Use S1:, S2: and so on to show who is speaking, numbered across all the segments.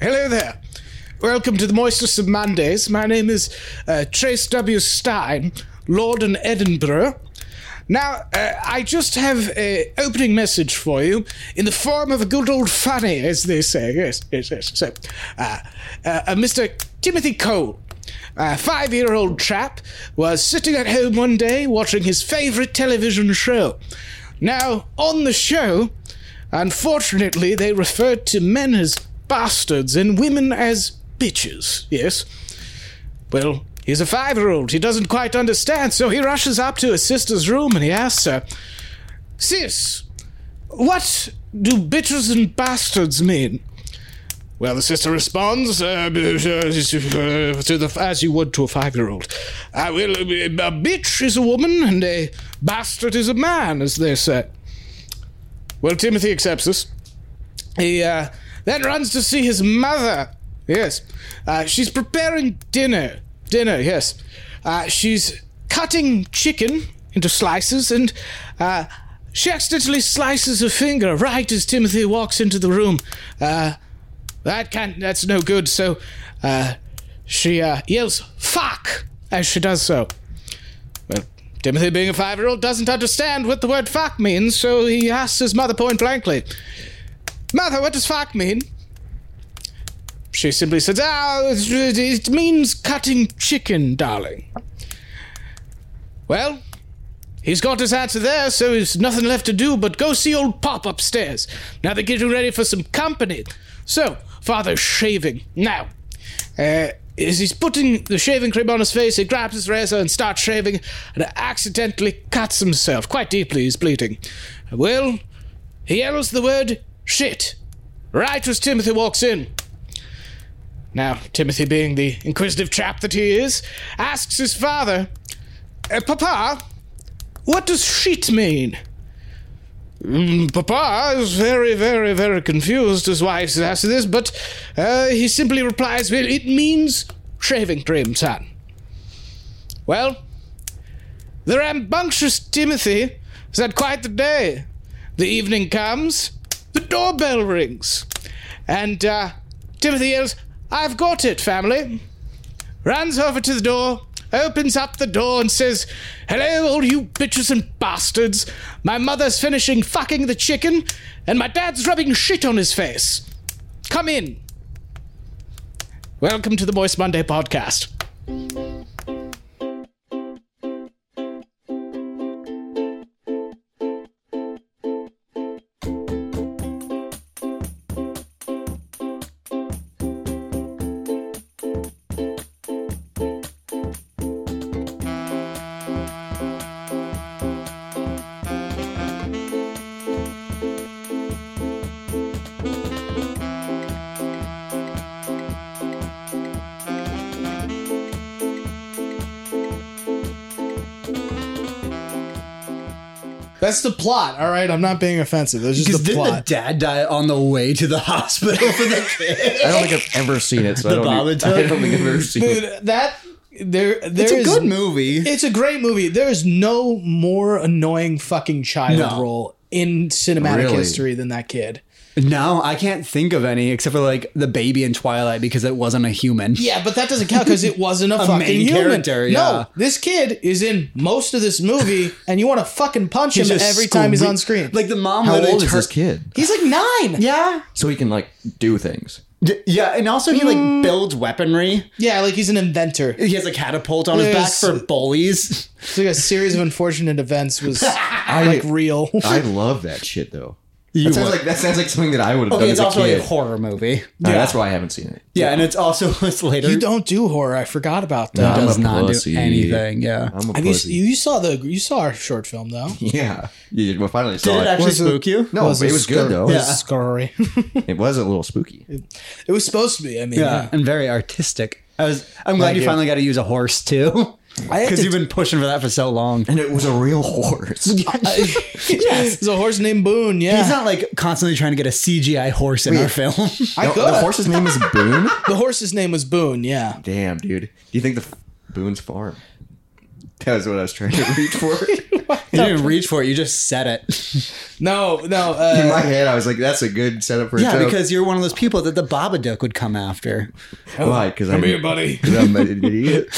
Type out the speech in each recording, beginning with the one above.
S1: Hello there. Welcome to the Moistest of Mondays. My name is uh, Trace W. Stein, Lord in Edinburgh. Now, uh, I just have a opening message for you in the form of a good old funny, as they say. Yes, yes, yes. So, uh, uh, uh, Mr. Timothy Cole, a five year old chap, was sitting at home one day watching his favourite television show. Now, on the show, Unfortunately, they referred to men as bastards and women as bitches, yes? Well, he's a five year old. He doesn't quite understand, so he rushes up to his sister's room and he asks her, Sis, what do bitches and bastards mean? Well, the sister responds, uh, b- uh, to the, as you would to a five year old. Uh, well, a a bitch is a woman and a bastard is a man, as they say. Well, Timothy accepts this. He uh, then runs to see his mother. Yes. Uh, she's preparing dinner. Dinner, yes. Uh, she's cutting chicken into slices and uh, she accidentally slices her finger right as Timothy walks into the room. Uh, that can't, that's no good. So uh, she uh, yells, fuck, as she does so. Well, Timothy, being a five year old, doesn't understand what the word fuck means, so he asks his mother point blankly, Mother, what does fuck mean? She simply says, Ah, it's- it means cutting chicken, darling. Well, he's got his answer there, so there's nothing left to do but go see old Pop upstairs. Now they're getting ready for some company. So, father's shaving. Now, uh, as he's putting the shaving cream on his face, he grabs his razor and starts shaving and accidentally cuts himself. Quite deeply, he's bleeding. Well, he yells the word shit right as Timothy walks in. Now, Timothy, being the inquisitive chap that he is, asks his father, "Uh, Papa, what does shit mean? Mm, Papa is very, very, very confused as why he's asked this, but uh, he simply replies, Well, it means shaving cream, son. Well, the rambunctious Timothy has had quite the day. The evening comes, the doorbell rings, and uh, Timothy yells, I've got it, family runs over to the door, opens up the door, and says, Hello, all you bitches and bastards. My mother's finishing fucking the chicken, and my dad's rubbing shit on his face. Come in. Welcome to the Moist Monday podcast. That's the plot, all right? I'm not being offensive. That's just
S2: Because didn't the dad die on the way to the hospital for the kid?
S3: I don't think I've ever seen it. So I
S2: The
S3: don't, e-
S2: Bob and
S3: I
S2: Doug?
S3: don't think I've ever seen it.
S1: Dude, that. There, there
S2: It's a
S1: is-
S2: good movie.
S1: It's a great movie. There is no more annoying fucking child
S2: No.
S1: role in cinematic
S3: Really?
S1: history than that kid.
S2: No, I can't think of any except for like the baby in Twilight because it wasn't a human.
S1: Yeah, but that doesn't count because it wasn't a, fucking
S2: main
S1: human.
S2: character, yeah.
S1: No, this kid is in most of this movie, and you want to fucking punch
S2: He's
S1: him
S2: just
S1: every time he's
S2: squeak-
S1: on screen.
S2: Like the mom.
S3: How
S2: literally
S3: old is
S2: tur-
S3: this kid?
S1: he's like nine.
S2: Yeah.
S3: So he can like do things.
S2: D- Yeah, and also he like builds weaponry.
S1: Yeah, like he's an inventor.
S2: He has a catapult on his back
S1: There's-
S2: for bullies.
S1: It's like a series of unfortunate events was
S3: I
S1: like real.
S3: I love that shit though.
S2: You
S3: That sounds
S2: would-
S3: like that sounds like something that I would have
S2: Okay,
S3: done
S2: it's
S3: as a
S2: also
S3: kid.
S2: like a horror movie.
S3: Uh, that's why I haven't seen it.
S2: Yeah, and it's also it's later.
S1: you don't do horror. I forgot about that.
S3: I'm
S2: does
S3: a
S2: not
S3: pussy.
S2: do anything. Yeah.
S3: I'm a
S1: Have you,
S3: pussy.
S1: you saw the you saw our short film though?
S3: yeah, you well, finally saw
S2: Did
S3: it.
S2: Oh, it actually spook you?
S3: no, but it was good though.
S1: It
S2: Yeah.
S1: was scary.
S3: It was a little spooky.
S1: it was supposed to be. I mean,
S2: Yeah,
S1: yeah.
S2: and very artistic. I was. I'm glad
S1: Thank
S2: you
S1: you.
S2: finally got to use a horse too,
S1: I had
S2: because
S1: to-
S2: you've been pushing for that for so long.
S3: And it was a real horse.
S2: yes.
S1: There's a horse named Boone. Yeah,
S2: He's not like constantly trying to get a CGI horse in our film.
S1: I
S3: No,
S1: could.
S3: the horse's name is Boone.
S1: the horse's name was Boone. Yeah.
S3: Damn, dude. Do you think the f- Boone's farm? That was what I was trying to reach for.
S2: You didn't reach for it. You just said it.
S1: No, no.
S3: In
S1: Uh,
S3: my head, I was like, "That's a good setup for a
S2: Yeah,
S3: joke."
S2: because you're one of those people that the Babadook would come after.
S3: why? Because I'm
S1: Come here, buddy.
S3: 'cause I'm an idiot.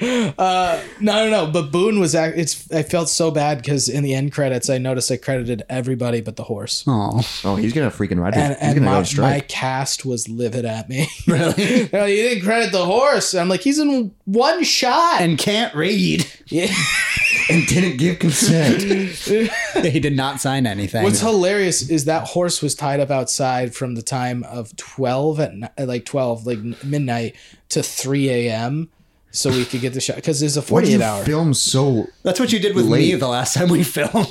S1: No, no, no. But Boone was. ac- It's. I felt so bad because in the end credits, I noticed I credited everybody but the horse.
S2: Oh,
S3: Oh, he's gonna freaking ride.
S1: And,
S3: he's
S1: and
S3: gonna go
S1: my,
S3: on
S1: my
S3: strike.
S1: cast was livid at me.
S2: really?
S1: They're like, you didn't credit the horse. I'm like, he's in one shot.
S2: and can't read.
S1: yeah.
S3: and didn't give consent.
S2: he did not sign anything.
S1: What's hilarious is that horse was tied up outside from the time of 12 at ni- uh, like 12, like n- midnight to 3 a.m. So we could get the shot because it's a
S3: Why do
S1: 48
S3: you
S1: hour.
S3: film so
S2: That's what you did with me
S3: Late.
S2: the last time we filmed.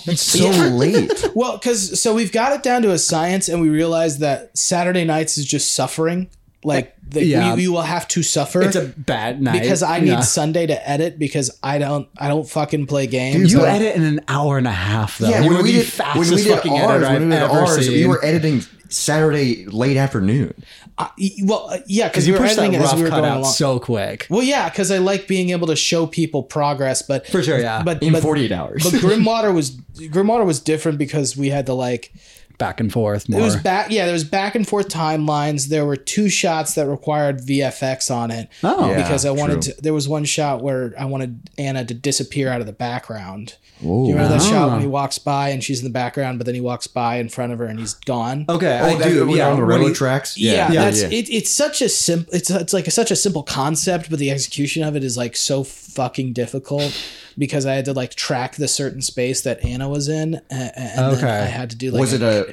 S3: so late?
S1: Well, because so we've got it down to a science, and we realize that Saturday nights is just suffering. Like the,
S2: Yeah.
S1: we, we will have to suffer
S2: It's a bad night
S1: because I need
S2: Yeah.
S1: Sunday to edit because I don't I don't fucking play games.
S2: You
S1: I-
S2: edit in an hour and a half, though.
S3: Yeah,
S2: you
S3: when
S2: were
S3: we,
S2: the
S3: did, when
S2: fastest
S3: we did
S2: fucking
S3: ours,
S2: editor I've
S3: when we did
S2: ever
S3: ours,
S2: seen.
S3: we were editing Saturday late afternoon.
S1: I- e, well, uh, yeah, because
S2: you
S1: we were
S2: pushed that
S1: editing it as
S2: rough
S1: we were
S2: cut
S1: going
S2: out
S1: along.
S2: so quick.
S1: well, yeah, because I like being able to show people progress, but
S2: For sure, yeah.
S1: but
S3: In
S1: but,
S3: 48 hours.
S1: but Grimwater was Grimwater was different because we had to like
S2: back and forth more.
S1: It was back. Yeah, there was back and forth timelines. There were two shots that required VFX on it.
S2: Oh. Yeah,
S1: because I wanted
S3: true.
S1: to. There was one shot where I wanted Anna to disappear out of the background. Do you remember that
S2: Oh.
S1: shot when he walks by and she's in the background, but then he walks by in front of her and he's gone?
S2: okay,
S3: Oh,
S2: I
S3: that-
S2: do.
S3: when
S2: Yeah,
S3: on the
S2: when
S3: railroad
S2: he-
S3: tracks.
S1: Yeah,
S2: Yeah.
S1: that's
S3: yeah.
S1: It, it's such a simple. It's it's like such a simple concept, but the execution of it is like so fucking difficult because I had to like track the certain space that Anna was in, a- a- and, then
S2: Okay.
S1: I had to do like
S3: was it a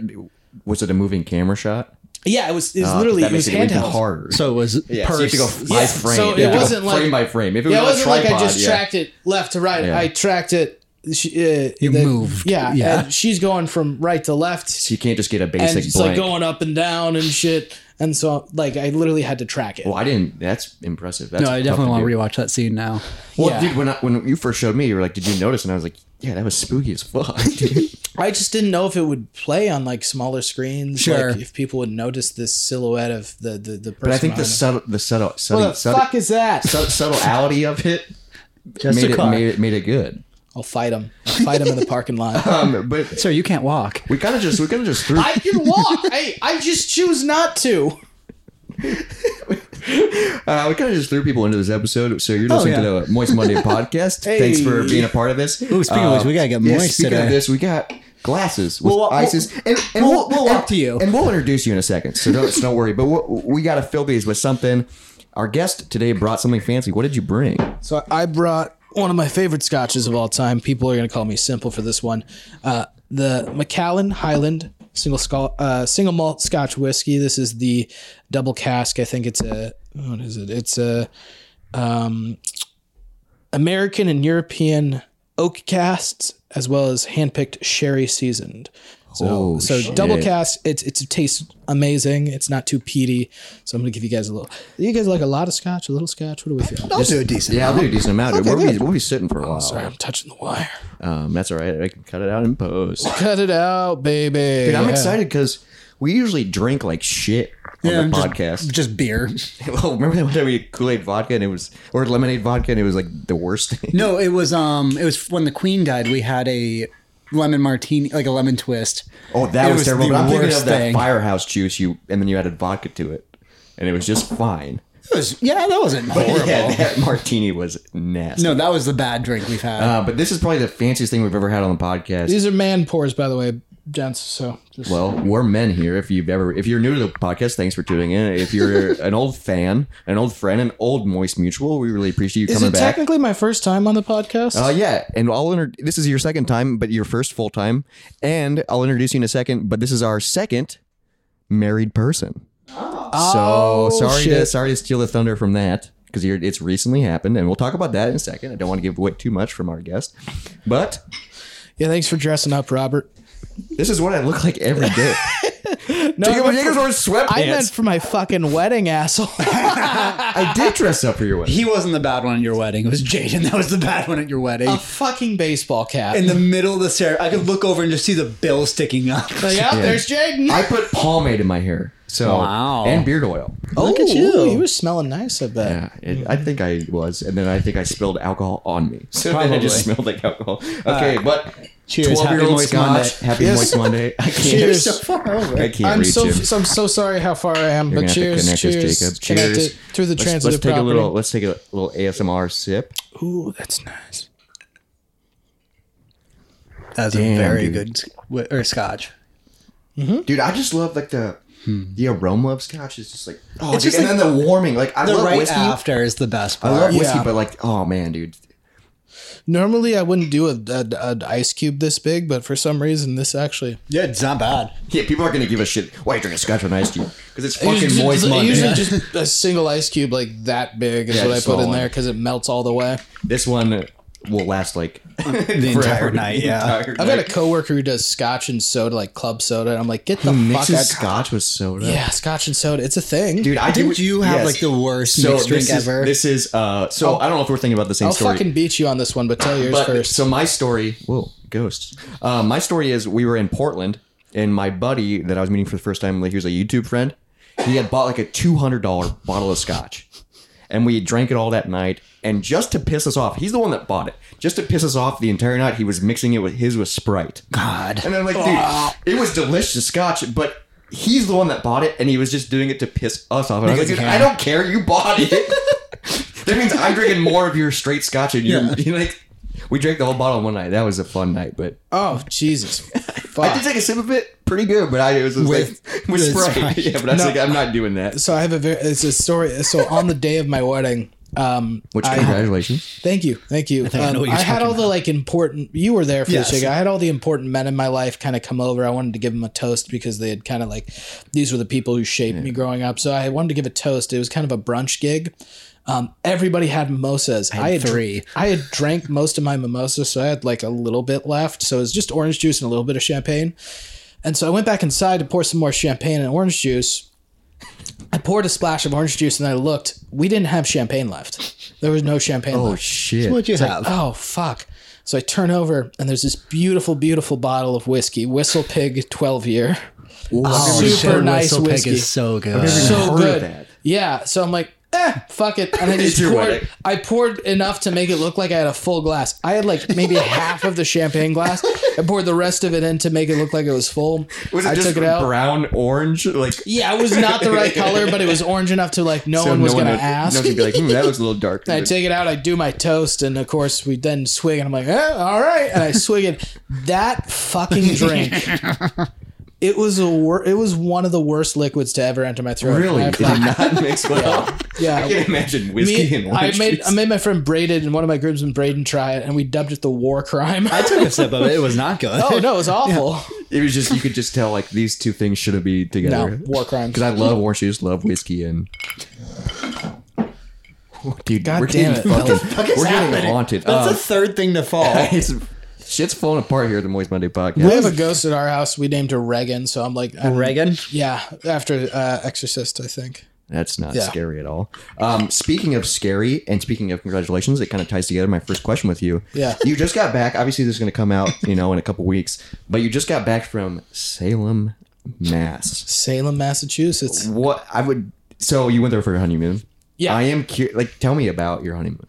S3: was it a moving camera shot?
S1: yeah, it was it was
S3: Uh,
S1: literally
S3: that
S1: it was
S3: makes it even
S1: handheld.
S3: harder.
S2: So it was
S3: yeah, so you
S2: purse.
S3: have to go by
S1: Yeah,
S3: frame.
S1: so it
S3: You have to go
S1: wasn't like-
S3: frame by frame. If it
S1: Yeah, it
S3: was
S1: wasn't
S3: on a
S1: like I
S3: tripod,
S1: just
S3: yeah.
S1: tracked it left to right.
S3: Yeah.
S1: I tracked it. She, uh, you
S2: moved.
S1: Yeah,
S2: Yeah.
S1: And she's going from right to left,
S3: So you can't just get a
S1: and
S3: basic
S1: it's like
S3: blank.
S1: going up and down and shit. And so, like, I literally had to track it.
S3: well, I didn't. That's impressive. That's
S2: No, I definitely want to
S3: real.
S2: rewatch that scene now.
S3: Well,
S1: Yeah.
S3: dude, when I, when you first showed me, you were like, "Did you notice?" And I was like, "Yeah, that was spooky as fuck." dude."
S1: I just didn't know if it would play on like smaller screens.
S2: Sure.
S1: Like, if people would notice this silhouette of the the the person.
S3: but I
S1: behind
S3: think the
S1: them.
S3: subtle, the subtle, subtle,
S1: what the fuck is that?
S3: subtle subtleality of it
S2: Just
S3: made
S2: a
S3: it
S2: car.
S3: made it made it good.
S1: I'll fight him. I'll fight him in the parking lot.
S3: Um, but
S2: Sir, you can't walk.
S3: we kind of just we kind of just threw.
S1: I can walk. Hey, I just choose not to.
S3: Uh, we kind of just threw people into this episode, so you're listening
S2: Oh, yeah.
S3: to the Moist Monday podcast.
S1: Hey.
S3: Thanks for being a part of this. Uh,
S2: Ooh, speaking of which, we gotta get
S3: yeah,
S2: moist
S3: Speaking
S2: today.
S3: of this, we got glasses with
S2: We'll- we'll-
S3: ices, and, and
S2: we'll- we'll
S3: and-
S2: walk to you.
S3: and we'll introduce you in a second. So don't, so don't worry. But we we gotta fill these with something. Our guest today brought something fancy. What did you bring?
S1: So I brought one of my favorite scotches of all time. People are going to call me simple for this one. Uh, the Macallan Highland single sco- uh, single malt Scotch whiskey. This is the double cask. I think it's a what is it? It's a um, American and European oak casts, as well as handpicked sherry seasoned. So,
S3: Oh,
S1: so
S3: shit.
S1: double cask. It's it's it tastes amazing. It's not too peaty. So I'm gonna give you guys a little. You guys like a lot of scotch, a little scotch. What do we feel?
S2: I'll do a decent.
S3: Yeah, I'll do a decent Oh, amount. dude.
S1: Okay,
S3: we'll, be,
S1: good.
S3: we'll be sitting for a while.
S1: Sorry, I'm touching the wire.
S3: Um, that's all right. I can cut it out in post.
S1: Cut it out, baby.
S3: Dude, I'm
S1: Yeah.
S3: excited because we usually drink like shit on
S2: Yeah,
S3: the
S2: just-
S3: podcast.
S2: Just beer.
S3: Well, remember that one time we had Kool Aid vodka and it was, or lemonade vodka and it was like the worst thing.
S2: No, it was um, it was when the Queen died. We had a lemon martini, like a lemon twist.
S3: Oh, that
S2: It
S3: was,
S2: was
S3: terrible.
S2: the
S3: But I'm thinking
S2: worst
S3: of that
S2: thing.
S3: firehouse juice you, and then you added vodka to it, and it was just fine.
S2: It was yeah, that wasn't horrible.
S3: Yeah, that martini was nasty.
S2: No, that was the bad drink we've had.
S3: Uh, but this is probably the fanciest thing we've ever had on the podcast.
S1: These are man pours, by the way, gents. So just
S3: Well, we're men here. If you've ever, if you're new to the podcast, thanks for tuning in. If you're an old fan, an old friend, an old Moist Mutual, we really appreciate you
S1: is
S3: coming
S1: it
S3: back.
S1: technically my first time on the podcast?
S3: Uh, yeah, and I'll inter- this is your second time, but your first full time, and I'll introduce you in a second. But this is our second married person.
S1: Oh,
S3: so sorry to
S1: shit.
S3: sorry to steal the thunder from that because it's recently happened, and we'll talk about that in a second. I don't want to give away too much from our guest, but
S1: yeah. Thanks for dressing up, Robert.
S3: this is what I look like every day.
S1: No, I
S3: Jacob,
S1: meant,
S3: Jacob's
S1: for,
S3: wearing sweatpants.
S1: I meant for my fucking wedding, asshole.
S3: I did dress up for your wedding.
S4: He wasn't the bad one at your wedding. It was Jaden that was the bad one at your wedding.
S1: a fucking baseball cap.
S4: In the middle of the ceremony, I could look over and just see the bill sticking up.
S1: Like, yeah, there's Jaden.
S3: I put pomade in my hair. So
S4: Wow.
S3: and beard oil.
S1: oh,
S4: look at you.
S1: you were smelling nice, I bet.
S3: Yeah, it, I think I was, and then I think I spilled alcohol on me. So then I just smelled like alcohol. Okay, but
S4: cheers. Happy
S3: twelve-year-old
S4: Moist
S3: scotch.
S4: Monday.
S3: Happy
S2: Yes.
S3: moist Monday. I can't.
S1: Cheers.
S4: So far over.
S3: I can't
S1: I'm
S3: reach
S1: so
S3: him.
S1: so- I'm so sorry how far I am,
S3: You're
S1: but
S3: gonna have
S1: cheers,
S3: to connect us,
S1: cheers,
S3: Jacob.
S1: Connect
S3: Cheers.
S1: it through the
S3: Let's-
S1: transitive
S3: let's take
S1: property.
S3: a little. Let's take a little ASMR sip.
S2: Ooh, that's nice.
S4: That's
S3: Damn,
S4: a very
S3: dude.
S4: good wi- or scotch.
S3: dude i just love like the the aroma of scotch is Hmm. just like oh
S4: It's
S3: dude,
S4: just
S3: and
S4: like
S3: then the, warming like i
S4: The
S3: love
S4: right
S3: whiskey
S4: after is the best
S3: i
S4: part.
S3: love whiskey
S1: Yeah.
S3: but like oh man dude
S1: Normally, I wouldn't do a, a, a ice cube this big, but for some reason, this actually
S4: yeah, it's not bad.
S3: yeah people are gonna give a shit why you drink a scotch on ice cube because it's fucking moist
S1: usually,
S3: monday
S1: usually just a single ice cube like that big is
S3: Yeah,
S1: what I
S3: just
S1: put in
S3: small
S1: there
S3: one.
S1: because it melts all the way.
S3: this one will last like
S4: The entire night, yeah.
S1: I've got a coworker who does scotch and soda, like club soda, and I'm like, get the fuck
S3: mixes
S1: out.
S3: scotch with soda
S1: Yeah, scotch and soda, it's a thing.
S3: dude i
S4: Didn't
S3: do
S4: you have, like, the worst mixed drink
S3: this is-
S4: ever? Oh.
S3: this is uh so i don't know if we're thinking about the same
S1: I'll
S3: story
S1: fucking beat you on this one, but tell yours
S3: But-
S1: first.
S3: So my story, whoa, ghosts. Uh, my story is we were in Portland, and my buddy that I was meeting for the first time, like he was a YouTube friend, he had bought like a two hundred dollar bottle of scotch, and we drank it all that night. And just to piss us off, he's the one that bought it. Just to piss us off the entire night, he was mixing it with his with Sprite.
S4: God.
S3: And I'm like, dude, it was delicious scotch, but he's the one that bought it, and he was just doing it to piss us off. And I was like,
S4: Because he
S3: dude, I
S4: can.
S3: don't care, you bought it. that means I'm drinking more of your straight scotch, and you're,
S4: Yeah.
S3: you're like, we drank the whole bottle in one night. That was a fun night, but
S1: oh Jesus,
S3: I did
S1: fuck.
S3: take a sip of it, pretty good, but I it was just
S4: With-
S3: like with
S4: with
S3: Sprite.
S4: Sprite.
S3: Yeah, but I was like, I'm not doing that.
S1: So I have a very, it's a story. So on the day of my wedding, um,
S3: Which
S1: I-
S3: congratulations.
S1: Thank you, thank you.
S4: think I
S1: Um,
S4: know what
S1: I,
S4: you're
S1: had all
S4: talking
S1: the like important. You were there for
S4: Yes.
S1: the chicken. I had all the important men in my life kind of come over. I wanted to give them a toast because they had kind of like these were the people who shaped me growing up. So I wanted to give a toast. It was kind of a brunch gig. Um, everybody had mimosas. I had, dr-
S4: three.
S1: I had drank most of my mimosa, so I had like a little bit left. So it was just orange juice and a little bit of champagne. And so I went back inside to pour some more champagne and orange juice. I poured a splash of orange juice and I looked. We didn't have champagne left. There was no champagne
S4: Oh,
S1: left.
S3: shit.
S4: What'd you have?
S1: Oh fuck. So I turn over and there's this beautiful, beautiful bottle of whiskey, Whistle Pig 12 year.
S4: Oh,
S1: super
S4: shit,
S1: nice
S4: Whistle Pig
S1: whiskey.
S4: is so good.
S1: so
S3: heard of
S1: good.
S3: that.
S1: Yeah. So I'm like, eh, fuck it. And I just
S3: It's your
S1: poured
S3: wedding.
S1: I poured enough to make it look like I had a full glass. I had like maybe half of the champagne glass. I poured the rest of it in to make it look like it was full.
S3: Was it
S1: I
S3: just
S1: took it out.
S3: brown, orange? Like
S1: Yeah, it was not the right color, but it was orange enough to like no
S3: so
S1: one was
S3: no
S1: gonna
S3: would-
S1: ask.
S3: No one would be like, hmm, that looks a little dark.
S1: I
S3: But-
S1: take it out, I do my toast, and of course we then swig, and I'm like, eh, all right, and I swig it. That fucking drink. It was a wor- it was one of the worst liquids to ever enter my throat.
S3: Really?
S1: I,
S3: Did it not mix well?
S1: Yeah.
S3: I can imagine whiskey
S1: me-
S3: and
S1: I
S3: orange
S1: made
S3: juice.
S1: I made my friend Braden and one of my groomsmen Braden try it, and we dubbed it the war crime.
S4: I took a sip of it. It was not good.
S1: oh no, it was awful.
S3: It was just you could just tell like these two things shouldn't be together.
S1: No, war crimes.
S3: Because I love orange juice, love whiskey, and dude,
S1: God
S3: we're
S1: damn
S3: getting
S1: it,
S3: fucking,
S4: It's
S3: we're getting
S4: happening.
S3: haunted.
S4: That's
S3: Uh,
S4: the third thing to fall.
S3: it's, shit's falling apart here at the Moist Monday podcast.
S1: We have a ghost at our house. We named her Regan, so I'm like, I'm-
S4: Reagan.
S1: yeah, after uh, Exorcist, I think.
S3: That's not
S1: Yeah.
S3: scary at all. Um, speaking of scary and speaking of congratulations, it kind of ties together my first question with you.
S1: Yeah.
S3: You just got back. Obviously, this is going to come out, you know, in a couple weeks, but you just got back from Salem, Mass.
S1: Salem, Massachusetts.
S3: What I would. So you went there for your honeymoon.
S1: Yeah.
S3: I am curious. Like, tell me about your honeymoon.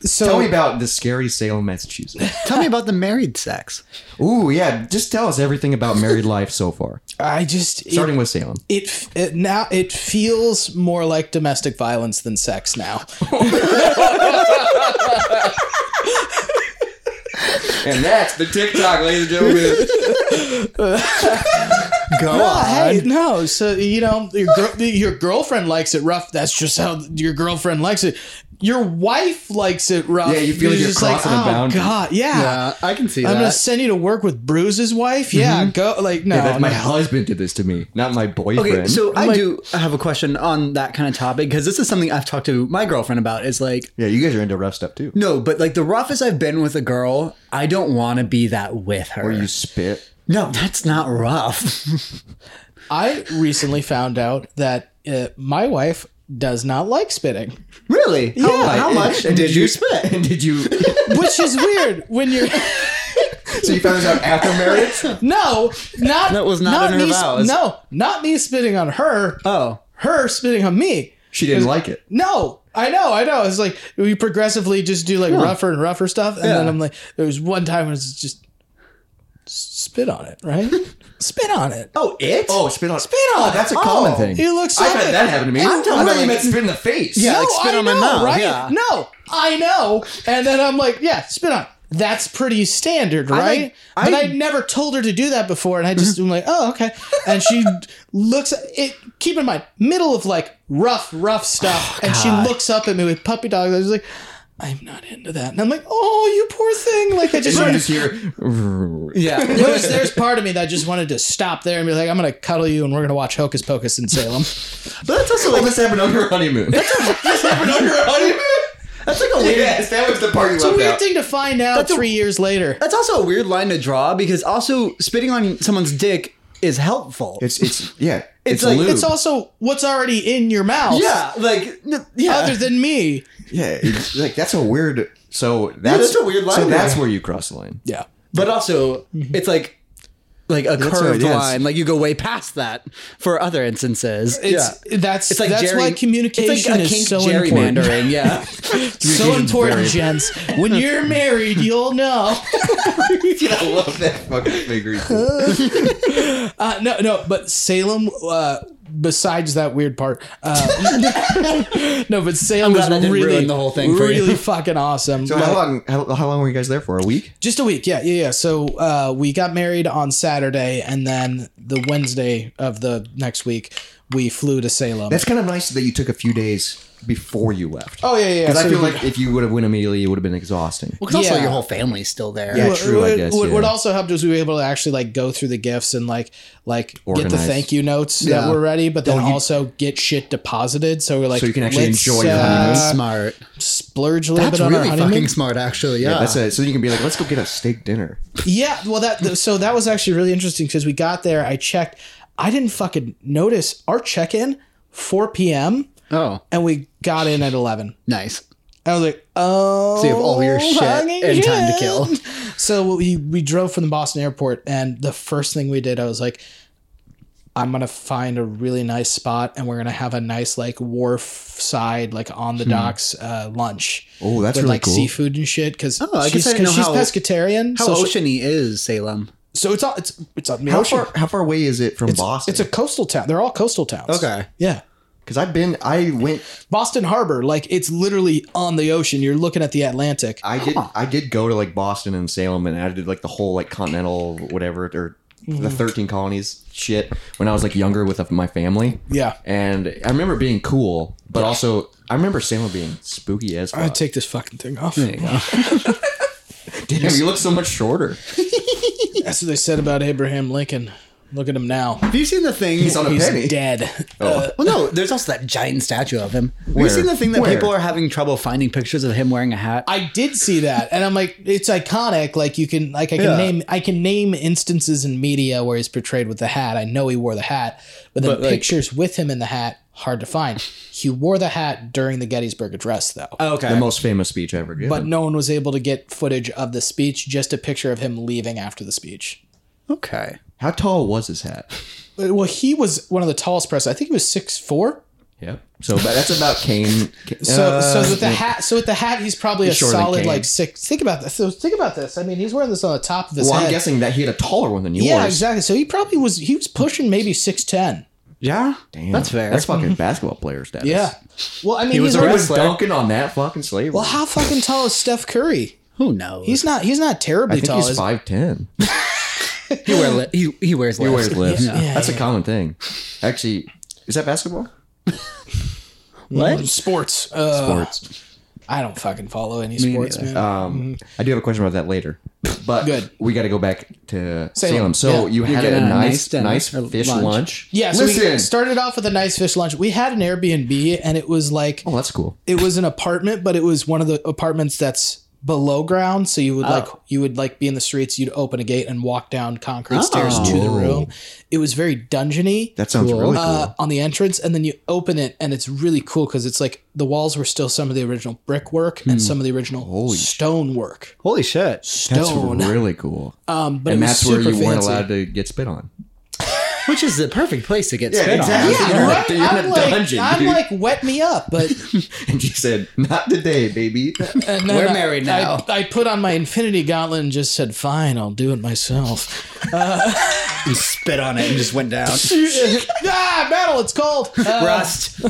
S1: So
S3: Tell me about the scary Salem, Massachusetts.
S4: Tell me about the married sex.
S3: Ooh, yeah. Just tell us everything about married life so far,
S1: I just it-
S3: starting with Salem.
S1: it, f- it now it feels more like domestic violence than sex now.
S3: And that's the TikTok, ladies and gentlemen.
S4: Go
S1: Oh, hey, no, so you know your gir- your girlfriend likes it rough. That's just how your girlfriend likes it. Your wife likes it rough.
S3: Yeah, you feel like you're
S1: just oh,
S3: crossing a boundary."
S1: God, yeah.
S4: Yeah, I can see
S1: I'm gonna
S4: that.
S1: send you to work with Bruise's wife. Yeah, go like no,
S3: That my
S1: no.
S3: husband did this to me, not my boyfriend.
S4: Okay, so I
S1: like-
S4: do have a question on that kind of topic because this is something I've talked to my girlfriend about. Is like,
S3: Yeah, you guys are into rough stuff too.
S4: no, but like the roughest I've been with a girl, I don't want to be that with her.
S3: Where you spit.
S4: no, that's not rough.
S1: I recently found out that uh, my wife does not like spitting,
S3: Really? Yeah. How,
S4: how
S3: much? And did, you spit? And did you?
S1: which is weird when you're
S3: so you found this out after marriage?
S1: no, not
S4: That was not in her
S1: me, sp-
S4: vows.
S1: No, not me spitting on her.
S4: Oh,
S1: her spitting on me.
S3: She didn't like it.
S1: No, I know, I know. It's like we progressively just do like rougher and rougher stuff, and then
S4: Yeah.
S1: I'm like, there was one time when it's just spit on it, right? spit on it.
S4: oh, it.
S3: Oh, spit on. Spit
S1: on it.
S3: That's a
S1: Oh,
S3: common thing.
S1: you look
S3: I bet
S1: something.
S3: that happened to me.
S1: I'm
S3: I
S1: talking
S3: thought you
S1: like-
S3: meant spit in the face.
S4: Yeah. like spit
S1: I
S4: on my
S1: know,
S4: mouth,
S1: Right?
S4: yeah.
S1: No, I know. And then I'm like, yeah, spit on. it. That's pretty standard, right?
S4: I- Mm-hmm.
S1: but I never told her to do that before, and I just am like, oh, okay. And she looks at it. Keep in mind, middle of like rough, rough
S4: Oh,
S1: stuff, and she looks up at me with puppy dog. I was like, I'm not into that, and I'm like, oh, you poor thing. Like I just
S3: You
S1: wanted
S3: just hear.
S4: Yeah.
S1: there's, there's part of me that just wanted to stop there and be like, I'm gonna cuddle you, and we're gonna watch Hocus Pocus in Salem.
S3: But that's also like "Oh, this happened on your honeymoon. this happened on your honeymoon.
S4: That's like a weird.
S3: Yes, that was the part you
S1: It's a
S3: left
S1: weird
S3: out.
S1: thing to find out
S4: a-
S1: three years later.
S4: That's also a weird line to draw because also spitting on someone's dick is helpful.
S3: It's it's yeah. It's,
S4: like-
S3: lube.
S1: It's also what's already in your mouth.
S4: yeah, like n- yeah.
S1: Other than me.
S3: yeah. It's like that's a weird. So that's,
S4: that's a weird line
S3: So that's
S4: there.
S3: where you cross the line.
S1: Yeah.
S4: but also
S1: Mm-hmm.
S4: it's like like a curved
S3: right, yes.
S4: line. Like you go way past that for other instances.
S1: It's that's
S4: It's like
S1: that's
S4: gerry-
S1: why communication
S4: it's like a kink
S1: is so important.
S4: gerrymandering. Yeah,
S1: So important, gents. When you're married, you'll know.
S3: I love that fucking figure. too.
S1: Uh, no, no, but Salem. Uh, besides that weird part, uh, no, but Salem
S4: glad
S1: was
S4: I didn't
S1: really
S4: ruin the whole thing for you.
S1: really fucking awesome.
S3: So how long? How, how long were you guys there for? A week?
S1: Just a week, yeah, yeah, yeah. So uh, we got married on Saturday, and then the Wednesday of the next week, we flew to Salem.
S3: That's kind of nice that you took a few days before you left.
S1: oh yeah, yeah. yeah.
S3: Because I
S1: So
S3: feel
S1: we-
S3: like if you would have went immediately, it would have been exhausting.
S4: because also
S1: Yeah.
S4: your whole family's still there.
S3: Yeah.
S1: What-
S3: true, I
S1: What,
S3: guess,
S1: what-
S3: yeah.
S1: what also helped was we were able to actually like go through the gifts and like like get
S3: Organize.
S1: the thank you notes
S4: Yeah.
S1: that were ready, but then also get shit deposited. So we're like,
S3: So you can actually
S1: let's,
S3: enjoy your honeymoon.
S1: uh,
S4: smart.
S1: splurge a little
S4: That's
S1: bit on our
S4: really
S1: honeymoon.
S4: fucking smart, actually. Yeah,
S3: That's it. So you can be like, let's go get a steak dinner.
S1: Yeah, well, that th- so that was actually really interesting because we got there. I checked. I didn't fucking notice our check in 4 p.m.
S4: oh,
S1: and we got in at 11.
S4: nice.
S1: I was like, oh,
S4: So you have all your shit
S1: fucking
S4: and time to
S1: shit.
S4: kill.
S1: So we we drove from the Boston airport, and the first thing we did, I was like, I'm gonna find a really nice spot, and we're gonna have a nice like wharf side, like on
S4: Hmm.
S1: the docks, uh, lunch.
S3: Oh, that's
S1: with,
S3: really
S1: like
S3: cool.
S1: seafood and shit because
S4: Oh, I guess
S1: she's,
S4: I didn't
S1: 'cause
S4: know
S1: she's
S4: how-
S1: pescatarian.
S4: How
S1: so, she-
S4: oceany is Salem?
S1: so it's all it's it's on the
S3: How
S1: ocean.
S3: far? How far away is it from Boston?
S1: It's a coastal town. They're all coastal towns.
S4: Okay.
S1: Yeah.
S3: because I've been. I went.
S1: Boston Harbor, like it's literally on the ocean. You're looking at the Atlantic.
S3: I did. I did go to like Boston and Salem, and I did like the whole like continental whatever or the thirteen colonies shit when I was like younger with uh, my family.
S1: Yeah.
S3: and I remember it being cool, but also I remember Salem being spooky as
S1: I
S3: fuck.
S1: take this fucking thing off.
S3: Damn, you look so much shorter.
S1: That's what they said about Abraham Lincoln. Look at him now.
S4: Have you seen the thing?
S3: He's on a
S1: He's
S3: penny.
S1: dead.
S4: Oh.
S1: Uh,
S4: Well, no, there's also that giant statue of him. Have
S3: Where?
S4: you seen the thing that
S3: Where?
S4: people are having trouble finding pictures of him wearing a hat?
S1: I did see that, and I'm like, it's iconic. Like you can, like I can
S4: Yeah.
S1: name, I can name instances in media where he's portrayed with the hat. I know he wore the hat, but then
S4: But, like-
S1: pictures with him in the hat hard to find. He wore the hat during the Gettysburg Address, though.
S4: Oh, okay.
S3: The most famous speech I ever given.
S1: but no one was able to get footage of the speech, just a picture of him leaving after the speech.
S4: okay.
S3: how tall was his hat?
S1: Uh, Well, he was one of the tallest press. I think he was six four.
S3: Yep. So but that's about Kane.
S1: So, so with the hat, so with the hat, he's probably a
S3: Uh, shorter than
S1: solid
S3: Kane.
S1: like six. Think about this. So think about this. I mean, he's wearing this on the top of his
S3: Well, I'm
S1: head.
S3: guessing that he had a taller one than yours.
S1: yeah, exactly. So he probably was. He was pushing maybe six ten.
S4: Yeah.
S3: Damn,
S4: That's fair.
S3: That's fucking basketball player status.
S1: Yeah. Well, I mean,
S4: was
S1: he's
S4: a
S1: already-
S4: wrestler.
S3: dunking on that fucking slave.
S1: well, how fucking tall is Steph Curry?
S4: Who knows?
S1: He's not. He's not terribly
S3: I think
S1: tall.
S3: he's
S1: is-
S3: five ten.
S4: he, wear li- he, he wears he
S3: Wears lips.
S4: Yeah.
S1: Yeah,
S3: That's a
S1: yeah.
S3: common thing. Actually, is that basketball?
S4: What?
S1: Mm, Sports. Uh,
S3: Sports.
S1: I don't fucking follow any sports, man.
S3: Um, I do have a question about that later, but
S1: Mm-hmm. Good.
S3: we got to go back to
S1: Salem,
S3: Salem. So
S1: yeah.
S3: you had
S4: get
S3: a
S4: a nice
S3: nice,
S4: dinner
S3: nice,
S4: or
S3: fish lunch.
S4: lunch.
S1: yeah. So
S3: Listen.
S1: we started off with a nice fish lunch. We had an Airbnb, and it was like
S3: oh, that's cool.
S1: it was an apartment, but it was one of the apartments that's below ground, so you would like
S3: Oh.
S1: you would like be in the streets. You'd open a gate and walk down concrete stairs to the room. It was very dungeony.
S3: That sounds Oh. really cool.
S1: uh, on the entrance, and then you open it, and it's really cool because it's like the walls were still some of the original brickwork
S3: Hmm.
S1: and some of the original stonework.
S4: Holy shit.
S3: that's
S1: Stone,
S3: really cool.
S1: um, but
S3: and
S1: it was
S3: that's where
S1: super
S3: you weren't
S1: fancy.
S3: allowed to get spit on.
S4: Which is the perfect place to get spit
S3: exactly.
S4: on.
S3: Yeah,
S1: Yeah,
S3: You're in a-
S1: right?
S3: you're in a
S1: I'm, like,
S3: dungeon,
S1: I'm
S3: dude.
S1: like, wet me up, but
S3: And she said, "Not today, baby."
S1: and then
S4: We're
S1: I-
S4: married
S1: I-
S4: now.
S1: I, put on my Infinity Gauntlet and just said, "Fine, I'll do it myself."
S4: And spit on it and just went down.
S1: ah, metal, it's cold. Uh,
S4: Rust.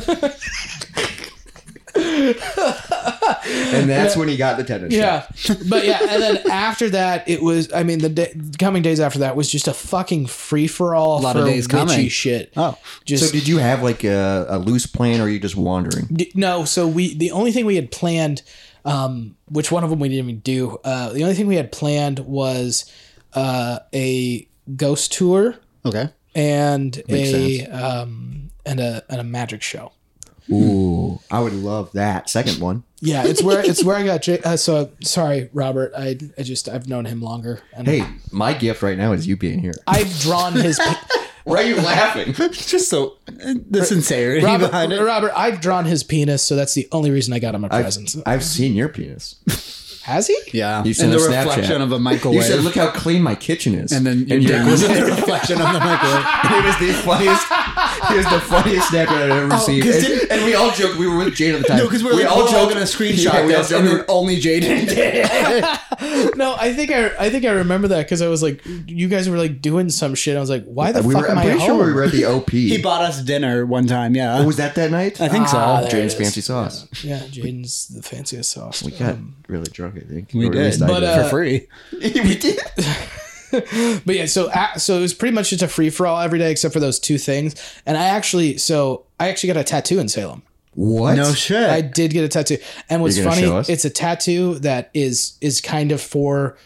S3: and that's when he got the tetanus
S1: Yeah,
S3: shot.
S1: but yeah, and then after that, it was. I mean, the day, coming days after that was just a fucking free for all. A
S4: lot of days coming.
S1: shit.
S4: Oh.
S1: just
S3: So did you have like a, a loose plan, or are you just wandering?
S1: D- no so we the only thing we had planned um which one of them we didn't even do uh the only thing we had planned was uh a ghost tour
S4: Okay.
S1: and a um and a and a magic show
S3: Ooh, I would love that second one.
S1: yeah it's where it's where i got J- uh, so sorry robert i i just i've known him longer and
S3: Hey, my gift right now is you being here.
S1: i've drawn his pe-
S3: Why are you laughing?
S4: Just so the sincerity
S1: robert,
S4: behind it.
S1: robert i've drawn his penis so that's the only reason i got him a
S3: I've,
S1: present
S3: I've seen your penis.
S1: has he
S4: Yeah.
S3: You
S4: and
S3: sent
S4: the
S3: a Snapchat.
S4: reflection of a microwave.
S3: You said, "Look how clean my kitchen is,"
S4: and then your
S3: your
S4: dick was in the reflection of the microwave.
S3: it was the funniest. It was the funniest Snapchat I've ever seen.
S4: Oh, 'cause
S3: And,
S4: didn't-
S3: and we all joked. We were with Jade at the time.
S4: No, because we're, like, all joking a screenshot
S3: Yeah, we all
S4: this, and then
S3: joked.
S4: only Jaden did.
S1: No, I think I I think I remember that because I was like, you guys were like doing some shit. I was like, why the
S3: We
S1: fuck
S3: were.
S1: am
S3: I'm
S1: I
S3: pretty
S1: home?
S3: sure we were at the OP.
S4: He bought us dinner one time. Yeah,
S3: Oh, was that that night?
S4: I think so.
S1: Ah, there it
S3: Jaden's
S1: is.
S3: fancy sauce.
S1: Yeah, Jaden's the fanciest sauce.
S3: We got really drunk. I think Or
S4: we
S3: at
S4: did,
S3: least I
S4: but
S1: uh,
S4: for free.
S3: we did.
S1: But yeah, so uh, so it was pretty much just a free for all every day except for those two things. And I actually, so I actually got a tattoo in Salem.
S3: What?
S4: No shit.
S1: I did get a tattoo, and what's
S3: You're gonna
S1: funny,
S3: show us?
S1: it's a tattoo that is is kind of for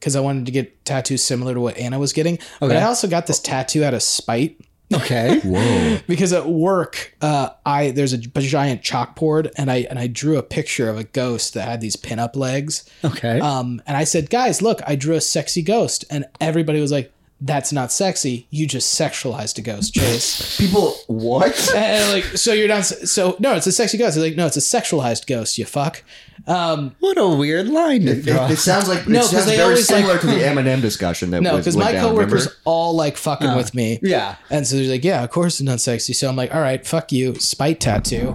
S1: because I wanted to get tattoos similar to what Anna was getting. But
S4: Okay.
S1: I also got this tattoo out of spite.
S4: okay.
S3: Whoa.
S1: because at work uh, i there's a giant chalkboard and i and i drew a picture of a ghost that had these pinup legs
S4: Okay.
S3: Uh,
S1: um, and i said guys look i drew a sexy ghost and everybody was like that's not sexy you just sexualized a ghost chase
S3: People. What?
S1: and like so you're not so no it's a sexy ghost They're like no it's a sexualized ghost you fuck um
S4: what a weird line to
S3: It, it sounds like no, it
S1: 'cause
S3: sounds
S1: they
S3: very
S1: always, like-
S3: similar to the Eminem discussion that
S1: no
S3: was
S1: because
S3: went
S1: my
S3: down,
S1: coworkers
S3: remember?
S1: all like fucking with me
S4: Uh, yeah.
S1: and so they're like yeah of course it's not sexy so i'm like all right fuck you spite tattoo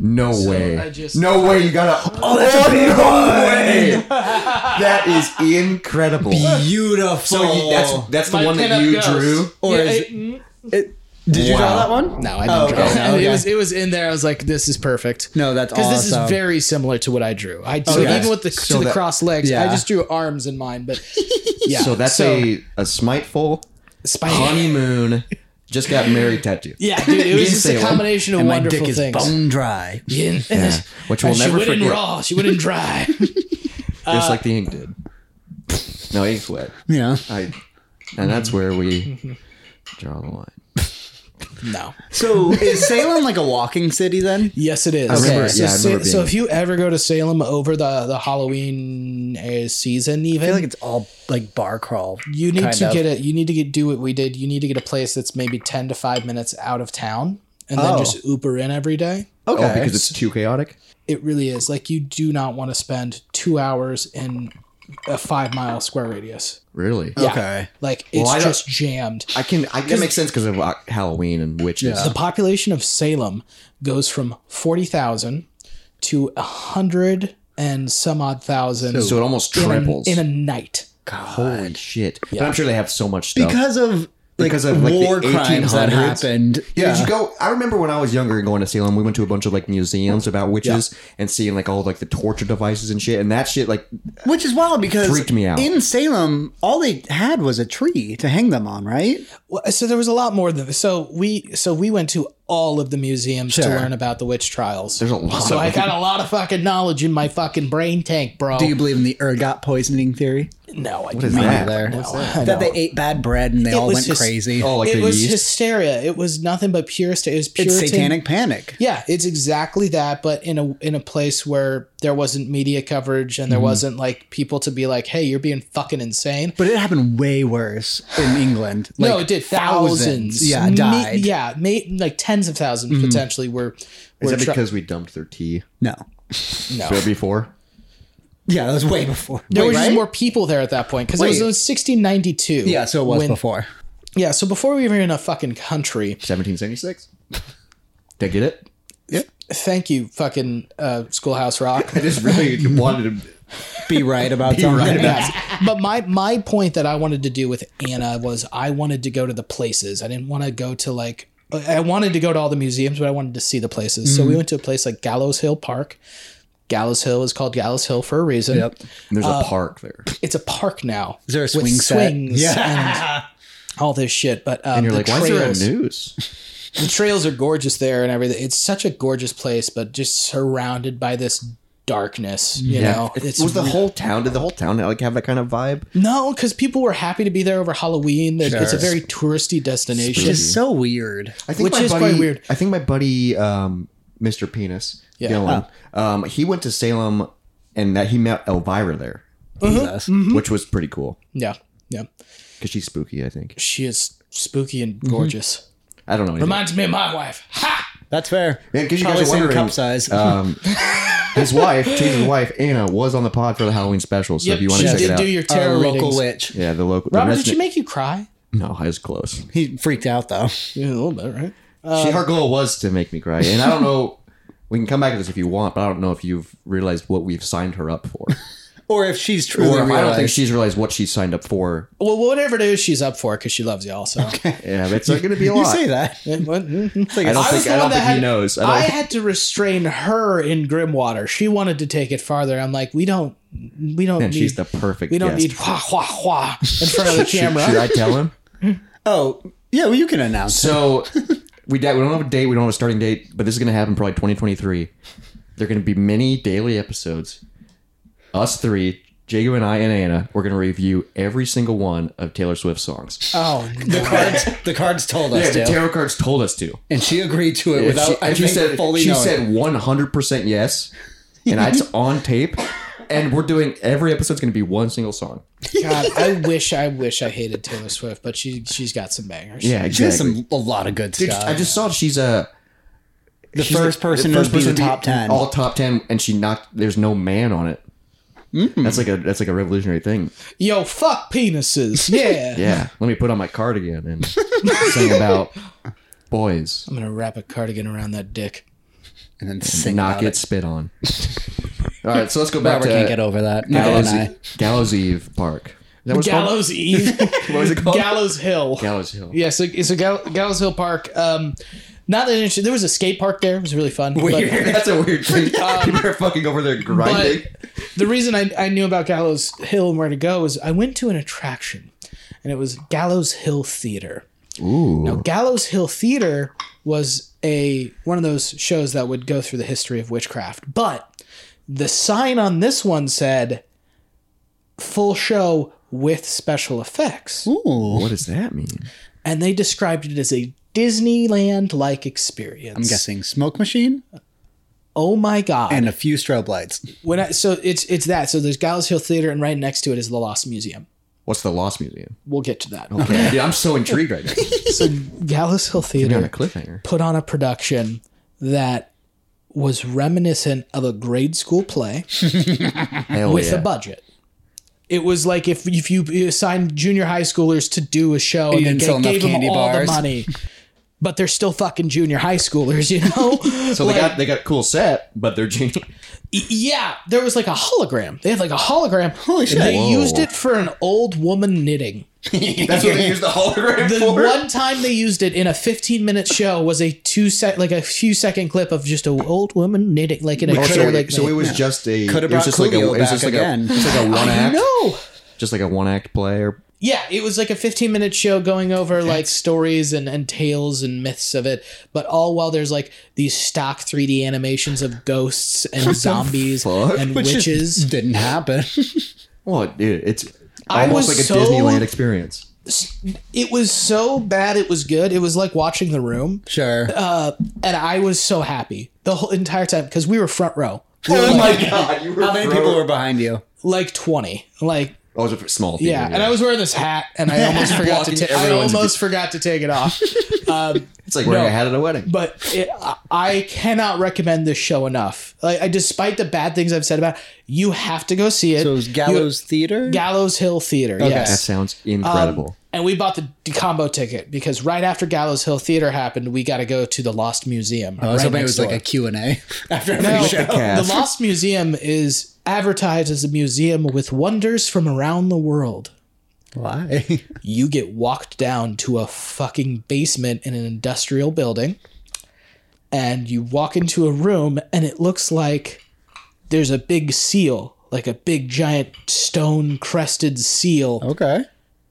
S3: No way.
S1: I just-
S3: no way. You gotta. Oh, that's a big way. that is incredible.
S4: Beautiful.
S3: So you, that's that's the
S1: My
S3: one that
S1: pinup
S3: you
S1: ghost.
S3: drew.
S4: or
S1: Yeah,
S4: is
S1: it-
S4: it, did you draw
S3: Wow.
S4: that one?
S1: No, I didn't
S4: Oh,
S1: draw
S4: okay.
S1: it.
S4: Okay.
S1: It was it was in there. I was like, this is perfect.
S4: No, that's
S1: because this is
S4: awesome. Oh,
S1: very similar to what I drew. I so
S4: Okay.
S1: even with the
S3: So
S1: to the
S3: that-
S1: cross legs, I
S4: Yeah.
S1: just drew arms in mine. But yeah,
S3: So that's a a smiteful
S1: spider.
S3: honeymoon. Just got married tattoo.
S1: Yeah, dude, it
S3: You
S1: was just a
S3: say one.
S1: combination of
S4: and my
S1: wonderful
S4: dick is
S1: things.
S4: bone dry.
S1: Yeah.
S3: Yeah, which we'll
S1: she
S3: never
S1: went
S3: forget.
S1: in raw. She went in dry. Uh,
S3: Just like the ink did. No, ink wet.
S4: Yeah.
S3: I, and that's where we draw the line.
S1: no.
S4: So is Salem like a walking city then?
S1: Yes, it is.
S3: remember-
S1: so,
S3: yeah, I remember
S1: so
S3: being-
S1: if you ever go to Salem over the the Halloween uh, season, even
S4: I feel like it's all like bar crawl.
S1: you need
S4: kind
S1: to
S4: of.
S1: get it you need to get do what we did you need to get a place that's maybe 10 to 5 minutes out of town and then
S4: Oh.
S1: just uber in every day
S3: Oh, because it's too chaotic.
S1: it really is like you do not want to spend two hours in a five mile square radius
S3: Really?
S1: yeah.
S4: okay.
S1: like
S3: Well,
S1: it's
S3: I don't-
S1: just jammed
S3: I can. I, that makes sense because of uh, Halloween and witches.
S1: the population of salem goes from 40000 to 100 and some odd thousand
S3: So it almost
S1: in, a,
S3: triples.
S1: in a night
S3: Holy shit! But I'm sure they have so much stuff.
S4: Because of like
S3: Because of, like, the
S4: war crimes that
S3: 1800s.
S4: happened.
S3: Yeah, did you go? I remember when I was younger and going to Salem, we went to a bunch of like museums about witches and seeing like all like the torture devices and shit, and that shit like
S4: Which is wild because
S3: Freaked me out.
S4: in Salem, all they had was a tree to hang them on, right?
S1: Well, so there was a lot more than so we so we went to all of the museums to
S4: Sure.
S1: learn about the witch trials.
S3: there's a lot.
S1: so
S3: of
S1: I got a lot of fucking knowledge in my fucking brain tank, bro.
S4: Do you believe in the ergot poisoning theory?
S1: No, I
S3: What is
S1: didn't.
S3: that?
S4: there.
S1: No,
S4: That
S1: no.
S4: they ate bad bread and they all
S1: was
S4: went
S1: hys-
S4: crazy.
S3: Oh, like
S1: it
S3: the
S1: was
S3: yeast.
S1: hysteria. It was nothing but pure. St- it was pure.
S4: it's satanic panic.
S1: Yeah, it's exactly that, but in a in a place where there wasn't media coverage
S3: Mm-hmm.
S1: and there wasn't like people to be like, "Hey, you're being fucking insane."
S4: But it happened way worse in England. Like
S1: no, it did thousands.
S4: Yeah,
S1: Me-
S4: died.
S1: yeah, ma- like tens of 1000s potentially were.
S3: Mm-hmm. Is
S1: were
S3: that
S1: tri-
S3: because we dumped their tea
S4: No.
S1: no?
S3: before?
S4: Yeah, that was way before.
S1: There
S4: Wait,
S1: was just
S4: right?
S1: more people there at that point because it was,
S4: Wait.
S1: it was 1692.
S4: Yeah, so it was
S1: when-
S4: before.
S1: Yeah, so before we were in a fucking country,
S3: 1776. Did I get it?
S1: thank you, fucking uh, Schoolhouse Rock.
S3: I just really wanted to.
S4: Be right about something.
S3: right about-
S1: but my my point that I wanted to do with Anna was I wanted to go to the places. I didn't want to go to like I wanted to go to all the museums, but I wanted to see the places.
S4: Mm-hmm.
S1: So we went to a place like Gallows Hill Park. Gallows Hill is called Gallows Hill for a reason.
S4: Yep.
S3: There's a park there.
S1: It's a park now.
S4: Is there a
S1: with
S4: swing set?
S1: swings and all this shit. But um,
S3: And you're
S1: the
S3: like, why
S1: trails,
S3: is there a news?
S1: the trails are gorgeous there and everything. It's such a gorgeous place, but just surrounded by this darkness. You know,
S3: It- was the
S1: re-
S3: whole town. Did the whole town like have that kind of vibe?
S1: No, because people were happy to be there over Halloween. There- It's a
S4: Sure.
S1: very touristy destination.
S4: Which is so weird.
S3: I think
S1: Which
S3: my
S1: is
S3: buddy,
S1: quite weird.
S3: I think my buddy, um, Mr. Penis,
S1: Yeah.
S3: Dylan, um, he went to Salem and that he met Elvira there,
S1: Mm-hmm.
S4: Jesus.
S3: which was pretty cool
S1: yeah, yeah.
S3: because she's spooky. I think
S1: She is spooky and
S3: Mm-hmm.
S1: gorgeous.
S3: I don't know. anything.
S1: Reminds me of my wife. Ha!
S4: That's fair.
S3: Yeah, 'cause you guys
S4: Probably
S3: are
S4: same
S3: wondering,
S4: cup size.
S3: Um, his wife, Chase's wife, Anna, was on the pod for the Halloween special. So if you want
S1: she
S3: to check
S1: did
S3: it out,
S1: do your
S4: Our
S1: terror
S4: local
S1: Uh, ratings.
S4: witch.
S3: yeah, the local.
S1: Robert,
S3: the
S1: did she
S3: resident-
S1: make you cry?
S3: No, I was close.
S4: He freaked out though.
S1: Yeah, a little bit, right?
S3: she, her goal was to make me cry, and I don't know. We can come back to this if you want, but I don't know if you've realized what we've signed her up for,
S4: Or if she's truly
S3: or if
S4: realized.
S3: I don't think she's realized what she signed up for.
S1: Well, whatever it is, she's up for because she loves y'all. So
S3: Yeah, it's not going to be a
S4: you
S3: lot.
S4: say that.
S1: Yeah, what? Mhm.
S4: Hmm? It's like
S3: I don't
S1: I was
S3: think
S1: the
S3: I
S1: one
S3: don't
S1: that
S3: think he
S1: had-
S3: knows. I don't
S1: I
S3: think-
S1: had to restrain her in Grimwater. She wanted to take it farther. I'm like, we don't, we don't
S3: and
S1: need,
S3: she's the perfect.
S1: we don't
S3: guest.
S1: need wah wah wah in front of the
S3: Should,
S1: camera.
S3: should I tell him?
S4: oh, yeah, well, you can announce.
S3: So we di- we don't have a date. We don't have a starting date, but this is going to happen probably 2023. There are going to be many daily episodes. Us three, Jago and I, and Anna, we're going to review every single one of Taylor Swift's songs.
S1: Oh,
S4: The cards, the cards told us
S3: the
S4: to.
S3: tarot cards told us to.
S4: and she agreed to it
S3: If
S4: without
S3: she,
S4: I
S3: if she
S4: think,
S3: said
S4: fully
S3: she
S4: knowing.
S3: said 100 percent yes, and it's on tape. And we're doing every episode's going to be one single song.
S1: God, I wish, I wish I hated Taylor Swift, but she she's got some bangers.
S3: Yeah,
S4: she has
S3: exactly.
S4: some, a lot of good
S3: Dude,
S4: stuff.
S3: I just saw she's a
S4: the first person to be the top ten.
S3: all top ten, and she knocked. There's no man on it.
S4: Mm-hmm.
S3: That's like a that's like a revolutionary thing.
S1: Yo, fuck penises. Yeah.
S3: Yeah, let me put on my cardigan and sing about boys
S1: I'm gonna wrap a cardigan around that dick.
S4: and then sing
S3: not
S4: about
S3: get
S4: it.
S3: spit on. All right, so let's go back
S4: Robert can't get
S3: to
S4: over that. No,
S3: uh, Gallows,
S4: and I.
S3: Gallows Eve Park. Is that what it's called?
S1: Gallows Eve.
S3: What was it called?
S1: Gallows Hill.
S3: Gallows Hill.
S1: yeah, so it's a Gall- Gallows Hill Park. Um, not that interesting. There was a skate park there. It was really fun. But,
S3: That's a weird thing. People are fucking over there grinding.
S1: the reason I, I knew about Gallows Hill and where to go is I went to an attraction, and it was Gallows Hill Theater.
S3: Ooh,
S1: Now, Gallows Hill Theater was a one of those shows that would go through the history of witchcraft, but the sign on this one said "full show with special effects,"
S4: Ooh,
S3: what does that mean?
S1: and they described it as a Disneyland-like experience.
S4: I'm guessing smoke machine
S1: Oh my god!
S4: and a few strobe lights.
S1: when I, so it's it's that. So there's Gallows Hill Theater, and right next to it is the Lost Museum.
S3: What's the Lost Museum?
S1: We'll get to
S4: Oh.
S1: that.
S3: Okay, yeah, I'm so intrigued right now.
S1: so Gallows Hill Theater.
S3: You're on a cliffhanger.
S1: put on a production that was reminiscent of a grade school play
S3: Hell
S1: with
S3: yeah.
S1: a budget. It was like if if you assigned junior high schoolers to do a show and,
S4: you didn't
S1: they
S4: sell
S1: ga-
S4: enough
S1: gave them
S4: candy
S1: all
S4: bars.
S1: the money, but they're still fucking junior high schoolers, you know?
S3: So they got they got a cool set, but they're genius.
S1: yeah, there was like a hologram. They had like a hologram. Holy
S4: shit.
S1: They
S3: Whoa.
S1: used it for an old woman knitting.
S3: That's what they use the hologram
S1: The
S3: for.
S1: one time they used it in a 15 minute show was a two sec, like a few second clip of just an old woman knitting, like in a chair.
S3: Oh, so,
S1: like
S3: so it was just a
S4: Coulda
S3: it was
S4: brought
S3: just like a
S4: Coolio
S3: it was just
S4: back
S3: like a,
S4: again.
S3: just like a one act
S1: no.
S3: just like a one act play or
S1: Yeah, it was like a 15 minute show going over like stories and, and tales and myths of it, but all while there's like these stock 3D animations of ghosts and zombies
S3: fuck?
S1: and
S4: Which just
S1: witches.
S4: didn't happen.
S3: well dude, it's
S1: I
S3: Almost
S1: was
S3: like a
S1: so-
S3: Disneyland experience.
S1: It was so bad. It was good. It was like watching The Room,
S2: Sure.
S1: uh, and I was so happy the whole entire time because we were front row,
S2: oh my
S3: God, you were
S2: How many people were behind you?
S1: like twenty, like
S3: Oh, it was a small theater.
S1: Yeah, and I was wearing this hat, and I almost forgot to
S3: Blocking
S1: take. I
S3: everyone's
S1: almost forgot to take it off.
S3: It's like wearing
S1: No.
S3: a hat at a wedding.
S1: But it, I- I cannot recommend this show enough. Like, I, despite the bad things I've said about, it, you have to go see it.
S2: So it was Gallows Theater?
S1: You- Gallows Hill Theater.
S3: that
S1: Yes. Um,
S3: sounds incredible.
S1: And we bought the d- combo ticket because right after Gallows Hill Theater happened, we got to go to the Lost Museum.
S2: I was
S1: right
S2: hoping
S1: next
S2: it Oh, was
S1: door.
S2: like a Q&A after every
S1: No,
S2: show.
S1: the Lost Museum is advertised as a museum with wonders from around the world.
S2: Why?
S1: you get walked down to a fucking basement in an industrial building and you walk into a room and it looks like there's a big seal like a big giant stone crested seal
S2: Okay.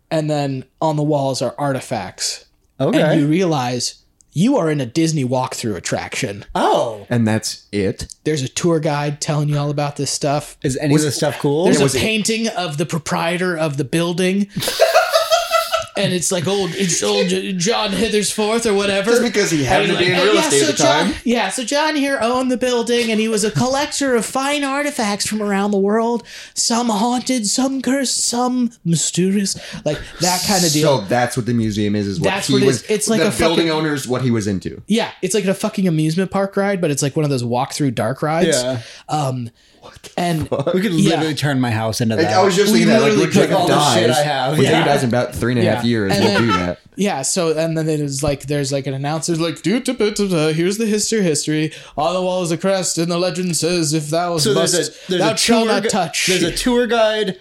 S1: and then on the walls are artifacts and
S2: Okay.
S1: you realize you are in a disney walkthrough attraction
S2: oh.
S3: and that's it.
S1: there's a tour guide telling you all about this stuff
S2: Is any of this stuff cool?
S1: there's
S3: was
S1: a
S3: it-
S1: painting of the proprietor of the building and it's like old it's old john hithersforth or whatever
S3: Just because he happened to be in
S1: And
S3: real
S1: yeah,
S3: estate
S1: so
S3: at the
S1: John-
S3: time.
S1: yeah, so John here owned the building, and he was a collector of fine artifacts from around the world. Some haunted, some cursed, some mysterious, like that kind of deal.
S3: So that's what the museum is. Is what
S1: That's
S3: he
S1: what it
S3: was.
S1: is. It's like
S3: the
S1: a
S3: building
S1: fucking-
S3: owner's what he was into.
S1: yeah, it's like a fucking amusement park ride, but it's like one of those walk through dark rides.
S2: Yeah.
S1: Um, and
S2: We could
S1: Yeah.
S2: literally turn my house into that.
S3: I was just
S1: We
S3: thinking that like
S1: literally
S3: when Jacob
S1: took all
S2: the
S3: dies,
S2: shit I have.
S3: when
S2: Yeah.
S3: Jacob dies in about three and a half
S1: Yeah.
S3: years,
S1: And
S3: we'll
S1: then-
S3: do that.
S1: Yeah, so and then it is like there's like an announcer like do do, do, do, do, here's the history history on the wall is a crest and the legend says if thou
S2: so
S1: must
S2: there's a there's
S1: thou
S2: a
S1: shalt
S2: tour
S1: not
S2: gu-
S1: touch
S2: There's a tour guide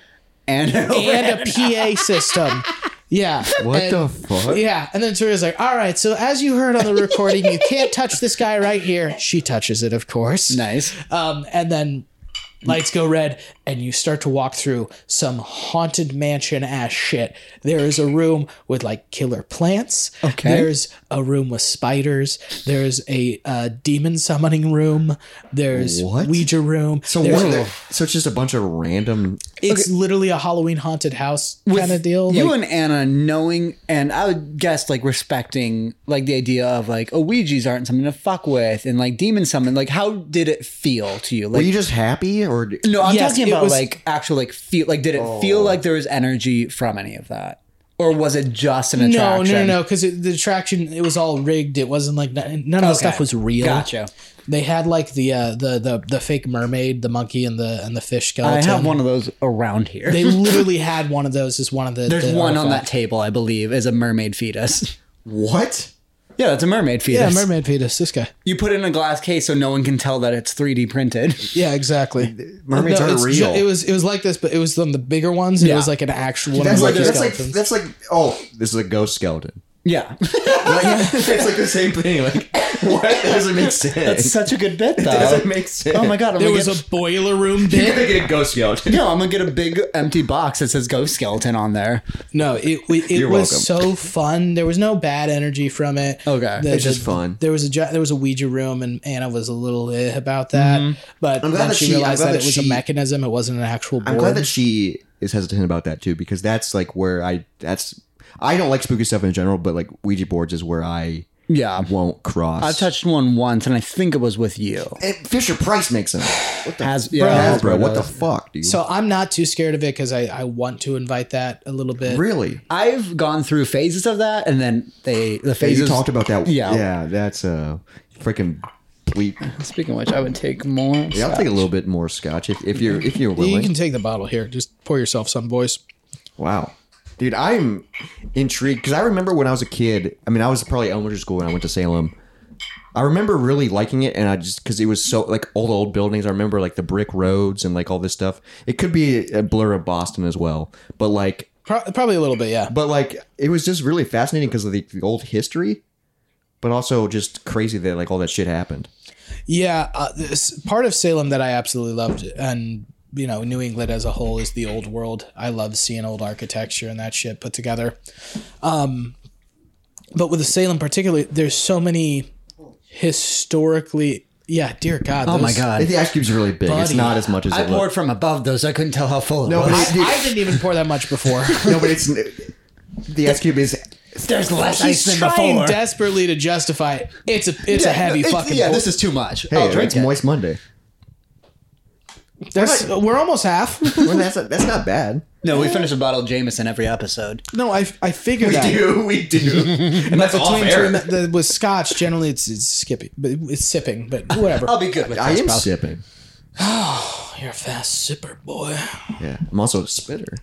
S2: and an
S1: and a PA system. Yeah.
S3: What
S1: and-
S3: the fuck?
S1: Yeah, and then Turia's like, "All right, so as you heard on the recording, you can't touch this guy right here." She touches it, of course.
S2: nice.
S1: Um, and then lights go red, and you start to walk through some haunted mansion ass shit. There is a room with like killer plants.
S2: Okay.
S1: There's a room with spiders. There's a uh, demon summoning room. There's
S3: What?
S1: Ouija room.
S3: So
S1: There's-
S3: what? the- So it's just a bunch of random.
S1: It's literally a Halloween haunted house kind of deal.
S2: You
S1: Like-
S2: and Anna knowing, and I would guess like respecting like the idea of like oh Ouija's aren't something to fuck with, and like demon summon. Like how did it feel to you?
S3: Were
S2: Like
S3: you just happy or?
S2: no, I'm
S1: Yes, it
S2: talking about
S1: was-
S2: like actual like feel. Like did it feel like there was energy from any of that, or was it just an
S1: No,
S2: attraction?
S1: no, no, no, because the attraction it was all rigged. It wasn't like none none of the stuff was real.
S2: Gotcha.
S1: They had like the uh, the the the fake mermaid, the monkey, and the and the fish
S2: I
S1: skeleton.
S2: have one of those around here.
S1: They literally had one of those as one of the.
S2: There's
S1: the
S2: one on that
S1: artifact.
S2: table, I believe, is a mermaid fetus.
S3: What?
S2: Yeah, that's a mermaid
S1: Yeah,
S2: fetus.
S1: mermaid fetus. This guy.
S2: You put it in a glass case so no one can tell that it's 3D printed.
S1: Yeah, exactly.
S3: Mermaids aren't
S1: it's
S3: real.
S1: ju- it was it was like this, but it was on the bigger ones. and It
S2: Yeah.
S1: was like an actual one of
S3: that's
S1: the
S3: like
S1: monkey
S3: that's like
S1: skeletons.
S3: that's like oh this is a ghost skeleton.
S2: Yeah.
S3: Like, it's like the same thing. Like what That doesn't make sense?
S2: That's such a good bit, though.
S3: doesn't make sense.
S2: Oh my god, I'm
S1: there
S2: gonna
S1: was
S2: get,
S1: a boiler room
S3: You're
S1: bit.
S3: gonna get a ghost skeleton.
S2: no, I'm gonna get a big empty box that says ghost skeleton on there.
S1: No, it it, it
S3: You're
S1: was
S3: welcome.
S1: so fun. There was no bad energy from it.
S2: Okay.
S1: The-
S3: It's just
S1: the-
S3: fun.
S1: There was a jo- there was a Ouija room, and Anna was a little eh about that, but
S3: glad
S1: then
S3: that
S1: she
S3: she- Mm-hmm. I'm
S1: realized
S3: glad
S1: that,
S3: that
S1: it was a
S3: she-
S1: mechanism. It wasn't an actual board.
S3: I'm glad that she is hesitant about that too, because that's like where I that's I don't like spooky stuff in general, but like Ouija boards is where I
S2: Yeah.
S3: won't cross.
S2: I've touched one once, and I think it was with you.
S3: And Fisher Price makes them. What the
S2: Has-
S3: fuck?
S2: yeah,
S3: bro?
S2: Hasbro
S3: What the
S2: does.
S3: fuck, dude?
S1: so I'm not too scared of it because I, I want to invite that a little bit.
S3: really,
S2: I've gone through phases of that, and then they the
S3: you
S2: phases.
S3: talked about that.
S2: Yeah.
S3: yeah, that's a freaking bleep.
S2: Speaking of which, I would take more.
S3: Yeah, I'll take a little bit more scotch if, if you're if you're willing.
S1: You can take the bottle here. Just pour yourself some, boys.
S3: Wow. Dude, I'm intrigued because I remember when I was a kid. I mean, I was probably elementary school when I went to Salem. I remember really liking it, and I just because it was so like all the old buildings. I remember like the brick roads and like all this stuff. It could be a blur of Boston as well, but like,
S1: Pro- probably a little bit, yeah.
S3: but like it was just really fascinating because of the, the old history, but also just crazy that like all that shit happened.
S1: Yeah, uh, this part of Salem that I absolutely loved, and you know, New England as a whole is the old world. I love seeing old architecture and that shit put together. Um, but with the Salem particularly, there's so many historically Yeah, dear God.
S2: Oh my
S1: those-
S2: god!
S3: The ice cube's really big. It's
S1: Buddy,
S3: not as much as
S2: I
S3: it
S2: poured
S3: looks.
S2: from above those. I couldn't tell how full it
S3: No,
S2: was.
S3: but
S1: I,
S3: it- dude.
S1: I didn't even pour that much before.
S3: No, but it's the ice cube is.
S2: There's less
S1: He's
S2: ice than
S1: trying
S2: before.
S1: desperately to justify it. It's a it's a heavy
S2: It's-
S1: fucking.
S2: Yeah,
S1: pour.
S2: this is too much.
S3: Hey,
S2: I'll Oh, drink
S3: it's
S2: it.
S3: Moist Monday.
S1: That's- we're almost half.
S3: Well, that's not, that's not bad.
S2: No, we finish a bottle of Jameson every episode.
S1: no, I I figured that.
S3: we do, and that's off
S1: Between two,
S3: air.
S1: the, with Scotch, generally it's, it's skippy, but it's sipping, but whatever.
S2: I'll be good with
S3: I
S2: this,
S3: am
S2: pal.
S3: sipping.
S1: You're a fast sipper, boy.
S3: Yeah, I'm also a spitter.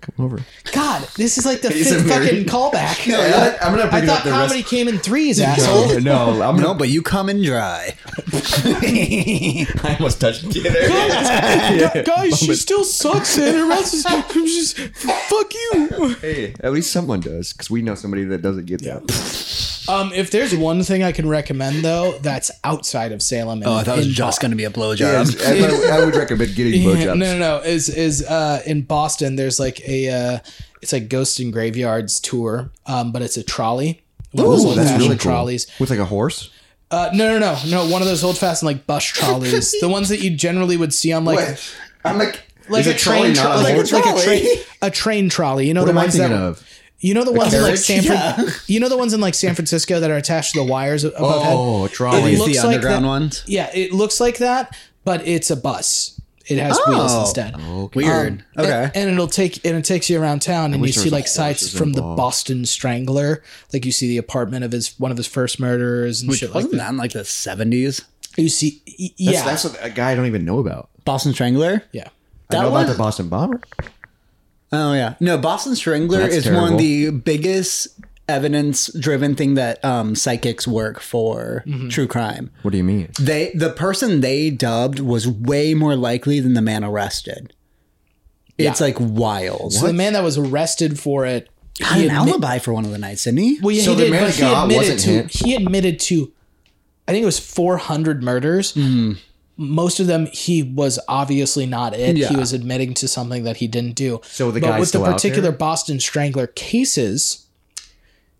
S3: Come over.
S1: God, this is like the
S3: He's
S1: fifth
S3: a very-
S1: fucking callback.
S3: I, am gonna
S1: I thought comedy came in threes, asshole.
S3: No, no, I'm
S2: No, but you come in dry.
S3: I almost touched you there.
S1: Guys, she still sucks, and her mouth is she's fuck you.
S3: hey, at least someone does, because we know somebody that doesn't get that.
S1: Um, if there's one thing I can recommend though, that's outside of Salem. And
S2: Oh, I thought it was
S1: in
S2: just going to be a blowjob.
S3: Yes, I, would- I would recommend getting
S1: Yeah,
S3: blowjobs.
S1: No, no, no. Is is uh, in Boston? There's like a uh, it's like Ghost and Graveyards tour, um, but it's a trolley. One of those
S3: Ooh, that's
S1: old-fashioned
S3: really cool.
S1: trolleys.
S3: With like a horse.
S1: Uh, no, no, no, no. One of those old fashioned like bus trolleys, the ones that you generally would see on like
S3: I'm like,
S1: like
S3: is
S1: a train,
S3: not
S1: tro-
S3: a
S1: like,
S3: horse?
S1: like a train, a train trolley. You know
S3: What
S1: the
S3: am I
S1: ones that
S3: thinking of?
S1: you know the ones in like
S3: carriage?
S1: San Fran- you know the ones in like San Francisco that are attached to the wires above head.
S3: Oh, a trolley.
S2: These
S1: looks
S2: the
S1: like
S2: underground
S1: that-
S2: ones.
S1: Yeah, it looks like that, but it's a bus. It has wheels
S2: Oh.
S1: instead.
S2: Weird.
S1: Um,
S2: okay.
S1: And, and it'll take and it takes you around town and you
S3: wish there
S1: see
S3: was
S1: like
S3: horses
S1: sights from the
S3: involved.
S1: Boston Strangler. Like you see the apartment of his one of his first murderers and shit like
S2: Wasn't
S1: that.
S2: that in like the seventies?
S1: You see y- yeah.
S3: That's, that's what, a guy I don't even know about.
S2: Boston Strangler.
S1: yeah.
S2: That
S3: I know
S2: one?
S3: about the Boston bomber.
S2: Oh yeah. No, Boston Strangler
S3: That's
S2: is one
S3: terrible.
S2: of the biggest evidence-driven thing that um, psychics work for
S1: Mm-hmm.
S2: true crime.
S3: What do you mean?
S2: They the person they dubbed was way more likely than the man arrested. It's like wild.
S1: So the man that was arrested for it
S2: Had an alibi for one of the nights, didn't he?
S1: Well, yeah,
S3: So
S1: he
S3: the
S1: did,
S3: man
S1: but
S3: of
S1: he
S3: God
S1: admitted
S3: wasn't
S1: to
S3: hit.
S1: he admitted to, I think it was four hundred murders.
S3: Hmm.
S1: Most of them, he was obviously not it.
S2: Yeah.
S1: He was admitting to something that he didn't do.
S3: So the
S1: but
S3: guy's
S1: with
S3: still
S1: the
S3: out
S1: particular
S3: there?
S1: Boston Strangler cases,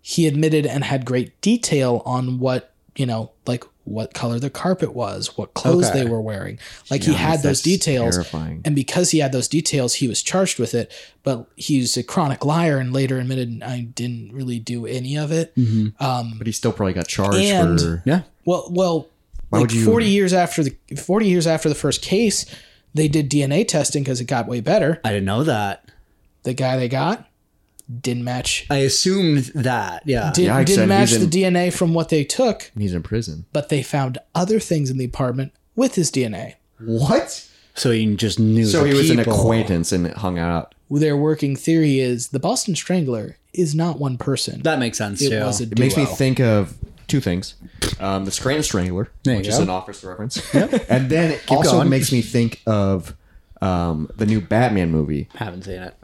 S1: he admitted and had great detail on what you know, like what color the carpet was, what clothes
S2: Okay.
S1: they were wearing. Like he had
S3: that's
S1: those details,
S3: terrifying.
S1: and because he had those details, he was charged with it. But he's a chronic liar, and later admitted I didn't really do any of it.
S3: Mm-hmm. But he still probably got charged
S1: And-
S3: for.
S2: yeah.
S1: Well, well, like
S3: would you-
S1: forty years after the forty years after the first case, they did DNA testing because it got way better.
S2: I didn't know that.
S1: The guy they got didn't match
S2: I assumed that. Yeah.
S1: did,
S3: Yeah, I said
S1: didn't match
S3: he's
S1: the
S3: in-
S1: DNA from what they took,
S3: He's in prison.
S1: but they found other things in the apartment with his DNA.
S3: What?
S2: so he just knew.
S3: So
S2: the
S3: he was an
S2: people.
S3: acquaintance and hung out.
S1: Their working theory is the Boston Strangler is not one person.
S2: That makes sense
S1: it
S2: too.
S1: was a
S3: It makes me
S1: duo.
S3: think of two things: um, the Scranton Strangler,
S2: There you
S3: which is
S2: go.
S3: an Office reference, and then it also
S2: going.
S3: makes me think of um, the new Batman movie.
S2: Haven't seen it.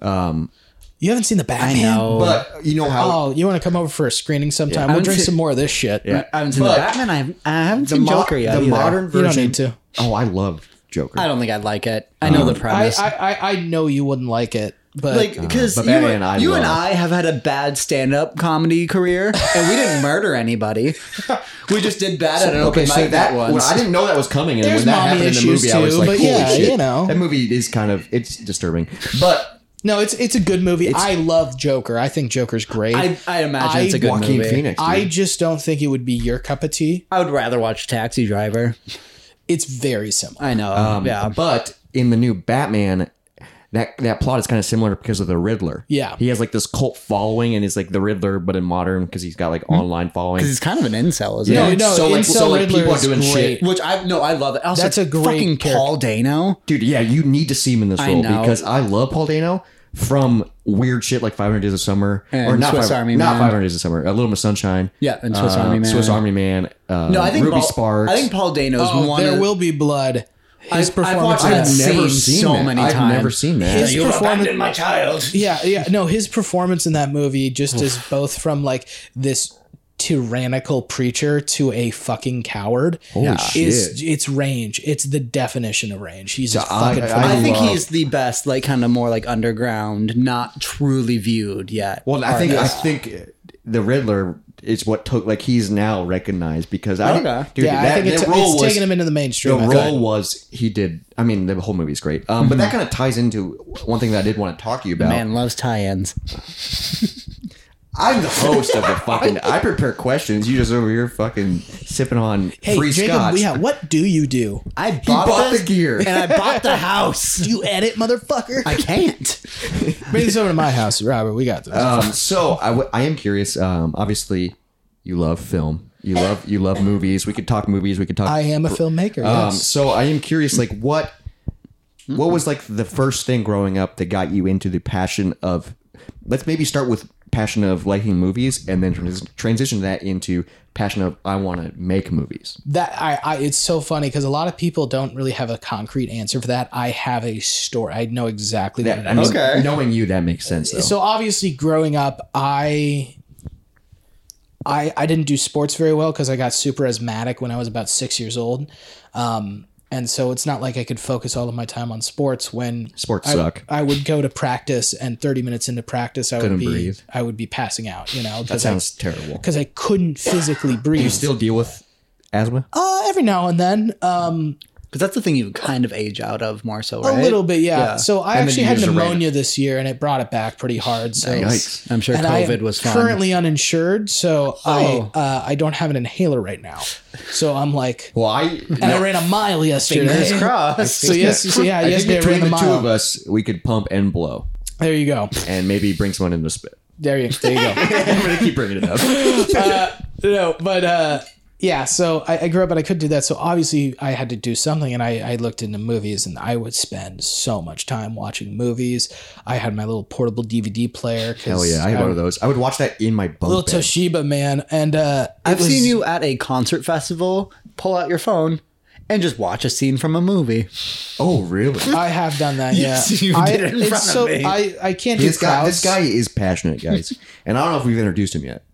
S1: you haven't seen the Batman.
S2: I know.
S3: But you know how
S1: Oh, you want to come over for a screening sometime?
S2: I
S1: we'll
S2: haven't
S1: drink
S2: seen-
S1: some more of this shit.
S3: Yeah.
S2: I haven't seen
S3: But-
S2: the Batman. I haven't, I haven't
S3: the,
S2: seen
S3: mo-
S2: Joker yet.
S3: the
S2: either.
S3: modern
S1: You
S3: version.
S1: don't need to.
S3: Oh, I love Joker.
S2: I don't think I'd like it. I know the
S1: I,
S2: premise.
S1: I, I, I know you wouldn't like it, but
S2: like because
S3: but
S2: you, Uh,
S3: Batman
S2: and
S3: and I
S2: I, you and
S3: love.
S2: I have had a bad stand-up comedy career, and we didn't murder anybody. We just did bad at an
S3: Okay,
S2: open
S3: so
S2: mic
S3: that
S2: that
S3: one
S2: once.
S3: I didn't know that was coming, and
S1: There's
S3: when that
S1: mommy
S3: happened in the
S1: issues
S3: movie, I was
S1: too,
S3: like,
S1: but
S3: "Holy
S1: yeah,
S3: shit!"
S1: you know.
S3: That movie is kind of it's disturbing, but
S1: no, it's it's a good movie. I love Joker. I think Joker's great.
S2: I,
S1: I,
S2: I imagine it's a good
S3: Joaquin
S2: movie.
S3: Phoenix. dude.
S1: just don't think it would be your cup of tea.
S2: I would rather watch Taxi Driver.
S1: It's very similar.
S2: I know.
S3: Um,
S2: yeah.
S3: But in the new Batman, that that plot is kind of similar because of the Riddler.
S1: Yeah.
S3: He has like this cult following, and it's like the Riddler, but in modern because he's got like
S2: Hmm.
S3: online following.
S2: Because it's kind of an incel, isn't
S3: Yeah.
S2: it?
S1: No, no,
S3: So, like,
S1: Incel
S3: so, like,
S1: Riddler
S3: people are
S1: is
S3: doing
S1: great.
S3: shit.
S2: Which I no, I love it. Also,
S1: That's a great
S2: fucking
S1: character.
S2: Paul Dano.
S3: Dude, yeah, you need to see him in this
S2: I
S3: role
S2: know.
S3: because I love Paul Dano from weird shit like 500 Days of Summer
S2: And
S3: or not
S2: Swiss
S3: 500
S2: Army
S3: not
S2: Man.
S3: 500 Days of Summer, A Little Miss Sunshine.
S2: Yeah, and Swiss
S3: uh,
S2: Army Man.
S3: Swiss Army Man. Uh,
S2: No, I think
S3: Ruby
S2: Paul,
S3: Sparks.
S2: I think Paul Dano's
S1: Oh,
S2: one.
S1: there
S2: of,
S1: will be blood. His
S2: I've- I've
S1: performance.
S2: watched that
S3: I've never
S2: scene
S3: seen
S2: so
S3: that.
S2: many
S3: I've
S2: times.
S3: never seen that.
S1: His performance.
S2: my child.
S1: Yeah, yeah. No, his performance in that movie just is both from like this tyrannical preacher to a fucking coward.
S3: Holy
S2: Yeah.
S1: Is
S3: shit.
S1: it's range. It's the definition of range. He's just
S3: I-
S1: fucking.
S3: I-
S1: phenomenal.
S2: I think
S3: love-
S2: he's the best, like kind of more like underground, not truly viewed yet.
S3: Well, I think I
S2: artist.
S3: think the Riddler is what took like he's now recognized because I
S2: Okay.
S3: don't dude,
S1: yeah,
S3: that,
S1: I think it's,
S3: that role
S1: it's
S3: was
S1: taking him into the mainstream. I
S3: the
S1: thought.
S3: role was he did. I mean, the whole movie's great, um, but
S1: Mm-hmm.
S3: that kind of ties into one thing that I did want to talk to you about.
S2: Man loves tie-ins.
S3: I'm the host of the fucking. I prepare questions. You just over here fucking sipping on
S1: Hey,
S3: free
S1: Jacob,
S3: scotch.
S1: yeah, what do you do?
S2: I bought,
S3: bought
S2: this
S3: the gear.
S2: and I bought the house.
S1: Do you edit, motherfucker?
S2: I can't.
S1: Bring this over to my house, Robert. We got this.
S3: Um, so I, w- I am curious. Um, obviously, you love film. You love you love movies. We could talk movies. We could talk.
S1: I am a filmmaker.
S3: Um,
S1: yes.
S3: so I am curious, like what what was like the first thing growing up that got you into the passion of? Let's maybe start with passion of liking movies, and then trans- transition that into passion of I want to make movies.
S1: that I, I it's so funny because a lot of people don't really have a concrete answer for that. I have a story. I know exactly what it
S3: I
S1: is.
S3: mean,
S2: Okay.
S3: knowing you, that makes sense. Though.
S1: So obviously, growing up, I. I, I didn't do sports very well because I got super asthmatic when I was about six years old. Um, and so it's not like I could focus all of my time on sports when
S3: Sports
S1: I,
S3: suck.
S1: I would go to practice and 30 minutes into practice, I
S3: Couldn't
S1: would be,
S3: breathe.
S1: I would be passing out, you know,
S3: that
S1: because I,
S3: sounds terrible.
S1: 'cause I couldn't physically breathe.
S3: You still deal with asthma?
S1: uh, every now and then, um,
S2: Because that's the thing you kind of age out of more so,
S1: a
S2: right?
S1: little bit. Yeah. So I
S3: And then
S1: actually
S3: you
S1: had
S3: just ran it.
S1: pneumonia this year and it brought it back pretty hard. So
S3: Yikes.
S2: I'm sure
S1: and I
S2: COVID
S1: am
S2: was fun.
S1: currently uninsured, so
S2: Oh.
S1: I uh, I don't have an inhaler right now. So I'm like,
S3: Well, I
S1: and I ran a mile yesterday.
S2: Fingers crossed.
S1: So yes, so yeah,
S3: I think
S1: yesterday I
S3: between
S1: ran
S3: the
S1: a
S3: two of
S1: mile.
S3: us, we could pump and blow,
S1: There you go.
S3: and maybe bring someone in to spit.
S1: There you there you go.
S3: I'm gonna keep bringing it up.
S1: no, but uh, yeah. So I, I grew up, but I couldn't do that. So obviously, I had to do something, and I, I looked into movies, and I would spend so much time watching movies. I had my little portable DVD player. 'cause
S3: Hell Oh, yeah, I had one of those. I would watch that in my
S1: little
S3: bunk bed.
S1: Toshiba man, and uh, it
S2: I've
S1: was-
S2: seen you at a concert festival pull out your phone and just watch a scene from a movie.
S3: Oh, really?
S1: I have done that. Yeah,
S2: Yes, you
S1: I,
S2: did in
S1: it's
S2: front of
S1: so,
S2: me.
S1: I I can't
S3: This
S1: do
S3: guy,
S1: crowds.
S3: this guy is passionate, guys, and I don't know if we've introduced him yet.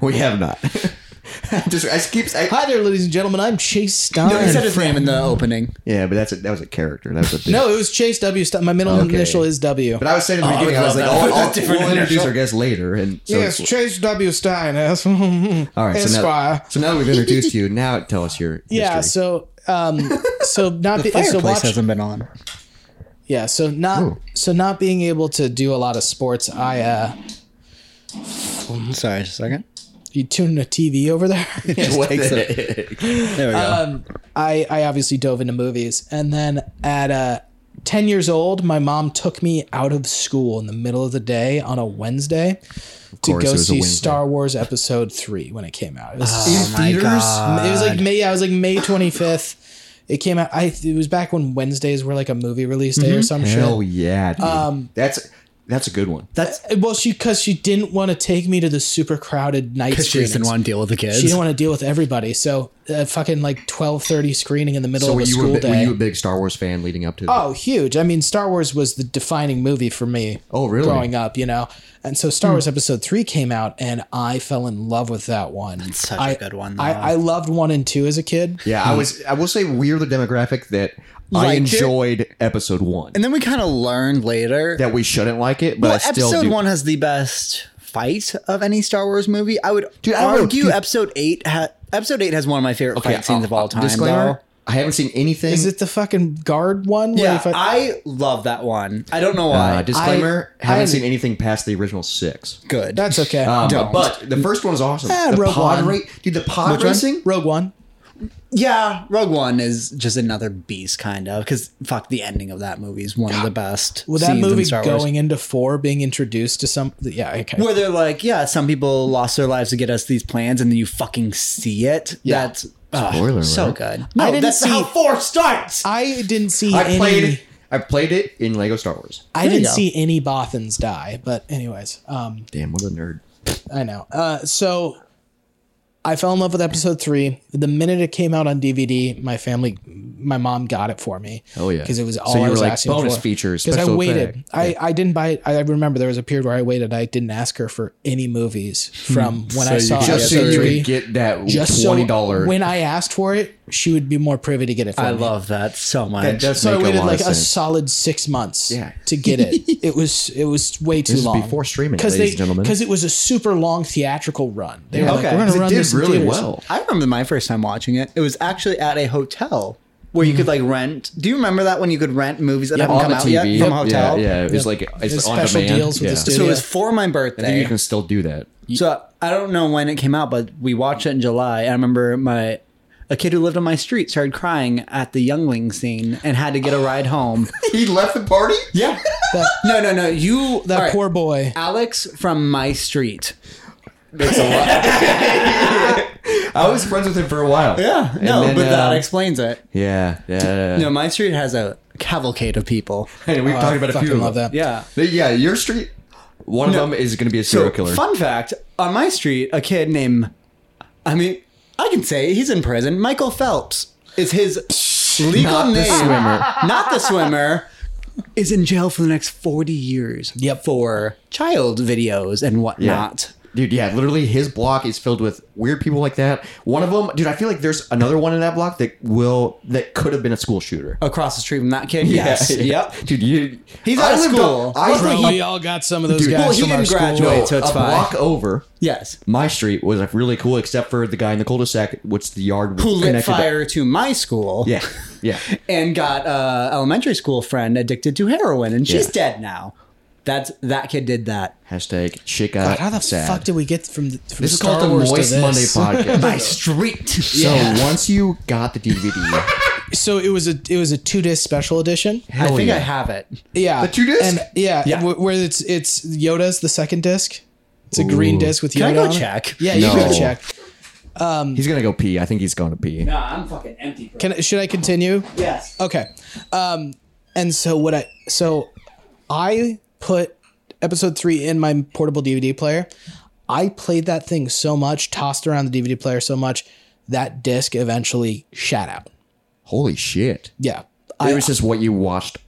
S3: we have not. just I just keep. I,
S1: Hi there, ladies and gentlemen. I'm Chase Stein. No,
S2: his name in the opening.
S3: yeah, but that's a, that was a character. That was a thing.
S1: it was Chase W. Stein. My middle
S3: Okay.
S1: initial is W.
S3: But I was saying in the
S2: Oh, I
S3: beginning, I
S2: would
S3: was like,
S2: love
S3: I'll,
S2: that.
S3: I'll,
S2: That's different
S3: we'll introduce
S2: initial.
S3: our guest later, and so it's-
S1: Chase W. Stein. That's
S3: all right. So now,
S1: Esquire.
S3: so now that we've introduced you, now tell us your
S1: yeah.
S3: history.
S1: So um, so not be, so
S2: Fireplace
S1: watch,
S2: hasn't been on.
S1: yeah. So not so not being able to do a lot of sports. I uh,
S2: Mm-hmm. Sorry, just a second.
S1: you tuned a TV over there.
S2: There we go.
S3: Uh,
S1: um, I, I obviously dove into movies. And then at uh, 10 years old, my mom took me out of school in the middle of the day on a Wednesday to
S3: course, it
S1: go
S3: was a
S1: see
S3: Wednesday.
S1: Star Wars Episode 3 when it came out. It was,
S2: oh my
S3: theaters?
S2: God.
S1: it was like May, I was like May 25th. It came out, I, it was back when Wednesdays were like a movie release day or some shit.
S3: Mm-hmm.
S1: Uh,
S3: Hell yeah, dude. that's that's a good one.
S2: That's
S1: Well, she, cause she didn't want to take me to the super crowded night
S2: because she just didn't
S1: screenings.
S2: want to deal with the kids.
S1: She didn't want to deal with everybody. So uh, fucking like 12:30 screening in the middle
S3: So
S1: of
S3: were
S1: a
S3: you,
S1: school
S3: a, bi-
S1: day.
S3: were you a big Star Wars fan leading up to? the-
S1: Oh, huge. I mean, Star Wars was the defining movie for me.
S3: Oh, really?
S1: Growing up, you know. And so
S2: Hmm.
S1: Star Wars Episode 3 came out and I fell in love with that one. That's
S2: such a
S1: a
S2: good one,
S1: I,
S2: though.
S1: I loved 1 and 2 as a kid.
S3: Yeah, I was. I will say we're the demographic that I
S2: Liked it.
S3: enjoyed episode one.
S2: and then we kind of learned later
S3: that we shouldn't like it, but
S2: Well,
S3: I still
S2: episode
S3: do.
S2: one has the best fight of any Star Wars movie. I would
S3: I would-
S2: argue
S3: dude.
S2: episode eight. Ha- episode eight has one of my favorite
S3: Okay,
S2: fight scenes
S3: I'll-
S2: of all
S3: I'll-
S2: time.
S3: Disclaimer:
S2: Though.
S3: I haven't seen anything.
S1: Is it the fucking guard one? Where
S2: Yeah,
S1: if I-
S2: I love that one. I don't know
S3: uh,
S2: why.
S3: disclaimer:
S1: I-
S3: haven't
S1: I-
S3: seen anything past the original six.
S2: good.
S1: that's okay.
S3: Um,
S2: Don't.
S3: But the first one was awesome.
S1: Ah,
S3: the
S1: Rogue
S3: pod
S1: One.
S3: rate, dude. The pod
S2: Which one?
S3: racing.
S1: Rogue One.
S2: yeah, Rogue One is just another beast, kind of. Because fuck, the ending of that movie is one of the best.
S1: With that
S2: scenes in
S1: movie
S2: Star Wars.
S1: going into 4 being introduced to some Yeah, okay.
S2: where they're like, yeah, some people lost their lives to get us these plans, and then you fucking see it.
S1: Yeah.
S2: That's ugh,
S3: Spoiler alert.
S2: so good. No,
S1: didn't
S2: that's
S1: see-
S2: how four starts.
S1: I didn't see
S3: I
S1: any
S3: played. I played it in Lego Star Wars.
S1: I
S2: you
S1: didn't
S2: go.
S1: see any Bothans die, but anyways, um
S3: Damn, what a nerd!
S1: I know. Uh, so I fell in love with episode three. The minute it came out on DVD, my family my mom got it for me.
S3: Oh, yeah.
S1: because it was
S3: So
S1: all
S3: you
S1: I
S3: were
S1: was
S3: like,
S1: asking
S3: bonus
S1: for.
S3: features,
S1: Because I
S3: special
S1: waited.
S3: effect.
S1: I, I didn't buy. I remember there was a period where I waited. I didn't ask her for any movies from when I
S2: you
S1: saw
S2: could-
S3: Just Hmm. so you
S1: three.
S3: could get that
S1: Just so
S3: twenty dollar.
S1: when I asked for it, she would be more privy to get it. For
S2: I
S1: me.
S2: love that so much.
S3: that does
S1: So I
S3: make a
S1: waited
S3: lot
S1: like
S3: of
S1: a
S3: sense.
S1: solid six months
S3: Yeah.
S1: to get it. it was it was way too
S3: This is
S1: long
S3: before streaming,
S1: they,
S3: ladies and gentlemen.
S1: Because it was a super long theatrical run. They were like,
S3: okay,
S1: we're gonna
S3: it
S1: run
S3: did
S1: this in
S3: really
S1: theaters."
S3: well.
S2: I remember my first time watching it. It was actually at a hotel where you could like rent. Do you remember that when you could rent movies that haven't
S3: on
S2: come
S3: the
S2: out
S3: TV
S2: yet from a hotel?
S3: Yeah, yeah. it was like it's
S1: There's
S3: on
S1: special
S3: demand.
S1: deals with
S3: yeah.
S1: the studio.
S2: So it was for my
S3: I think you
S2: birthday.
S3: can still do that.
S2: So I don't know when it came out, but we watched it in July. I remember my a kid who lived on my street started crying at the youngling scene and had to get a ride home.
S3: He left the party.
S2: yeah. no, no, no. You
S1: That
S2: all right.
S1: poor boy.
S2: Alex from my street.
S3: That's a lot. I was friends with him for a while.
S2: Yeah.
S3: And
S2: No,
S3: then,
S2: but that
S3: um,
S2: explains it.
S3: yeah, yeah.
S2: No, my street has a cavalcade of people.
S3: And we've talked about a
S1: fucking
S3: few. of
S1: love
S3: them.
S1: that.
S2: Yeah.
S3: But yeah, your street. One of them is going to be a serial killer.
S2: Fun fact on my street, a kid named, I mean, I can say he's in prison. Michael Phelps is his legal
S3: Not the
S2: name.
S3: swimmer.
S2: Not the swimmer. Is in jail for the next 40 years
S1: Yep.
S2: for child videos and whatnot.
S3: Dude, yeah, literally his block is filled with weird people like that. One of them, dude, I feel like there's another one in that block that will that could have been a school shooter.
S2: Across the street from that kid. Oh, Yes.
S3: Yeah, yeah.
S2: Yep.
S3: Dude, you
S2: He's out of
S3: lived
S2: school.
S3: on- I
S2: Luckily,
S1: Bro,
S3: lived
S1: Oh, we all got some of those
S3: Dude,
S1: guys
S2: well, he
S1: from our
S2: didn't
S1: school.
S2: graduate.
S3: no,
S2: so it's
S3: a
S2: fine.
S3: block over.
S2: Yes.
S3: My street was like, really cool, except for the guy in the cul-de-sac. What's the yard
S2: Who lit
S3: connected to-
S2: fire to my school.
S3: Yeah, yeah.
S2: and got a elementary school friend addicted to heroin, and she's
S3: Yeah.
S2: dead now. That's that kid did that.
S3: Hashtag shit
S1: God,
S3: got
S1: how the
S3: sad.
S1: fuck did we get from, the- from
S3: this is
S1: Star
S3: called the
S1: Wars to
S3: Moist
S1: this?
S3: Monday podcast.
S2: My street.
S3: So once you got the DVD,
S1: So it was a it was a two disc special edition.
S2: I
S3: Hell
S2: think
S3: yeah.
S2: I have it.
S1: Yeah,
S3: The two disc?
S1: And yeah,
S2: Yeah.
S1: wh- where it's it's Yoda's the second disc. It's a green disc with Yoda.
S2: Can I go
S1: on it.
S2: check?
S1: Yeah, you
S3: No.
S1: go check.
S3: he's gonna go pee. I think he's gonna pee.
S2: Nah, I'm fucking empty. Bro.
S1: Can Oh, I- should I continue?
S2: yes.
S1: Okay. Um, and so what I so I put episode three in my portable DVD player. I played that thing so much, tossed around the DVD player so much, that disc eventually shot out.
S3: Holy shit!
S1: Yeah.
S3: It
S1: I,
S3: was just what you watched.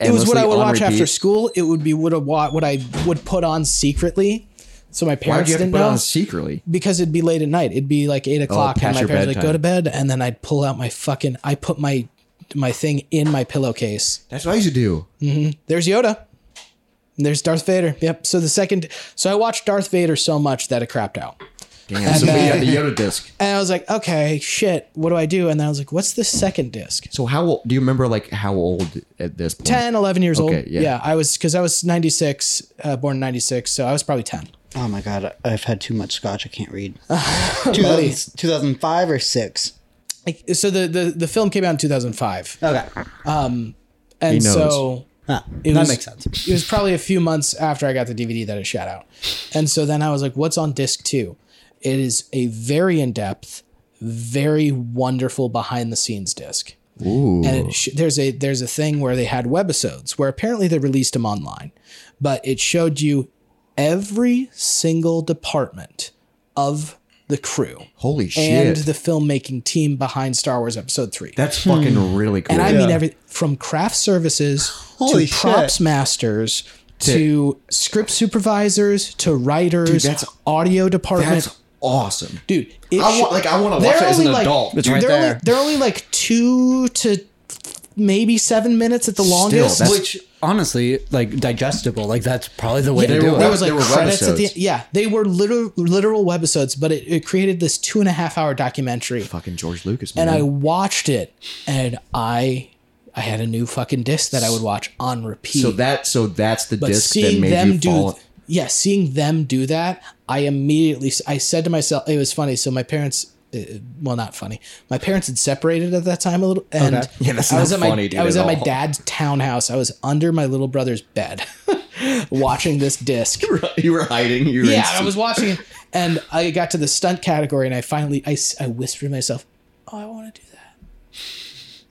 S1: it was what I would watch after
S3: school.
S1: school. It would be what I wa- what I would put on secretly. So my
S3: Why'd
S1: parents
S3: you have to
S1: didn't
S3: put it
S1: know.
S3: on secretly?
S1: because it'd be late at night. It'd be like eight o'clock, and
S3: past
S1: my
S3: your
S1: parents would like,
S3: bedtime.
S1: go to bed, and then I'd pull out my fucking. I put my my thing in my pillowcase.
S3: That's what I used to do.
S1: There's Yoda. And there's Darth Vader. Yep. So the second, so I watched Darth Vader so much that it crapped out,
S3: Damn, somebody had the Yoda disc.
S1: and I was like, okay, shit, what do I do? And then I was like, what's the second disc?
S3: So how old, do you remember like how old at this point?
S1: 10, 11 years
S3: Okay,
S1: old.
S3: yeah.
S1: I was because I was 96, uh, born in 96, so I was probably 10.
S2: Oh my god, I've had too much scotch. I can't read. 2000, 2005 or six.
S1: Like, so the, the the film came out in 2005,
S2: Okay,
S1: and
S3: knows.
S1: so
S2: Ah,
S1: It
S2: that
S1: was-
S2: makes sense.
S1: It was probably a few months after I got the DVD that it shot out. And so then I was like, what's on disc two? It is a very in depth, very wonderful behind the scenes disc.
S3: Ooh.
S1: And it sh- there's a there's a thing where they had webisodes where apparently they released them online, but it showed you every single department of the crew
S3: Holy
S1: and
S3: shit. Hmm.
S1: the filmmaking team behind Star Wars Episode Three.
S3: That's fucking really cool.
S1: And I mean every from craft services
S2: Holy
S1: to props
S2: shit.
S1: masters to script supervisors to writers,
S3: that's-
S1: audio department.
S3: that's awesome.
S1: dude, it
S3: I want
S1: should-
S3: like I want to
S1: they're
S3: watch it as an
S1: only, like-
S3: adult.
S2: It's
S1: dude,
S2: right
S1: they're Only,
S2: there.
S1: they're only like two to maybe seven minutes at the longest.
S3: that's-
S2: Which honestly, like digestible. Like that's probably the way
S3: they
S2: to do
S3: were-
S2: it.
S1: there was like
S3: there were
S1: credits at the
S3: webisodes.
S1: end. Yeah, they were literal literal webisodes, but it, it created this two and a half hour documentary.
S3: fucking George Lucas.
S1: and
S3: Man.
S1: I watched it, and I I had a new fucking disc that I would watch on repeat.
S3: so that so that's the
S1: but
S3: disc that
S1: seeing
S3: made
S1: them
S3: you
S1: do,
S3: fall.
S1: yeah, seeing them do that, I immediately I said to myself, it was funny. So my parents. uh, Well, not funny. My parents had separated at that time a little, and
S2: Okay.
S3: Yeah, that's
S1: I was
S3: not
S1: at my
S3: funny, dude,
S1: I was
S3: at
S1: at my
S3: all.
S1: dad's townhouse. I was under my little brother's bed, watching this disc,
S3: you were hiding. You were
S1: yeah,
S3: in-
S1: and I was watching it, and I got to the stunt category, and I finally, I, s- I whispered to myself, "Oh, I want to do that."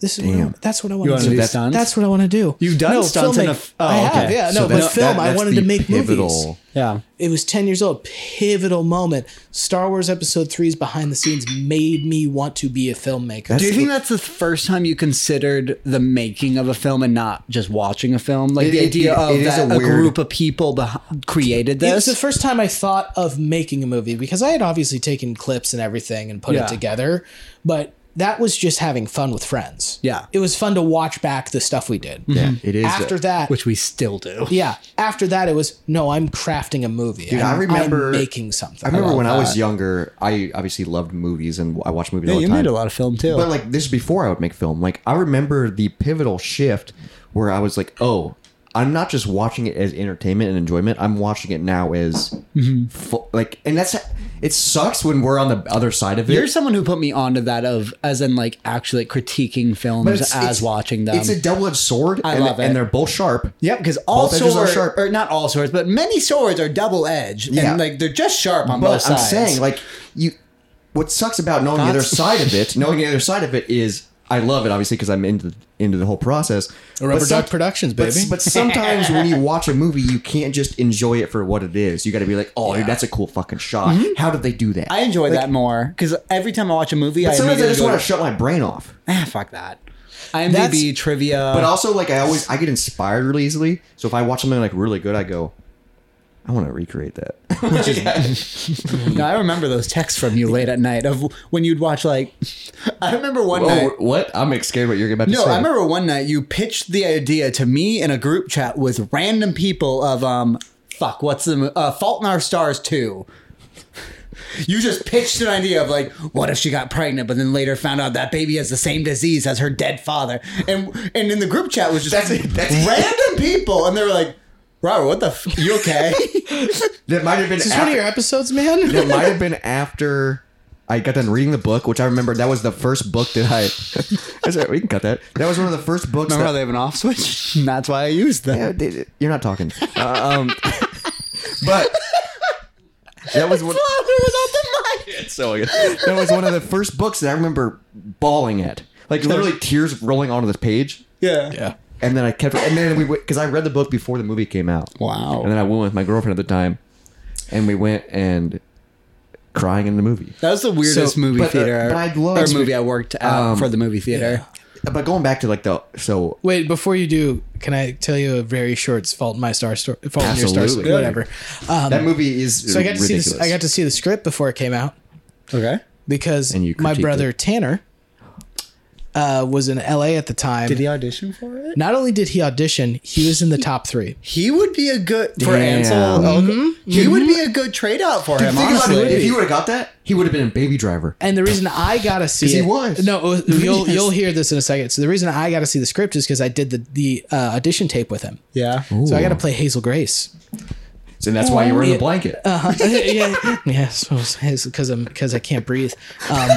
S1: This is what I, that's what I want
S4: wanna
S1: to do.
S4: do
S1: That's-
S4: stunts?
S1: That's what I want to do.
S4: You've done
S1: no,
S4: stunts in a
S1: filmmaking.
S4: f- oh,
S1: I have,
S4: okay.
S1: yeah. No,
S3: So
S1: but
S3: that-
S1: film,
S3: that-
S1: I
S3: that's
S1: wanted
S3: the
S1: to make movies.
S3: pivotal-
S4: Yeah.
S1: It was 10 years old, pivotal moment. Star Wars Episode Three's behind the scenes made me want to be a filmmaker.
S4: Do you think that's the first time you considered the making of a film and not just watching a film? Like
S3: It-
S4: the
S3: it-
S4: idea
S3: it-
S4: of
S3: it is
S4: that
S3: a
S4: a,
S3: weird-
S4: group of people beh- created
S1: It was
S4: this.
S1: the first time I thought of making a movie because I had obviously taken clips and everything and put
S4: Yeah.
S1: it together, but that was just having fun with friends.
S4: Yeah.
S1: It was fun to watch back the stuff we did.
S3: Yeah, Hmm. it is.
S1: After that,
S4: which we still do.
S1: yeah, after that, it was no, I'm crafting a movie.
S3: Dude, I
S1: I'm-
S3: remember-
S1: I'm making something.
S3: I remember
S4: love
S3: when I was
S4: that.
S3: younger, I obviously loved movies and I watched movies all the
S4: you
S3: time.
S4: made a lot of film too.
S3: But like this is before I would make film. Like I remember the pivotal shift where I was like, oh, I'm not just watching it as entertainment and enjoyment. I'm watching it now as
S4: Mm-hmm.
S3: fu- like, and that's it. Sucks when we're on the other side of it.
S4: You're someone who put me onto that of as in like actually like critiquing
S3: But
S4: films
S3: it's-
S4: as
S3: it's-
S4: watching them.
S3: It's a double edged sword.
S4: I
S3: and,
S4: love it.
S3: and they're both sharp.
S4: Yep, because all
S3: Both edges are
S4: swords
S3: sharp.
S4: or not all swords, but many swords are double edged.
S3: Yeah.
S4: And like they're just sharp on both
S3: But I'm
S4: sides.
S3: saying, like, you. What sucks about knowing the other
S4: That's-
S3: side of it, knowing the other side of it is, I love it obviously because I'm into into the whole process.
S1: Rubber
S3: But some-
S1: Duck Productions,
S3: but-
S1: baby.
S3: But, sometimes when you watch a movie, you can't just enjoy it for what it is. You got to be like, oh, dude, that's a cool fucking shot. How did they do that?
S4: Mm-hmm. I enjoy that more because every time I watch a movie, I
S3: sometimes I
S4: immediately
S3: just
S4: go
S3: want to shut my brain off.
S4: ah, fuck that. IMDb trivia.
S3: But also, like, I always I get inspired really easily. So if I watch something like really good, I go, I want to recreate that.
S4: No, I remember those texts from you late at night of when you'd watch like. I remember one night.
S3: Whoa, Oh, what? I'm scared what you're about to
S4: No,
S3: say.
S4: I remember one night you pitched the idea to me in a group chat with random people of um, fuck, what's the mo- uh, Fault in Our Stars two. You just pitched an idea of like, what if she got pregnant, but then later found out that baby has the same disease as her dead father, and and in the group chat was just
S3: That's it, that's it.
S4: random people, and they were like, Robert, what the, f- you okay?
S3: That might have been
S1: Is this one of your episodes, man?
S3: It might have been after I got done reading the book, which I remember that was the first book that I. That's all right, we can cut that. That was one of the first books.
S4: Remember how
S3: That,
S4: they have an off switch? And that's why I used them.
S3: Yeah, they- they- you're not talking. Uh, um, but that was one. It's so good. That was one of the first books that I remember bawling at, like literally tears rolling onto this page.
S4: Yeah.
S3: And then I kept, and then we because I read the book before the movie came out.
S4: Wow.
S3: And then I went with my girlfriend at the time, and we went and crying in the movie.
S4: That was the weirdest
S3: So,
S4: movie
S3: but, uh,
S4: theater.
S3: but I'd love-
S4: or movie I worked at
S3: Um,
S4: for the movie theater.
S3: But going back to like the so
S1: Wait, before you do, can I tell you a very short fault in my star story? Fault in your star
S3: Absolutely.
S1: story, whatever. Um,
S3: That movie is
S1: so I got to
S3: ridiculous.
S1: see this. I got to see the script before it came out
S4: Okay.
S1: because
S3: And you
S1: my
S3: critiqued
S1: brother Tanner uh, was in LA at the time.
S4: Did he audition for it?
S1: Not only did he audition, he was in the top three.
S4: He would be a good for
S3: Damn.
S4: Ansel. Oh, He would be a good trade out for him.
S3: Think about
S4: Honestly,
S3: it. If he would have got that, he would have been a baby driver.
S1: And the reason I got to see
S3: 'Cause he
S1: it-
S3: was.
S1: no, it was- you'll you'll hear this in a second. So the reason I got to see the script is because I did the the uh, audition tape with him.
S4: yeah.
S1: So I got to play Hazel Grace.
S3: And that's why you were in the blanket.
S1: Uh, yeah, yeah, because I'm because I can't breathe. Um,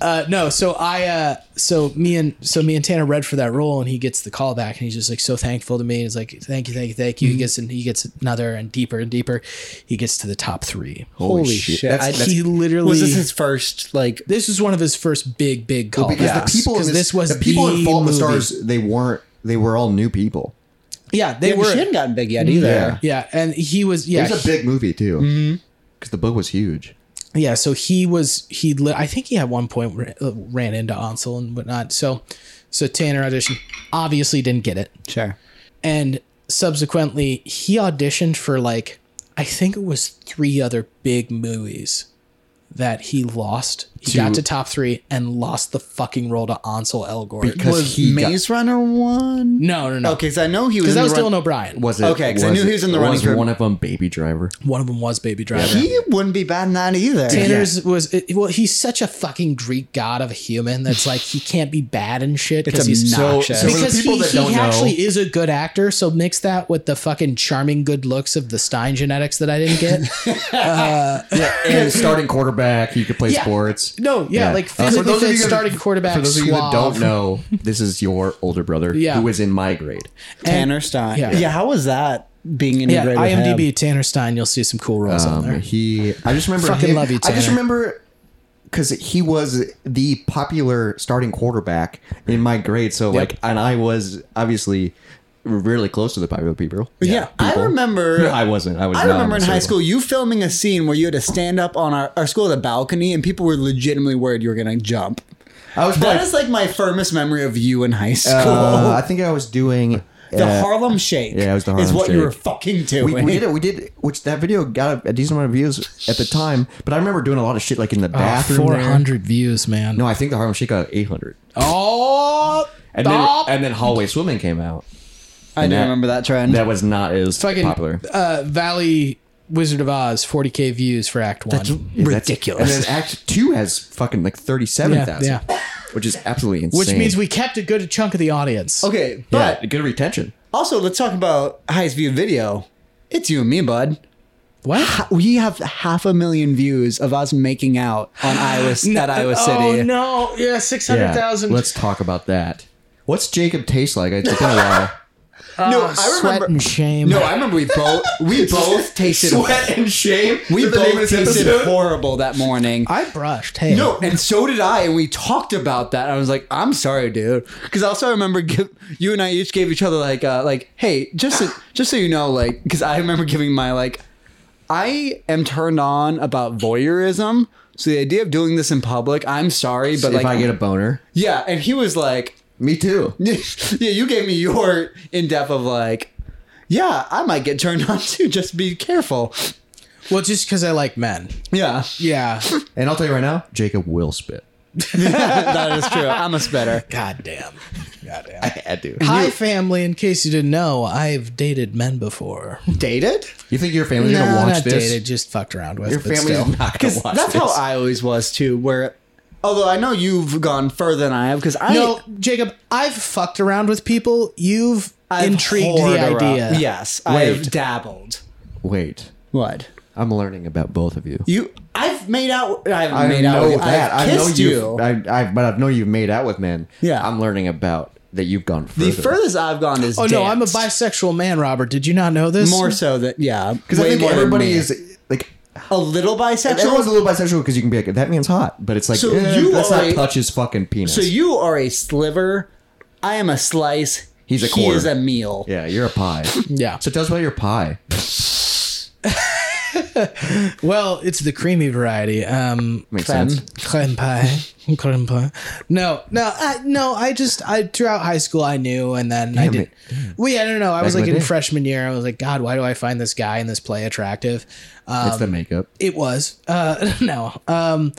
S1: uh, no, so I uh, so me and so me and Tanner read for that role, and he gets the call back, and he's just like so thankful to me. He's like, thank you, thank you, thank you.
S3: Mm-hmm.
S1: He gets and he gets another and deeper and deeper. He gets to the top three.
S4: Holy shit!
S3: That's-
S4: I-
S3: that's-
S1: he literally
S4: was this his first like?
S1: this is one of his first big big calls
S3: because the people in
S1: because
S3: this,
S1: this was
S3: the people in Fault in the
S1: movie.
S3: Stars, they weren't. They were all new people.
S1: Yeah, they
S4: They
S1: were.
S4: she hadn't gotten big yet either.
S3: Yeah.
S1: Yeah, and he was. Yeah,
S3: It was a big movie too, because the book was huge.
S1: yeah so he was he li- i think he at one point ra- uh, ran into ansel and whatnot so so tanner auditioned obviously didn't get it
S4: Sure.
S1: and subsequently he auditioned for like i think it was three other big movies that he lost he got to top three and lost the fucking role to ansel elgort
S3: Because
S4: Was
S3: he got-
S4: Maze Runner one?
S1: no no no
S4: Okay, because I know he was.
S1: because
S4: in
S1: that
S4: the
S1: was
S4: run-
S1: dylan o'brien
S3: was it?
S4: Okay, 'cause I knew
S3: was
S4: he was in the
S3: it-
S4: running
S3: Was
S4: for-
S3: one of them Baby Driver?
S1: one of them was baby driver
S4: He wouldn't be bad in that either.
S1: Tanner's was it, well, he's such a fucking Greek god of a human that's like he can't be bad and shit because he's
S4: obnoxious.
S3: Oh, So- so- for the
S1: because
S3: people
S1: he,
S3: that
S1: he
S3: don't know-
S1: actually is a good actor. So mix that with the fucking charming good looks of the Stein genetics that I didn't get.
S3: Yeah, and starting quarterback, you could play
S1: Yeah.
S3: sports. Uh,
S1: No, yeah, like
S3: for
S1: physically
S3: those of
S1: fit,
S3: you that-
S1: starting quarterback,
S3: For those of you that
S1: suave.
S3: don't know, this is your older brother
S1: Yeah.
S3: who is in my grade.
S4: Tanner Stein.
S1: yeah.
S4: Yeah. How was that being
S1: yeah,
S4: integrated? with him?
S1: IMDb Tanner Stein, you'll see some cool roles on
S3: Um,
S1: there.
S3: he, I just remember.
S1: Fucking
S3: him-
S1: love you,
S3: I just
S1: Tanner.
S3: remember because he was the popular starting quarterback in my grade. So like, and I was obviously really close to the popular people.
S4: Yeah, I
S3: people.
S4: remember.
S3: I wasn't. I was.
S4: I
S3: not
S4: remember in
S3: so-
S4: high school you filming a scene where you had to stand up on our, our school at a balcony and people were legitimately worried you were going to jump.
S3: I was
S4: That
S3: probably,
S4: is like my firmest memory of you in high school.
S3: uh, I think I was doing
S4: the
S3: uh,
S4: Harlem Shake.
S3: yeah, it was the
S4: Is
S3: Harlem
S4: what you
S3: Shake.
S4: were fucking doing.
S3: We, we did it. We did which that video got a, a decent amount of views at the time. But I remember doing a lot of shit like in the bathroom.
S1: Uh, Ah, Four
S3: there.
S1: hundred views, man.
S3: No, I think the Harlem Shake got 800.
S1: Oh,
S3: And then, and then hallway swimming came out.
S4: I do
S3: that-
S4: remember that trend.
S3: That was not as
S1: fucking
S3: popular.
S1: Uh, Valley Wizard of Oz, forty k views for Act One.
S3: Yeah, that's- And then Act Two has fucking like thirty seven thousand,
S1: Yeah,
S3: which is absolutely insane.
S1: which means we kept a good chunk of the audience.
S4: okay,
S3: yeah,
S4: but
S3: good retention.
S4: also let's talk about highest viewed video. It's you and me, bud.
S1: What?
S4: We have half a million views of us making out on Iowa at Iowa City.
S1: Oh no! Yeah, six hundred thousand.
S3: Let's talk about that. What's Jacob taste like? It's been a while.
S4: No,
S1: Uh, Sweat and shame.
S4: No, I remember we both we both tasted
S3: and shame.
S4: we
S3: Is that the name
S4: both
S3: of this
S4: tasted
S3: episode?
S4: horrible that morning.
S1: I brushed. Hey,
S4: No, and so did I, and we talked about that. I was like, "I'm sorry, dude," because also I remember give, you and I each gave each other like, uh, like, "Hey, just so, just so you know, like," because I remember giving my like, I am turned on about voyeurism. So the idea of doing this in public, I'm sorry, but
S3: if
S4: like,
S3: I get a boner,
S4: yeah, and he was like,
S3: me too.
S4: yeah, you gave me your in depth of like, yeah, I might get turned on too. Just be careful.
S1: well, just because I like men.
S4: Yeah,
S1: Yeah.
S3: And I'll tell you right now, Jacob will spit.
S4: that is true. I'm a spitter.
S1: God damn. God damn.
S3: I do.
S1: Hi, family. In case you didn't know, I've dated men before.
S4: Dated?
S3: You think your family's
S1: No,
S3: gonna watch
S1: not
S3: this?
S1: dated, just fucked around with.
S3: Your
S1: but
S3: family's
S1: still.
S3: not gonna watch
S4: That's
S3: this.
S4: how I always was too. Where, although I know you've gone further than I have, because I
S1: No, Jacob, I've fucked around with people. You've intrigued the
S4: whored
S1: idea.
S4: around. Yes, I've
S3: Wait.
S4: dabbled.
S3: Wait,
S4: What
S3: I'm learning about both of you.
S4: you? I've made out. I've
S3: I
S4: made out.
S3: know
S4: with-
S3: that.
S4: I've
S3: I know
S4: kissed
S3: you.
S4: you.
S3: I, I, but I've known you've made out with men.
S4: Yeah.
S3: I'm learning about that you've gone further.
S4: the furthest I've gone is.
S1: Oh no, I'm a
S4: danced.
S1: bisexual man, Robert. Did you not know this?
S4: More so that yeah,
S3: Because I think
S4: more than
S3: everybody
S4: me.
S3: is like
S4: a little
S3: everyone's a
S4: bisexual.
S3: little bisexual because you can be like that man's hot, but it's like
S4: So
S3: eh,
S4: you
S3: let's
S4: are a-
S3: not touch his fucking penis.
S4: So you are a sliver. I am a slice.
S3: He's a
S4: he
S3: quarter.
S4: is a meal.
S3: yeah, you're a pie.
S1: Yeah.
S3: So tell us about your pie.
S1: Well, it's the creamy variety. Um,
S3: Makes
S4: Femme.
S3: sense.
S1: creme pie, creme pie. No, no, I, no. I just, I throughout high school, I knew, and then I
S3: Damn
S1: did.
S3: it.
S1: Well, yeah, I don't know. I was
S3: in
S1: like
S3: the
S1: in
S3: day.
S1: freshman year. I was like, God, why do I find this guy in this play attractive? Um,
S3: It's the makeup.
S1: it was. Uh, no. Um,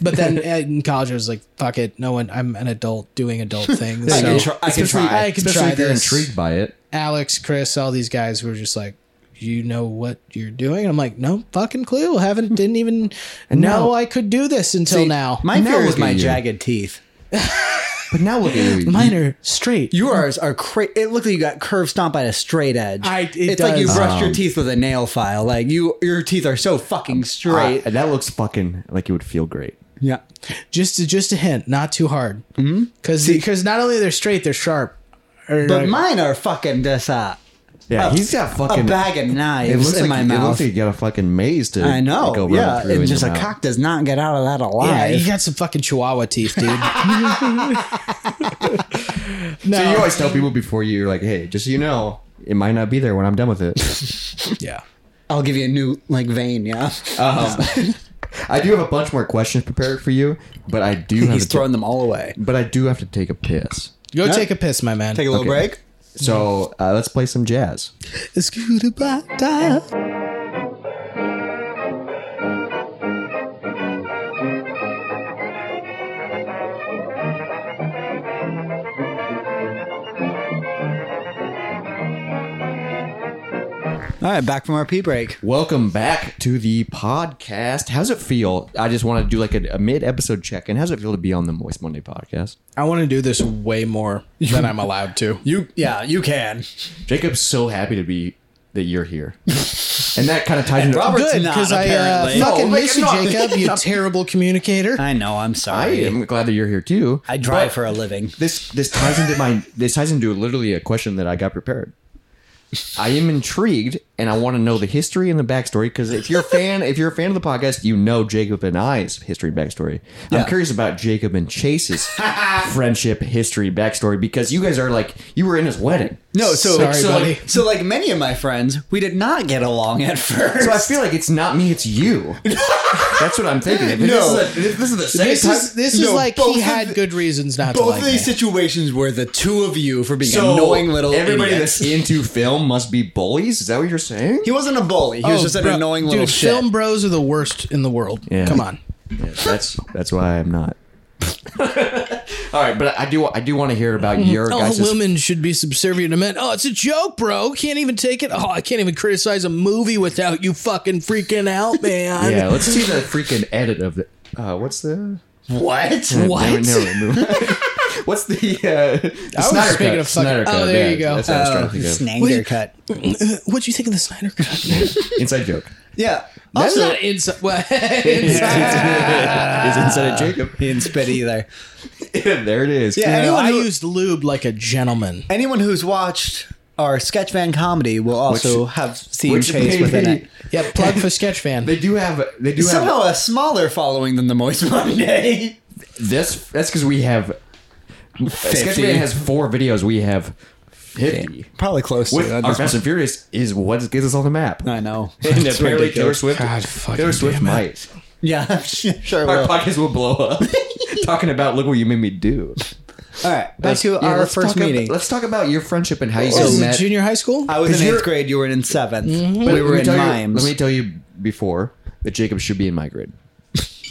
S1: but then uh, in college, I was like, fuck it. No one. I'm an adult doing adult things.
S4: I
S1: so
S4: can try. I can
S1: Especially-
S4: try.
S1: I can
S3: Especially
S1: try
S3: if you're
S1: this.
S3: intrigued by it.
S1: Alex, Chris, all these guys were just like, you know what you're doing? I'm like, no fucking clue. Haven't, didn't even know I could do this until now.
S4: My fear
S3: look
S4: is
S3: at
S4: my
S3: you.
S4: jagged teeth.
S3: But now look at you.
S1: Mine are straight.
S4: Yours are crazy. It looked like you got curved stomped by a straight edge.
S1: I- it
S4: it's like you
S1: does.
S4: brushed your teeth with a nail file. Like you, your teeth are so fucking straight.
S3: Um, I- that looks fucking like it would feel great.
S4: yeah.
S1: just a, just a hint, not too hard. Because because not only they're straight, they're sharp. Or,
S4: Mm-hmm. But
S1: like,
S4: mine are fucking this up.
S3: Yeah, he's got
S4: A
S3: fucking.
S4: bag of
S3: it
S4: knives
S3: looks
S4: in
S3: like
S4: my
S3: it
S4: mouth.
S3: looks like you got a fucking maze to.
S4: I know.
S3: like, go running
S4: yeah,
S3: through in
S4: and just a
S3: your mouth.
S4: cock does not get out of that
S1: yeah,
S4: alive.
S1: you got some fucking Chihuahua teeth, dude. no,
S3: So you always tell people before you, you're like, hey, just so you know, it might not be there when I'm done with it.
S1: yeah.
S4: I'll give you a new like vein. Yeah,
S3: I do have a bunch more questions prepared for you, but I do have
S4: he's
S3: to ta-
S4: throwing them all away.
S3: but I do have to take a piss.
S1: Go
S4: Yeah.
S1: take a piss, my man.
S4: Take a little
S3: Okay.
S4: break.
S3: So uh, let's play some jazz.
S1: Scooter black dial.
S4: All right, back from our pee break.
S3: Welcome back to the podcast. How's it feel? I just want to do like a, a mid episode check in. How's it feel to be on the Moist Monday podcast?
S1: I want to do this way more than I'm allowed to.
S4: You, yeah, you can.
S3: Jacob's so happy to be that you're here, and that kind of ties into
S4: Robert-
S1: Good,
S4: not,
S1: because I uh,
S4: apparently.
S1: fucking
S3: No,
S1: miss you,
S3: like, no.
S1: Jacob. You terrible communicator.
S4: I know. I'm
S3: I
S4: sorry.
S3: am glad that you're here too.
S4: I drive for a living.
S3: this this ties into my this ties into literally a question that I got prepared. I am intrigued and I want to know the history and the backstory because if you're a fan, if you're a fan of the podcast, you know Jacob and I's history and backstory. I'm curious about Jacob and Chase's friendship history backstory because you guys are like you were in his wedding.
S4: No, so
S1: Sorry,
S4: so,
S1: buddy.
S4: Like, so like many of my friends, we did not get along at first.
S3: So I feel like it's not me, it's you. That's what I'm thinking. If
S4: No.
S3: this is, a, this is the second
S1: This
S3: time-
S1: is this is
S4: No,
S1: like
S4: both
S1: he
S4: of
S1: had
S4: the-
S1: good reasons not to
S4: both
S1: like
S4: of these
S1: me.
S4: situations were the two of you for being annoying little
S3: everybody
S4: idiots.
S3: that's into film must be bullies. Is that what you're saying?
S4: He wasn't a bully. He was
S1: Oh,
S4: just an
S1: bro-
S4: annoying little
S1: dude,
S4: shit.
S1: Film bros are the worst in the world.
S3: Yeah.
S1: Come on.
S3: Yeah, that's that's why I'm not. All right, but I do I do want to hear about your
S1: Oh,
S3: guys'
S1: women should be subservient to men. Oh, it's a joke, bro. Can't even take it. Oh, I can't even criticize a movie without you fucking freaking out, man.
S3: Yeah, let's see the freaking edit of the. Uh, what's the?
S4: What?
S1: What?
S3: No, no, no. what's the? Uh, the
S1: was
S3: Snyder
S1: speaking
S3: cut,
S1: of fucking-
S3: Snyder
S1: Oh,
S3: cut,
S1: there
S3: yeah,
S1: you go.
S3: That's what I was trying to think of.
S4: Snanger Oh, cut.
S1: What'd you think of the Snyder Cut?
S3: Inside joke.
S4: Yeah.
S1: That's
S4: Also,
S1: not inside. Well, inside.
S3: Is inside a Jacob?
S4: he didn't spit either.
S3: there it is.
S4: Yeah,
S1: You know,
S4: anyone,
S1: I
S4: who,
S1: used lube like a gentleman.
S4: anyone who's watched our sketch van comedy will also have seen
S3: which
S4: Chase
S3: maybe-
S4: within it.
S1: Yeah, plug for Sketchfan.
S3: They do have. They do have.
S4: Somehow a smaller following than the Moist Monday.
S3: That's that's because we have. Sketchman has four videos. We have fifty. uh,
S4: Probably close
S3: With
S4: to that.
S3: our Fast and Furious is what gets us on the map.
S4: I know.
S3: And
S4: It's
S3: apparently Taylor
S4: ridiculous.
S3: Swift,
S1: God fucking
S3: Taylor Swift
S1: damn it.
S3: might.
S4: Yeah, I'm sure it
S3: Our
S4: will.
S3: podcast will blow up. Talking about look what you made me do.
S4: All right, back to
S3: Yeah,
S4: our
S3: let's
S4: first
S3: talk ab-
S4: meeting.
S3: let's talk about your friendship and how you
S1: Oh,
S3: guys
S1: is
S3: met.
S1: it junior high school?
S4: I was
S3: 'cause
S4: in
S3: you're-
S4: eighth grade. You were in 7th
S3: But
S4: We
S3: let
S4: were
S3: me
S4: in
S3: tell you-
S4: mimes.
S3: let me tell you before that Jacob should be in my grade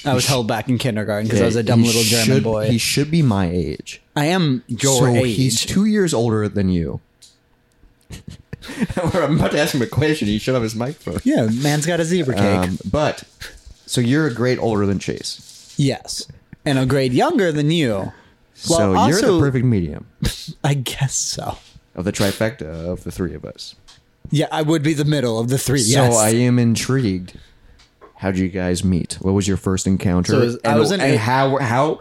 S4: I was held back in kindergarten because I was a
S3: He
S4: dumb little German
S3: should-
S4: boy.
S3: He should be my age.
S4: I am your
S3: so
S4: age.
S3: he's two years older than you. I'm about to ask him a question. He shut off his microphone.
S4: yeah, man's got a zebra cake.
S3: Um, but so you're a grade older than Chase.
S4: yes, and a grade younger than you. Well,
S3: so you're
S4: also-
S3: the perfect medium
S4: I guess so.
S3: of the trifecta of the three of us.
S4: Yeah, I would be the middle of the three. yes.
S3: So I am intrigued. How did you guys meet? What was your first encounter?
S4: So it was- I
S3: and,
S4: was in
S3: and
S4: eight-
S3: how how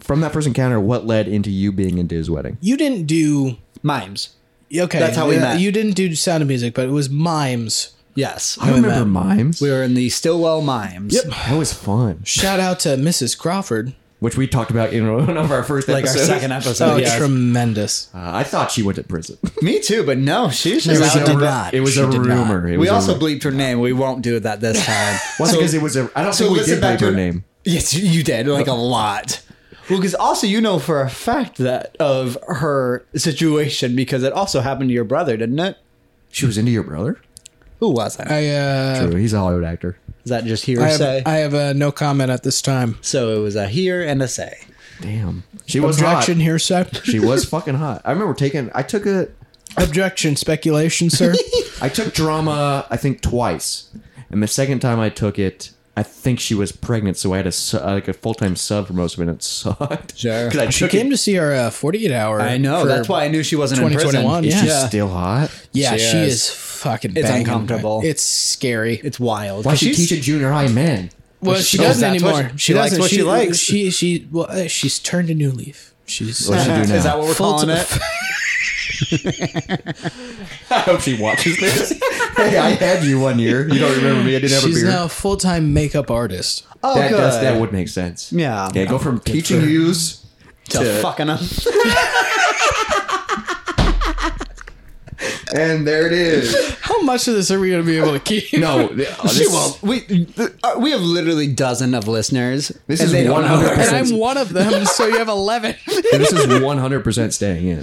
S3: from that first encounter, what led into you being into his wedding?
S1: You didn't do.
S4: mimes.
S1: Okay,
S4: That's how we
S1: yeah,
S4: met.
S1: You didn't do sound of music, but it was mimes.
S4: Yes,
S3: I remember mimes.
S4: we were in the Stillwell Mimes. Yep,
S3: That was fun,
S1: Shout out to Mrs. Crawford.
S3: which we talked about in one of our first
S4: like our
S3: episodes.
S4: second episode.
S1: Oh,
S4: yes.
S1: tremendous!
S3: Uh, I thought she went to prison.
S4: Me too, but no, she was
S1: was
S4: out
S1: a
S4: and
S1: ru-
S4: not.
S3: it was
S4: She
S3: a
S4: did not.
S3: rumor. It
S4: we
S3: was a
S4: also
S3: rumor.
S4: bleeped her name. We won't do that this time.
S3: Well, because it was a. I don't
S4: so
S3: think we
S4: listen
S3: did
S4: back
S3: bleep her
S4: to-
S3: name.
S4: Yes, you did like a lot. Well, because also you know for a fact that of her situation because it also happened to your brother, didn't it?
S3: She was into your brother.
S4: Who was it?
S1: I uh,
S3: True, he's a Hollywood actor.
S4: Is that
S1: I
S4: just hearsay?
S1: have, I have uh, no comment at this time.
S4: so it was a here and a say.
S3: Damn, she was hot.
S1: Objection, hearsay.
S3: She was fucking hot. I remember taking. I took a.
S1: Objection, speculation, sir.
S3: I took drama, I think twice, and the second time I took it, I think she was pregnant, so I had a su- uh, like a full time sub for most of it. And it sucked.
S4: Sure.
S3: 'Cause I
S1: She
S3: took
S1: came
S3: it-
S1: to see our uh, 48 hour.
S4: I know.
S1: for-
S4: That's why I knew she wasn't in prison.
S1: 2021,
S4: It's
S1: yeah.
S3: She's
S4: just-
S3: still hot.
S1: Yeah,
S4: She
S1: she,
S4: is.
S1: is. fucking.
S4: It's
S1: banging.
S4: uncomfortable.
S1: It's scary.
S4: It's wild.
S3: Why she
S4: She's-
S3: teaching junior high men?
S1: well, she
S4: Oh,
S1: doesn't
S4: that's what
S1: anymore.
S4: she- she likes
S1: doesn't.
S4: what she likes.
S1: She she well, uh, she's turned a new leaf. She's uh,
S3: What's she do now?
S4: Is that what we're
S1: Full
S4: calling
S1: time-
S4: it?
S3: I hope she watches this. hey, I had you one year. You don't remember me? I didn't have
S1: she's
S3: a beard.
S1: now a full time makeup artist.
S4: Oh,
S3: that
S4: good.
S3: does that would make sense.
S4: Yeah.
S3: Yeah. Go from teaching yous
S4: to
S3: to-
S4: fucking up.
S3: and there it is.
S1: How much of this are we going to be able to keep?
S3: No, th- oh, this,
S4: She won't. We th- uh, we have literally dozen of listeners.
S3: This
S4: and
S3: is
S4: they don't know
S3: 100%
S4: her.
S1: and I'm one of them, so you have eleven.
S3: This is one hundred percent staying in.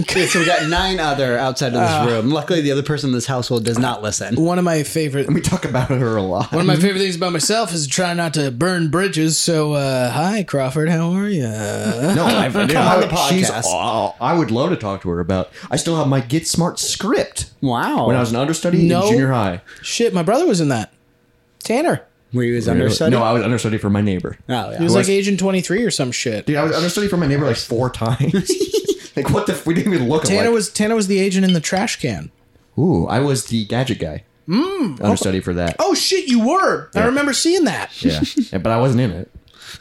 S4: Okay, so we got nine other outside of this
S1: Uh.
S4: room. Luckily, the other person in this household does not listen.
S1: One of my favorite.
S3: We talk about her a lot.
S1: One of my favorite things about myself is trying not to burn bridges. So, uh, hi Crawford, how are you?
S3: No, I've come
S4: on the podcast.
S3: I would love to talk to her about. I still have my Get Smart script
S4: Wow.
S3: when I was an understudy
S1: No.
S3: in junior high.
S1: Shit, my brother was in that. Tanner.
S4: were you his understudy?
S3: No, I was understudy for my neighbor.
S4: Oh,
S1: He
S4: yeah.
S1: was like
S3: Was-
S1: Agent 23 or some shit.
S3: Dude, I was understudy for my neighbor like four times. like what the? F- we didn't even look.
S1: Tanner
S3: alike.
S1: was Tanner was the agent in the trash can.
S3: Ooh, I was the gadget guy. Mm, understudy for that.
S1: Oh shit, you were. I remember seeing that.
S3: Yeah. Yeah, but I wasn't in it.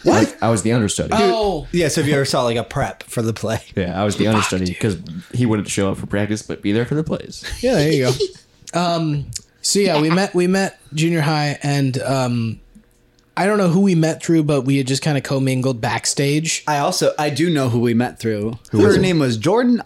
S3: What? I, was the understudy.
S1: Oh.
S4: Yeah, so if you ever saw like a prep for the play.
S3: Yeah, I was the understudy because he wouldn't show up for practice but be there for the plays.
S1: Yeah, there you go. Um, So yeah, we met we met junior high, and um, I don't know who we met through, but we had just kind of commingled backstage.
S4: I also I do know who we met through. Her
S3: was it?
S4: name was Jordan.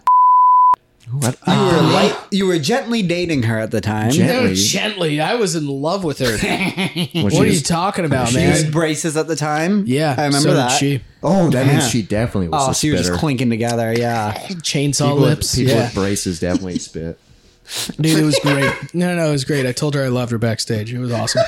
S3: What?
S4: You
S1: Ah.
S4: were light, you were gently dating her at the time.
S3: Gently.
S1: gently, I was in love with her.
S3: Well, she
S1: what are you
S3: just-
S1: talking about,
S4: She
S1: man?
S4: had braces at the time.
S1: Yeah,
S4: I remember
S1: so did
S4: that.
S1: She
S3: Oh, that
S4: Yeah.
S3: means she definitely was.
S4: Oh,
S3: a
S4: so you were just
S3: spitter.
S4: clinking together, yeah.
S1: chainsaw
S3: People with-
S1: lips.
S3: People
S1: yeah,
S3: with braces definitely spit.
S1: dude, it was great. No, no, it was great. I told her I loved her backstage. It was awesome.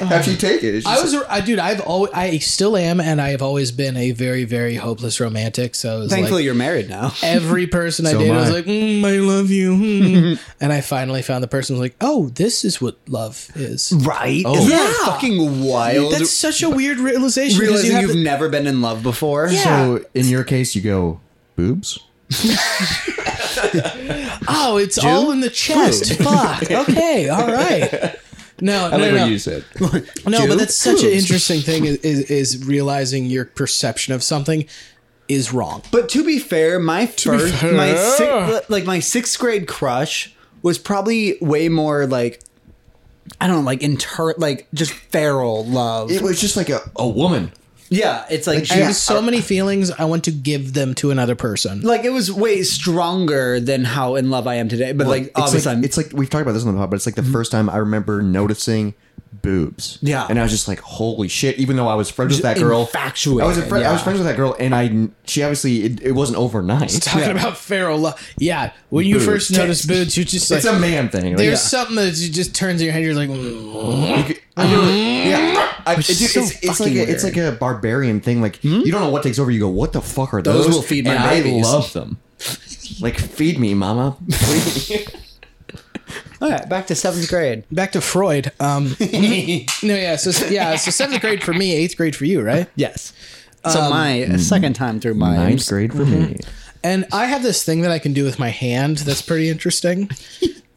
S3: How'd you take it?
S1: I was, I dude, I've always, I still am, and I have always been a very, very hopeless romantic. So it was
S4: Thankfully,
S1: like
S4: you're married now.
S1: every person I
S3: So am
S1: dated, I was
S3: I.
S1: like, mm, I love you, mm. and I finally found the person. who was like, oh, this is what love is.
S4: Right? Isn't that
S1: Yeah.
S4: fucking wild?
S1: That's such a weird realization. 'cause
S4: Realizing
S1: you
S4: you
S1: have
S4: have
S1: to-
S4: never been in love before.
S1: yeah.
S3: So in your case, you go boobs.
S1: oh, it's all in the chest. Fuck. Okay. All right. No, no, no.
S3: said.
S1: No,
S4: Jew?
S1: but that's such an
S4: Jews.
S1: interesting thing is, is is realizing your perception of something is wrong.
S4: But to be fair, my first,
S1: fair.
S4: my sixth, like my sixth grade crush was probably way more like, I don't know, like inter, like just feral love.
S3: It was just like a, a woman.
S4: yeah, it's like
S1: I
S4: yeah.
S1: have so many feelings. I want to give them to another person.
S4: like it was way stronger than how in love I am today. But like
S3: it's
S4: obviously,
S3: like,
S4: I'm-
S3: it's like we've talked about this on the pod, but it's like the first time I remember noticing boobs.
S4: Yeah.
S3: and I was just like, holy shit! Even though I was friends with that girl,
S4: infatuated,
S3: I was a fri- I was
S4: yeah.
S3: friends with that girl, and I she obviously it, it wasn't overnight.
S1: Talking about feral love. Yeah. When you
S3: Boobs.
S1: first notice boobs, you just like
S3: It's a man thing.
S1: there's
S3: Like,
S1: something that you just turns in your head. You're like, mm.
S3: I know, yeah, I, dude,
S1: so
S3: it's, it's like
S1: fucking
S3: a, it's like a barbarian thing. Like you don't know what takes over. You go, what the fuck are those?
S4: Those will feed my
S3: and
S4: babies.
S3: I love them. like feed me, mama.
S4: all right, back to seventh grade.
S1: back to Freud. Um, no, yeah. So yeah. So seventh grade for me, eighth grade for you, right?
S4: Yes. So my uh, second time through my
S3: Um, Ninth grade for me.
S1: And I have this thing that I can do with my hand that's pretty interesting.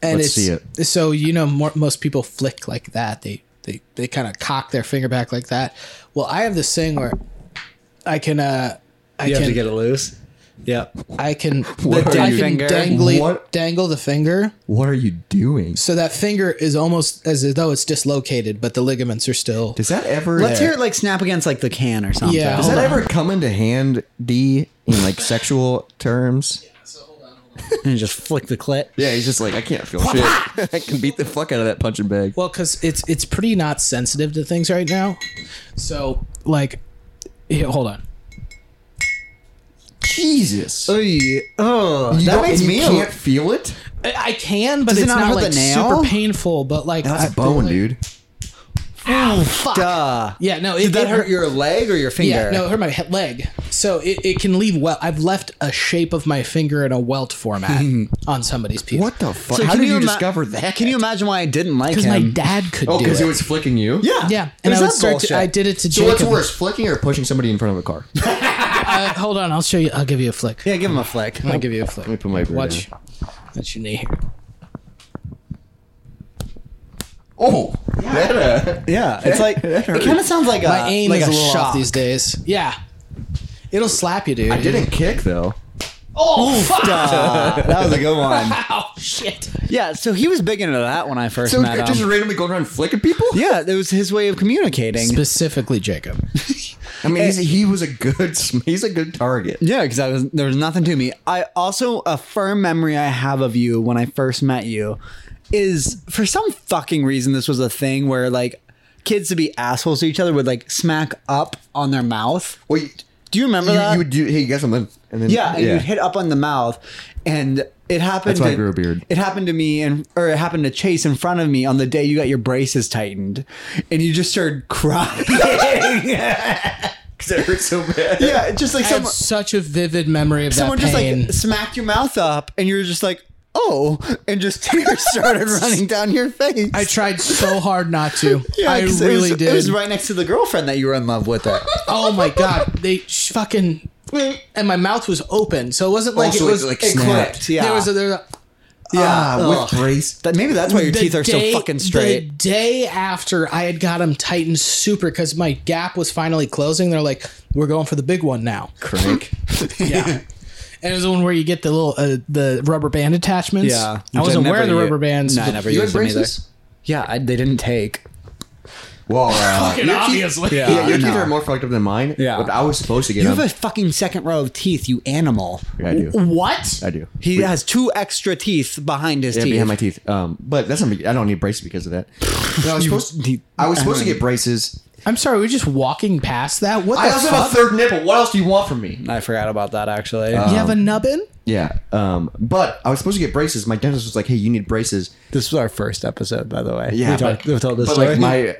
S1: And
S3: Let's
S1: it's
S3: see
S1: so you know more, most people flick like that. They they they kind of cock their finger back like that. Well, I have this thing where I can uh I
S4: You have
S1: can
S4: to get it loose. Yep.
S1: I can
S3: What are
S1: I
S3: you-
S1: can
S4: Finger.
S1: dangly,
S3: What?
S1: dangle the finger.
S3: What are you doing?
S1: So that finger is almost as though it's dislocated, but the ligaments are still
S3: Does that ever?
S4: Let's hear it like snap against like the can or something.
S1: Yeah.
S3: Does that ever come into hand, D, in like sexual terms?
S4: and just flick the clit.
S3: Yeah, he's just like, I can't feel shit. I can beat the fuck out of that punching bag.
S1: Well, because it's it's pretty not sensitive to things right now. So like, here, hold on.
S3: Jesus.
S4: oh,
S3: You
S4: that
S3: don't-
S4: makes
S3: and
S4: me
S3: you
S4: a
S3: can't feel it?
S1: I- I can, but
S4: Does it
S1: it's
S4: not
S1: not,
S4: hurt
S1: like
S4: the nail?
S1: super painful. But like,
S3: That's
S1: I-
S3: a bone, dude.
S1: fuck.
S4: duh.
S1: Yeah, no, it,
S4: Did that
S1: it
S4: hurt your leg or your finger?
S1: Yeah, no, it hurt my he- leg. So it, it can leave well. I've left a shape of my finger in a welt format on somebody's piece.
S3: What the fuck?
S4: So
S3: How
S4: can
S3: did you,
S4: ima-
S3: discover that?
S4: Can you imagine why I didn't like
S1: Because
S4: him?
S1: my dad could
S3: Oh,
S1: do it.
S3: because it was flicking you?
S4: yeah,
S1: yeah, and I would start. To, I did it to
S3: So
S1: Jacob.
S3: what's worse, flicking or pushing somebody in front of a car? Let
S1: Uh, hold on, I'll show you. I'll give you a flick.
S4: Yeah, give him a flick.
S1: I'll give you a flick.
S3: me put my beard
S1: Watch.
S3: down.
S1: That's your knee here.
S3: Oh, that, uh,
S4: Yeah, it's like it kind of sounds like a
S1: My aim
S4: Uh, like
S1: is a,
S4: a,
S1: little
S4: shock.
S1: off these days. Yeah, it'll slap you, dude.
S3: I didn't kick though.
S1: Oh, fuck.
S4: Duh, that was a good one.
S1: Oh shit.
S4: Yeah, so he was big into that when I first
S3: So
S4: met
S3: just
S4: him.
S3: randomly going around flicking people?
S4: Yeah, that was his way of communicating.
S1: Specifically, Jacob.
S3: I mean, he's, he was a good, sm- he's a good target.
S4: Yeah, because I was there was nothing to me. I also a firm memory I have of you when I first met you is for some fucking reason this was a thing where like kids to be assholes to each other would like smack up on their mouth.
S3: Wait,
S4: Do you remember
S3: you,
S4: that?
S3: you would do, hey, you got something? And then,
S4: yeah, and you'd hit up on the mouth, and it happened.
S3: That's why I
S4: to-
S3: grew a beard.
S4: It happened to me, and or it happened to Chase in front of me on the day you got your braces tightened, and you just started crying.
S3: Because it hurt so bad.
S4: yeah, just like
S1: I have
S4: someone,
S1: such a vivid memory of
S4: someone
S1: that
S4: just
S1: pain.
S4: like smacked your mouth up, and you were just like, "Oh," and just tears started running down your face.
S1: I tried so hard not to.
S4: Yeah,
S1: I
S4: 'cause it
S1: really
S4: was-
S1: did.
S4: It was right next to the girlfriend that you were in love with. It.
S1: Oh my god, they sh- fucking and my mouth was open, so it wasn't like
S3: Also,
S1: it was.
S3: like
S4: it
S3: snapped.
S4: clicked. Yeah,
S1: There was a, there was a,
S4: yeah.
S3: with
S4: ugh.
S3: brace.
S4: That- maybe that's why Oh, your
S1: the
S4: teeth are
S1: day-
S4: so fucking straight.
S1: The day after I had got them tightened super because my gap was finally closing, they're like, "We're going for the big one now."
S3: Crank.
S1: Yeah, And it was the one where you get the little uh, the rubber band attachments.
S4: Yeah, which
S1: I
S4: I
S1: wasn't
S4: never
S1: wearing the
S4: u-
S1: rubber bands.
S4: No, I
S1: but-
S4: never used them either. Yeah, I, they didn't take.
S3: Well, uh, your teeth-
S1: obviously.
S3: yeah,
S4: Yeah,
S3: your
S4: no.
S3: teeth are more fucked up than mine.
S4: Yeah.
S3: but I was supposed to get
S4: You have
S3: them.
S4: a fucking second row of teeth, you animal.
S3: Yeah, I do.
S4: What?
S3: I do.
S4: He
S3: We-
S4: has two extra teeth behind his
S3: yeah,
S4: teeth.
S3: behind my teeth. Um, but that's not. I don't need braces because of that. No, I was supposed.
S4: need-
S3: I was
S4: I
S3: supposed to
S4: don't
S3: get braces.
S1: I'm sorry, we're just walking past that. What
S3: I
S1: the
S3: also
S1: fuck?
S3: have a third nipple. What else do you want from me?
S4: I forgot about that actually.
S1: you have a nubbin?
S3: Yeah. Um, but I was supposed to get braces. My dentist was like, "Hey, you need braces."
S4: this was our first episode, by the way.
S3: Yeah,
S4: we,
S3: but-
S4: talked, we told this
S3: but
S4: story.
S3: like my,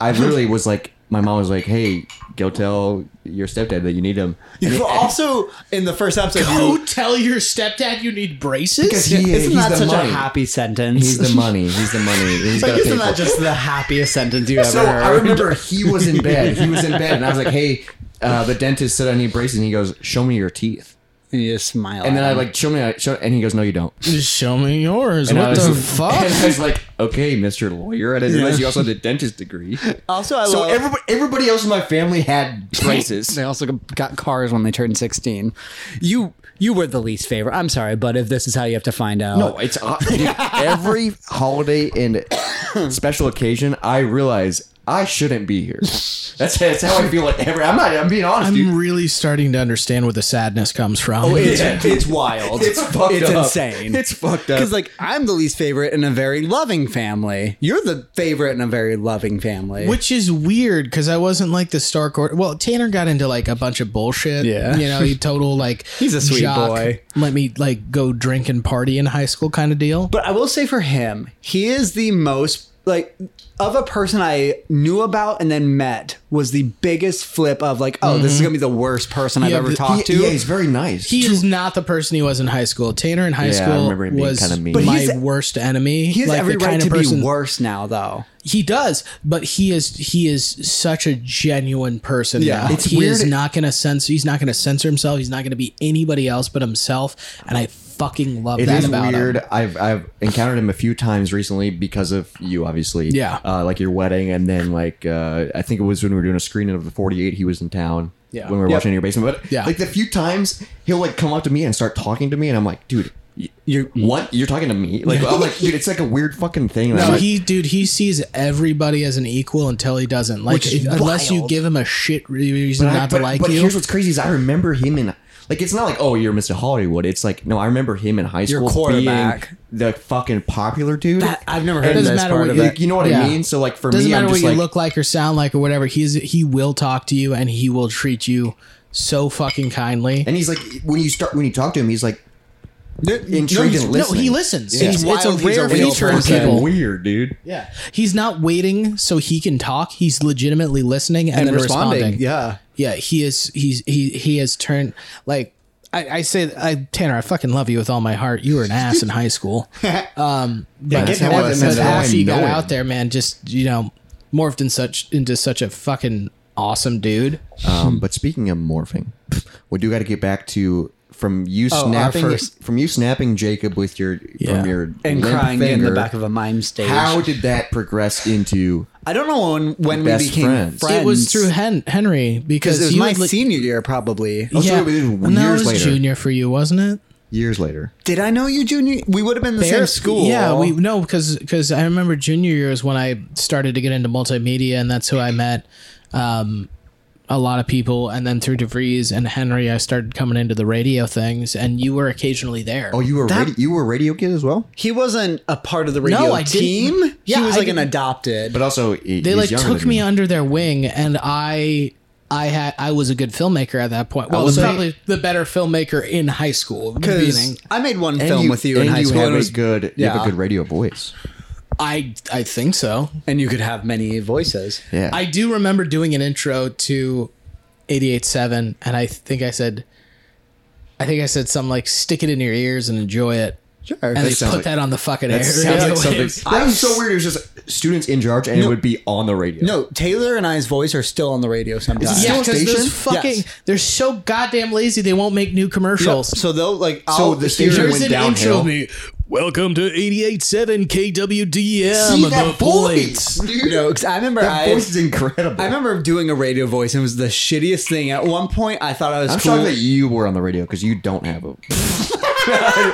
S3: I literally was like, my mom was like, "Hey, go tell your stepdad that you need him." And
S4: you
S3: it-
S4: also in the first episode,
S1: Go
S4: you,
S1: Oh, tell your stepdad you need braces?
S3: because he,
S4: isn't
S3: he's
S4: that
S3: the
S4: such
S3: money.
S4: a happy sentence?
S3: He's the money. He's the money. He's
S4: like,
S3: gotta pay
S4: isn't
S3: for
S4: that
S3: it.
S4: just the happiest sentence you ever
S3: So
S4: heard?
S3: I remember he was in bed. He was in bed, and I was like, "Hey, uh, the dentist said I need braces." And he goes, "Show me your teeth."
S4: And you just smile.
S3: And then
S4: at
S3: I
S4: him.
S3: like show me, I show, and he goes, "No, you don't."
S1: Just show me yours.
S3: And I
S1: what
S3: was-
S1: the fuck?
S3: And I was like, "Okay, Mister Lawyer, I didn't realize you also had a dentist degree."
S4: also I
S3: So
S4: love.
S3: everybody, everybody else in my family had braces.
S4: they also got cars when they turned sixteen. You you were the least favorite. I'm sorry, but if this is how you have to find out,
S3: No, it's uh, dude, every holiday and special occasion. I realize I shouldn't be here. That's that's how I feel. Like every I'm not. I'm being honest,
S1: I'm
S3: dude.
S1: really starting to understand where the sadness comes from.
S4: it's,
S3: Yeah.
S4: it's wild.
S3: It's fucked
S4: It's
S3: up.
S4: insane.
S3: It's fucked up.
S4: Because like I'm the least favorite in a very loving family. You're the favorite in a very loving family.
S1: Which is weird because I wasn't like the star court. Well, Tanner got into like a bunch of bullshit.
S4: Yeah.
S1: you know, he total like
S4: He's a sweet boy.
S1: Let me like go drink and party in high school kind of deal.
S4: but I will say for him, he is the most like of a person I knew about and then met was the biggest flip of like, oh, this is gonna be the worst person I've
S1: Yeah,
S4: ever
S1: the-
S4: talked
S3: Mm-hmm. yeah,
S4: to.
S3: yeah, he's very nice.
S1: he is not the person he was in high school. Tanner in high
S3: Yeah, I
S1: school
S3: remember him being
S1: was
S3: kinda mean. But
S1: my
S4: he's-
S1: worst enemy.
S4: he has
S1: like
S4: every
S1: the
S4: right
S1: kind
S4: to
S1: of person
S4: be worse now, though.
S1: he does, but he is he is such a genuine person.
S4: Yeah.
S1: now.
S4: It's
S1: he is
S3: weird-
S1: not gonna censor. He's not gonna censor himself. He's not gonna be anybody else but himself. And I fucking love
S3: It
S1: that
S3: is
S1: about him.
S3: weird. I've I've encountered him a few times recently because of you, obviously.
S1: Yeah.
S3: Uh, like your wedding, and then like uh, I think it was when we were doing a screening of the 48. He was in town.
S1: Yeah.
S3: When we were
S4: Yep.
S3: watching in your basement, but
S1: Yeah.
S3: like the few times he'll like come up to me and start talking to me, and I'm like, dude. y- You what? You're talking to me? Like I'm like, dude. It's like a weird fucking thing. And I'm
S1: No,
S3: like,
S1: he dude, he sees everybody as an equal until he doesn't. Like
S4: Which is
S1: unless you
S4: wild.
S1: give him a shit re- reason
S3: but I-
S1: not to
S3: but-
S1: like
S3: but
S1: you.
S3: here's what's crazy is I remember him in like it's not like oh you're Mr. Hollywood. It's like no, I remember him in high school
S4: quarterback.
S3: being the fucking popular dude.
S4: That- I've never heard
S3: And
S4: of
S1: Doesn't
S4: this
S1: matter
S4: part
S1: what
S4: of
S1: you-
S4: it.
S3: Like, you know what
S1: Yeah.
S3: I mean? So like for
S1: Doesn't
S3: me,
S1: matter
S3: I'm
S1: what
S3: just
S1: you
S3: like,
S1: look like or sound like or whatever. He's he will talk to you and he will treat you so fucking kindly.
S3: and he's like, when you start when you talk to him, he's like intrigued
S4: no, he's-
S3: and
S1: No,
S3: listening.
S1: he listens.
S3: Yeah.
S1: He's, it's a
S4: wild he's a
S1: rare
S4: real
S1: feature in
S4: person.
S1: people.
S3: weird, dude.
S1: Yeah, he's not waiting so he can talk. He's legitimately listening and, then responding.
S4: Yeah.
S1: yeah he is he's he he has turned like I, I say I Tanner I fucking love you with all my heart you were an ass in high school um but
S3: that's
S1: that's
S3: how I- that's how I
S1: after you
S3: know
S1: got
S3: him.
S1: out there man just you know morphed in such into such a fucking awesome dude
S3: Um, but speaking of morphing, we do got to get back to from you snapping
S4: Oh, first-
S3: from you snapping Jacob with your
S1: Yeah.
S3: from your
S4: And
S3: limp
S4: crying in
S3: finger,
S4: the back of a mime stage.
S3: How did that progress into?
S4: I don't know when, when we
S3: Best
S4: became friends.
S3: friends.
S1: it was through Hen- Henry because
S4: because it was
S1: you
S4: my
S1: would li-
S4: senior year, probably.
S3: Oh, so
S1: yeah
S3: it was
S1: no, it
S3: years
S1: was
S3: later.
S1: junior for you wasn't it
S3: Years later,
S4: Did I know you, junior? We would have been the same
S1: Fair-
S4: school.
S1: Yeah, we no because I remember junior year is when I started to get into multimedia, and that's who I met um, a lot of people. And then through DeVries and Henry, I started coming into the radio things, and you were occasionally there.
S3: oh, you were
S4: That-
S3: radi- you were a radio kid as well,
S4: He wasn't a part of the radio
S1: I didn't-
S4: team.
S1: Yeah,
S4: he was
S1: I
S4: like an
S1: didn't-
S4: adopted.
S3: but also he-
S1: they
S3: he's
S1: like
S3: younger
S1: took
S3: than
S1: me under their wing, and I. I had I was a good filmmaker at that point. Well, I was
S3: wasn't-
S1: probably the better filmmaker in high school. Meaning,
S4: because I made one
S3: And
S4: film with you
S3: and
S4: in high
S3: you
S4: school.
S3: Have
S4: and, it was-
S3: a good, You have
S4: Yeah.
S3: a good radio voice.
S1: I I think so.
S4: and you could have many voices.
S3: Yeah,
S1: I do remember doing an intro to 88.7, and I think I said, I think I said something like, stick it in your ears and enjoy it.
S4: Sure.
S1: And they
S3: sounds
S1: put
S3: like-
S1: that on the fucking air.
S3: That sounds like something.
S1: airwaves.
S3: That was so weird. It was just students in charge, and it would be on the radio.
S4: no, Taylor and I's voice are still on the radio sometimes.
S1: Yeah, because
S3: station?
S1: those fucking,
S4: Yes.
S1: they're so goddamn lazy, they won't make new
S4: Yep.
S1: commercials.
S4: So they'll like
S3: So
S4: I'll
S3: the
S4: hear-
S3: station
S1: Here's
S3: went
S1: an
S3: downhill.
S1: intro of me. Welcome to 88.7 KWDM.
S4: See, that voice, dude. No, 'cause I remember
S3: That
S4: I,
S3: voice is incredible.
S4: I
S3: I'm,
S4: remember doing a radio voice and it was the shittiest thing. At one point, I thought I was cool.
S3: shocked that you were on the radio because you don't have a. we have a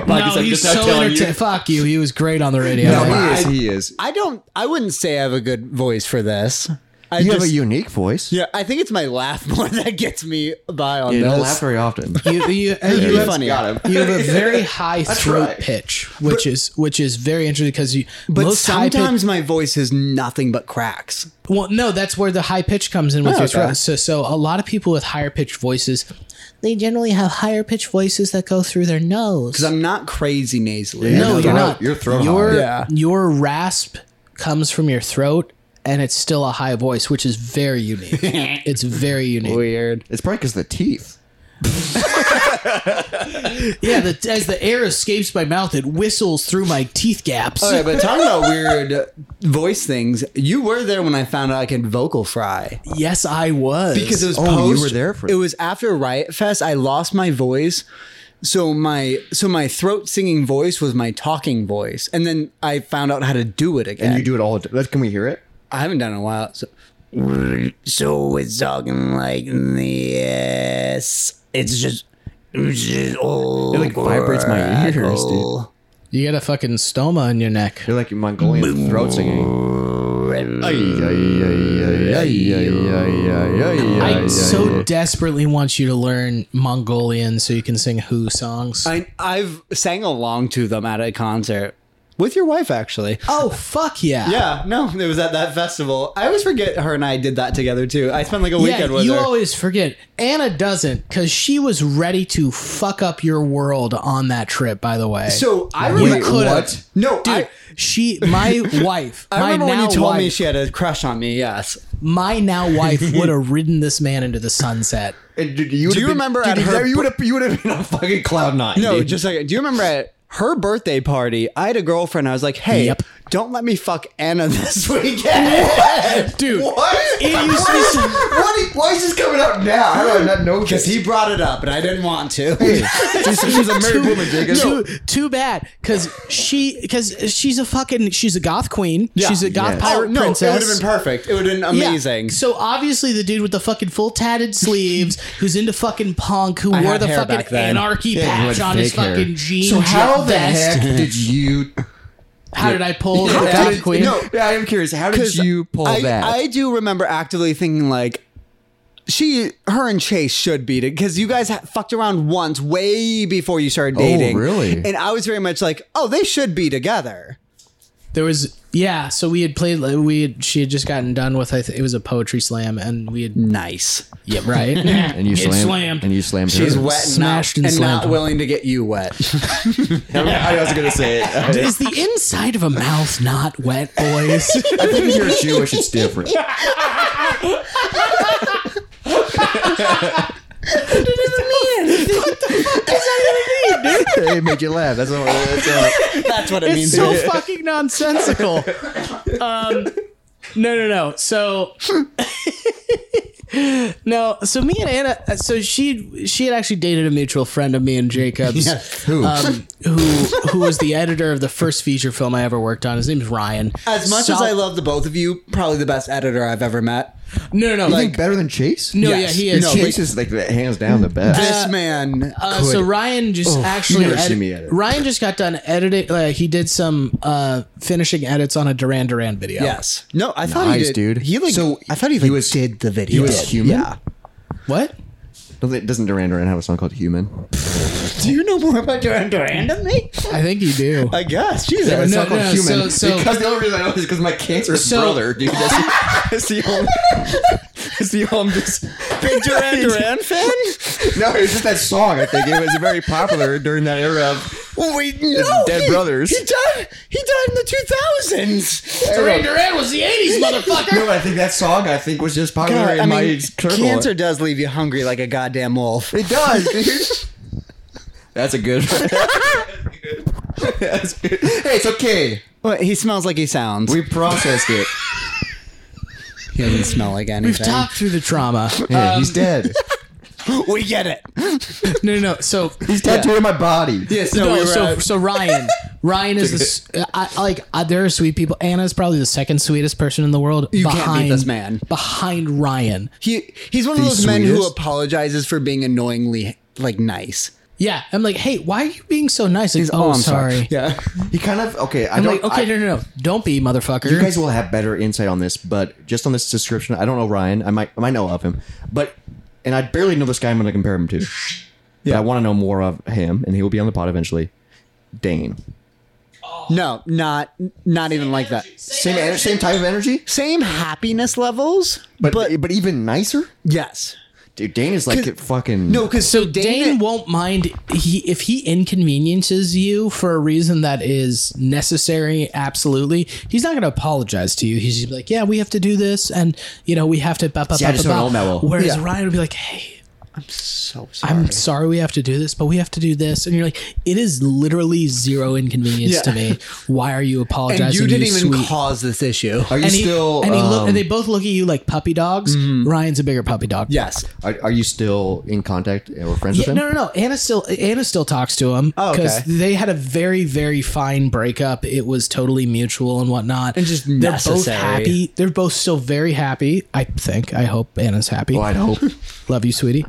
S3: podcast.
S1: No,
S3: I'm
S1: he's
S3: just not
S1: so
S3: telling you.
S1: entertaining. Fuck you. He was great on the radio.
S3: No,
S4: but
S3: he is.
S4: I-
S3: He is.
S4: I don't. I wouldn't say I have a good voice for this. I
S3: You have
S4: just-
S3: a unique voice.
S4: yeah, I think it's my laugh more that gets me by on
S3: You don't
S4: this.
S3: laugh very often.
S1: You, you, you
S4: Pretty
S1: have-
S4: funny.
S3: Got him.
S1: you have a very high throat
S3: right.
S1: pitch, which is which is very interesting because you
S4: But
S1: most high pitch-
S4: sometimes my voice is nothing but cracks.
S1: well, no, that's where the high pitch comes in with
S4: Oh,
S1: your
S4: okay.
S1: throat. So, so a lot of people with higher pitched voices, they generally have higher pitched voices that go through their nose.
S4: Because I'm not crazy nasally.
S1: No,
S3: Your
S1: you're
S3: throat-
S1: not.
S3: your throat
S1: Your
S3: high.
S4: Yeah.
S1: your rasp comes from your throat, and it's still a high voice, which is very unique. it's very unique.
S4: weird.
S3: It's probably because the teeth.
S1: Yeah, the, as the air escapes my mouth, it whistles through my teeth gaps.
S4: All right, but talking about weird voice things, you were there when I found out I could vocal fry
S1: Yes, I was.
S4: because it was
S3: Oh,
S4: post.
S3: you were there for-
S4: it was after Riot Fest. I lost my voice, so my so my throat singing voice was my talking voice, and then I found out how to do it again.
S3: And you do it all. the time. Can we hear it?
S4: I haven't done it in a while. So, so it's talking like this. It's just. It's just oh,
S3: It like vibrates my ears, dude.
S1: you got a fucking stoma in your neck.
S3: You're like Mongolian throat singing.
S1: I
S3: I
S1: so desperately want you to learn Mongolian so you can sing Who songs.
S4: I, I've sang along to them at a concert with your wife, actually.
S1: oh fuck yeah!
S4: Yeah, no, it was at that festival. I always forget her and I did that together too. I spent like a
S1: Yeah,
S4: weekend with
S1: you
S4: her.
S1: always forget. Anna doesn't because she was ready to fuck up your world on that trip. By the way,
S4: so I
S1: you
S4: remember
S1: could
S3: what?
S1: have.
S4: No,
S1: Dude,
S4: I,
S1: she, my wife,
S4: I
S1: my
S4: remember
S1: now
S4: when you told
S1: wife,
S4: me she had a crush on me. Yes.
S1: my now wife would have ridden this man into the sunset.
S3: you
S4: Do you remember at
S3: dude,
S4: her-
S3: You would have. You would have been on fucking cloud nine.
S4: No,
S3: dude.
S4: just like, do you remember at her birthday party? I had a girlfriend. I was like, hey,
S1: Yep.
S4: don't let me fuck Anna this weekend,
S1: Dude,
S4: What?
S1: it used to be so-
S3: What is- why is this coming out now? How do I not know
S4: Because
S3: this?
S4: he brought it up, and I didn't want to.
S3: she's a married woman, Jacob.
S1: too, too bad because she because she's a fucking she's a goth queen she's a goth
S3: yes.
S1: pirate
S4: Oh, no,
S1: princess
S4: it would have been perfect. It would have been
S1: Yeah.
S4: amazing.
S1: So obviously the dude with the fucking full tatted sleeves, who's into fucking punk, who wore
S4: had
S1: the
S4: hair
S1: fucking
S4: back then.
S1: anarchy
S3: Yeah, you
S1: patch
S3: had
S1: on his
S3: fake hair.
S1: fucking jean
S3: So how
S1: jack
S3: the
S1: vest.
S3: heck did you?
S1: How did I pull the
S4: Yeah.
S1: goth queen?
S4: No.
S3: Yeah, I am curious. How did
S4: 'Cause
S3: you pull
S4: I,
S3: that?
S4: I do remember actively thinking like. She, her, and Chase should beat it because you guys ha- fucked around once way before you started dating.
S3: Oh, really?
S4: And I was very much like, oh, they should be together.
S1: There was yeah. So we had played. like, We had, she had just gotten done with. I th- it was a poetry slam, and we had
S4: Nice.
S1: yeah right.
S3: and you
S1: Get
S3: slammed,
S1: slammed.
S3: And you slammed.
S4: She's
S3: her.
S4: wet, and
S1: Smashed
S4: not,
S1: and
S4: and,
S1: slammed.
S4: not willing to get you wet.
S3: I was gonna say it.
S1: Is the inside of a mouth not wet, boys?
S3: I think if you're Jewish, it's different. It made you laugh. That's all. That's all.
S4: That's what it means.
S1: it's so fucking nonsensical. Um, no, no, no. So no. So me and Anna. uh, So she she had actually dated a mutual friend of me and Jacobs,
S3: Who?
S1: um, who who was the editor of the first feature film I ever worked on. His name is Ryan.
S4: as much as
S1: Sol-
S4: I love the both of you, probably the best editor I've ever met.
S1: no, no, no.
S3: you
S1: Like,
S3: think better than Chase?
S1: no,
S4: yes.
S1: yeah, he is.
S4: No,
S1: He-
S3: Chase is like hands down the best.
S4: This man
S1: Uh,
S4: could
S1: so Ryan just actually
S3: Oh, never
S1: edi-
S3: see me edit.
S1: Ryan just got done editing. Like he did some uh, finishing edits on a Duran Duran video.
S4: Yes. No, I thought he
S3: Nice,
S4: did.
S3: dude.
S4: He like.
S3: So,
S4: I thought he,
S3: he
S4: like,
S3: was-
S4: did the video.
S3: was human?
S4: Yeah.
S1: What?
S3: Doesn't doesn't Duran Duran have a song called Human?
S4: Do you know more about Duran Duran than me?
S1: I think you do.
S4: I guess. Jesus.
S3: It's
S1: No,
S3: not called
S1: no, so-
S3: Human
S1: so-
S3: because the only reason I know is because my cancerous
S1: So-
S3: brother, dude. That's, that's the only. That's the only. I'm just
S4: Big Duran Duran fan?
S3: no. It's just that song. I think it was very popular during that era of
S4: Well, wait, no.
S3: Dead
S4: he-
S3: Brothers.
S4: He died. He died in the two thousands.
S1: Duran Duran was the '80s, motherfucker.
S3: No, but I think that song I think was just popular in my circle.
S4: cancer does leave you hungry like a goddamn wolf.
S3: It does, dude. That's a good. That's good. Hey, it's okay.
S4: Wait, he smells like he sounds.
S3: We processed it.
S4: he doesn't smell like anything.
S3: Um,
S1: We've talked through the trauma.
S3: Yeah, he's dead.
S4: we get it.
S1: No, no, no. So
S3: He's tattooed on my body.
S4: Yeah, so
S1: no,
S4: we were
S1: so,
S4: at-
S1: so Ryan, Ryan is this, I, I- like uh, there are sweet people. Anna's probably the second sweetest person in the world.
S4: You can't beat
S1: behind
S4: this man.
S1: Behind Ryan,
S4: he he's one of
S3: The
S4: those men who
S3: sweetest.
S4: apologizes for being annoyingly like nice.
S1: yeah. I'm like, hey, why are you being so nice? Like,
S4: oh,
S1: oh,
S4: I'm sorry.
S1: sorry.
S4: Yeah.
S3: He kind of okay. I
S1: I'm
S3: don't.
S1: like, okay,
S3: I-
S1: no, no, no, don't be motherfucker.
S3: you guys will have better insight on this, but just on this description, I don't know Ryan. I might I might know of him, but and I barely know this guy. I'm going to compare him to. Yeah, I want to know more of him, and he will be on the pod eventually. Dane,
S4: No, not not even like that.
S3: same ener- same type of energy,
S4: Same happiness levels,
S3: but
S4: but,
S3: but, even nicer.
S4: yes.
S3: Dude, Dane is like fucking
S4: No, because
S1: so Dane, won't mind he if he inconveniences you for a reason that is necessary. Absolutely, he's not going to apologize to you. He's just like, yeah, we have to do this, and you know, we have to. Bah, bah,
S3: See, I
S1: bah,
S3: just
S1: bah,
S3: don't
S1: bah.
S3: know that well.
S1: Whereas
S4: Yeah.
S1: Ryan would be like, hey,
S4: so sorry.
S1: I'm sorry we have to do this, but we have to do this. And you're like, it is literally zero inconvenience
S4: Yeah.
S1: to me. Why are you apologizing?
S4: and you didn't even
S1: sweet-
S4: cause this issue.
S3: Are you
S1: And he,
S3: still?
S1: and, he look,
S3: um,
S1: and they both look at you like puppy dogs. Ryan's a bigger puppy dog.
S4: Yes.
S3: are, are you still in contact or friends
S1: Yeah,
S3: with him?
S1: no, no, no. Anna still Anna still talks to him
S4: Oh,
S1: because
S4: okay.
S1: they had a very, very fine breakup. It was totally mutual and whatnot. And
S4: just
S1: they're both
S4: necessary.
S1: happy. They're both still very happy. I think. I hope Anna's happy.
S3: Well, I'd hope.
S1: Love you, sweetie.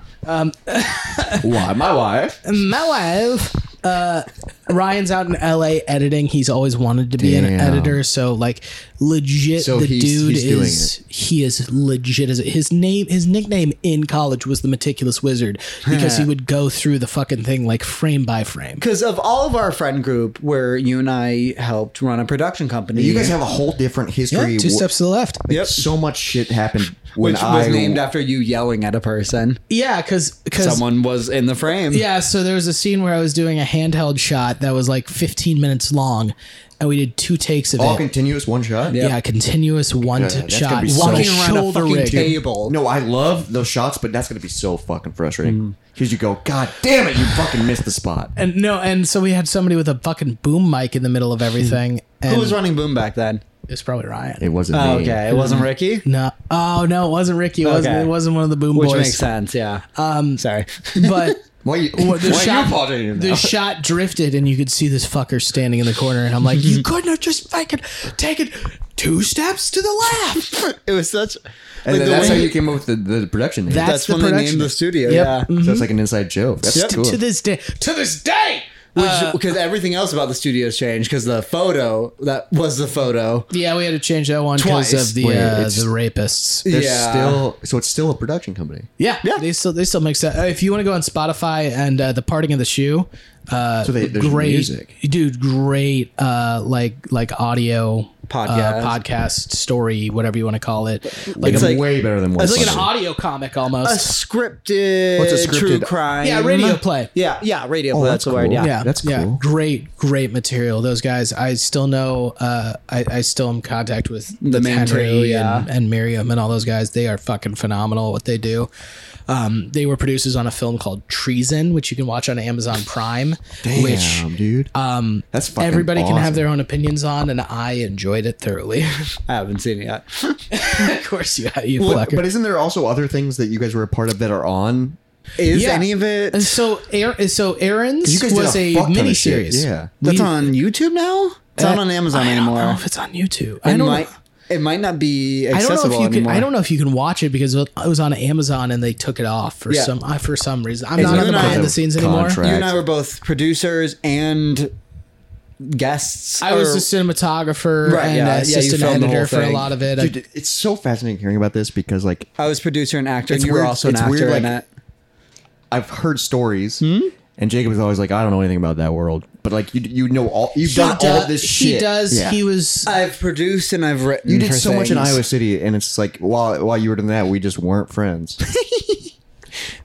S3: Why my wife?
S1: my wife uh ryan's out in la editing he's always wanted to be an
S3: Damn.
S1: editor so like legit
S3: So
S1: the
S3: he's-
S1: dude
S3: he's doing
S1: is he is legit as his name his nickname in college was the meticulous wizard because he would go through the fucking thing like frame by frame
S4: Because of all of our friend group where you and I helped run a production company.
S3: You guys have a whole different history.
S1: yeah, two
S3: Wh-
S1: steps to the left
S4: Yep.
S3: So much shit happened when
S4: Which was
S3: I
S4: named after you yelling at a person.
S1: yeah because
S4: Someone was in the frame.
S1: Yeah, so there was a scene where I was doing a handheld shot that was like 15 minutes long, and we did two takes of
S3: all
S1: it.
S3: continuous one shot.
S1: yeah, continuous one
S3: that's gonna
S1: shot,
S3: be so
S4: Walking around a
S1: shoulder
S4: fucking
S1: rig.
S4: table.
S3: No, I love those shots, but that's gonna be so fucking
S1: Mm.
S3: frustrating because you go, God damn it, you fucking missed the spot.
S1: And no, and so we had somebody with a fucking boom mic in the middle of everything. And
S4: Who was running boom back then?
S1: It was probably Ryan.
S3: It wasn't
S4: Oh,
S3: me.
S4: okay. It wasn't Ricky?
S1: No, oh no, it wasn't Ricky. It wasn't,
S4: Okay.
S1: it wasn't one of the boom
S4: Which
S1: boys.
S4: makes sense, yeah. Um, Sorry.
S1: But
S3: Why you? Why
S1: what, the
S3: are you
S1: shot,
S3: apologizing?
S1: the
S3: now?
S1: shot drifted, and you could see this fucker standing in the corner. And I'm like, you couldn't have just fucking taken two steps to the left.
S4: it was such.
S3: and
S4: like,
S3: then
S4: the
S3: that's
S4: way-
S3: how you came up with the, the production name.
S1: That- That's
S4: that's
S1: the
S4: when they
S1: production.
S4: named the studio,
S1: Yep.
S4: yeah.
S3: so it's like an inside joke. That's cool.
S1: To this day, to this day.
S4: Because everything else about the studio's changed. Because the photo that was the photo.
S1: Yeah, we had to change that one because
S4: Twice.
S1: of the
S3: Wait,
S1: uh,
S3: it's-
S1: the rapists.
S3: There's
S4: yeah.
S3: still so it's still a production company.
S1: Yeah, yeah. They still they still make sense. Uh, if you want to go on Spotify and uh, the parting of the shoe, uh,
S3: So they, there's
S1: great
S3: music.
S1: dude, great uh, like like audio
S4: Podcast.
S1: uh, podcast story, whatever you want to call it. Like
S4: It's
S1: a,
S4: like-
S3: Way better than one.
S1: it's like an
S3: song.
S1: audio comic
S4: A
S1: almost.
S4: scripted,
S3: What's a
S4: true
S3: scripted- Oh,
S4: crime.
S1: yeah, radio play.
S4: Yeah, yeah, radio. play, that's
S3: that's
S4: the word.
S3: cool.
S4: Yeah.
S1: Yeah,
S3: that's
S1: yeah.
S3: cool.
S1: Great, great material. Those guys, I still know. Uh, I, I still am in contact with the
S4: main
S1: Henry
S4: two, yeah.
S1: and, and Miriam and all those guys. They are fucking phenomenal at what they do. Um, they were producers on a film called Treason, which you can watch on Amazon Prime.
S3: Damn,
S1: which
S3: dude. Um, that's fucking
S1: everybody
S3: awesome.
S1: can have their own opinions on, and I enjoyed it thoroughly.
S4: I haven't seen it yet.
S1: of course, you you
S3: But,
S1: fucker.
S3: but isn't there also other things that you guys were a part of that are on?
S4: Is
S1: Yeah.
S4: any of it?
S1: And so, Aar- so
S3: You
S1: Aaron's
S3: guys did
S1: was
S3: a
S1: a,
S3: fuck ton of
S1: mini
S3: shit,
S1: series.
S3: yeah.
S4: That's on YouTube now. It's not on Amazon
S1: I
S4: anymore.
S1: don't know if it's on YouTube.
S4: it
S1: I don't.
S4: might. It might not be
S1: I don't know
S4: accessible
S1: if you can.
S4: anymore.
S1: I don't know if you can watch it because it was on Amazon and they took it off for
S4: Yeah.
S1: some uh, for some reason. I'm
S4: It's
S1: not on
S4: not
S1: the
S4: because
S1: behind the
S3: of
S1: scenes anymore.
S3: contract.
S4: You and I were both producers and guests.
S1: I was
S4: or-
S1: the cinematographer
S4: Right,
S1: and
S4: yeah, yeah, you
S1: assistant
S4: filmed the whole
S1: editor for a
S4: thing.
S1: lot of it.
S3: Dude, it's so fascinating hearing about this because like
S4: I was producer and actor,
S3: It's
S4: and you
S3: weird-
S4: were also an
S3: it's
S4: actor
S3: weird,
S4: in
S3: like-
S4: it.
S3: I've heard stories, and Jacob is always like, I don't know anything about that world, but like you, you know all you've
S1: He
S3: done all
S1: do-
S3: this
S1: He
S3: shit.
S1: does.
S3: Yeah.
S1: He was.
S4: I've produced and I've written.
S3: You did so much in Iowa
S4: Iowa.
S3: City, and it's like while while you were doing that, we just weren't friends.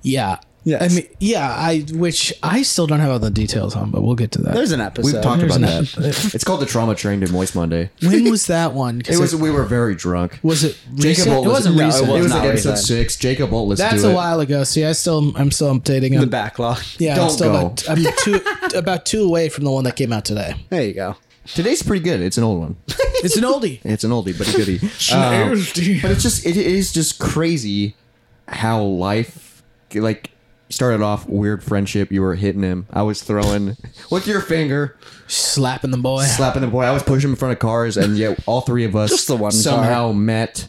S1: yeah.
S4: Yes.
S1: I mean, yeah. I which I still don't have all the details on, but we'll get to that.
S4: There's an episode.
S3: We've talked about
S1: an-
S3: that. it's called the Trauma Train to Moist Monday.
S1: when was that one? 'Cause
S3: It was we were very drunk.
S1: Was it
S3: Jacob?
S1: recent?
S3: Olt
S1: It
S3: was-
S1: wasn't
S4: no, it
S1: recent.
S3: It
S4: wasn't.
S3: was like
S4: Not
S3: episode
S4: recent.
S3: six. Jacob, Olt, let's
S1: That's
S3: do
S1: a
S3: it.
S1: while ago. See, I still I'm still updating
S4: the
S1: him.
S4: backlog.
S1: yeah, I'm
S3: Don't
S1: still
S3: go.
S1: about I'm two about two away from the one that came out today.
S4: There you go.
S3: Today's pretty good. It's an old one.
S1: It's an oldie.
S3: It's an oldie but a goodie.
S1: Oh.
S3: Um, but it's just it is just crazy how life like started off weird friendship. You were hitting him. I was throwing with your finger,
S1: slapping the boy.
S3: slapping the boy. I was pushing him in front of cars, and yet all three of us
S4: Just the one
S3: somehow met.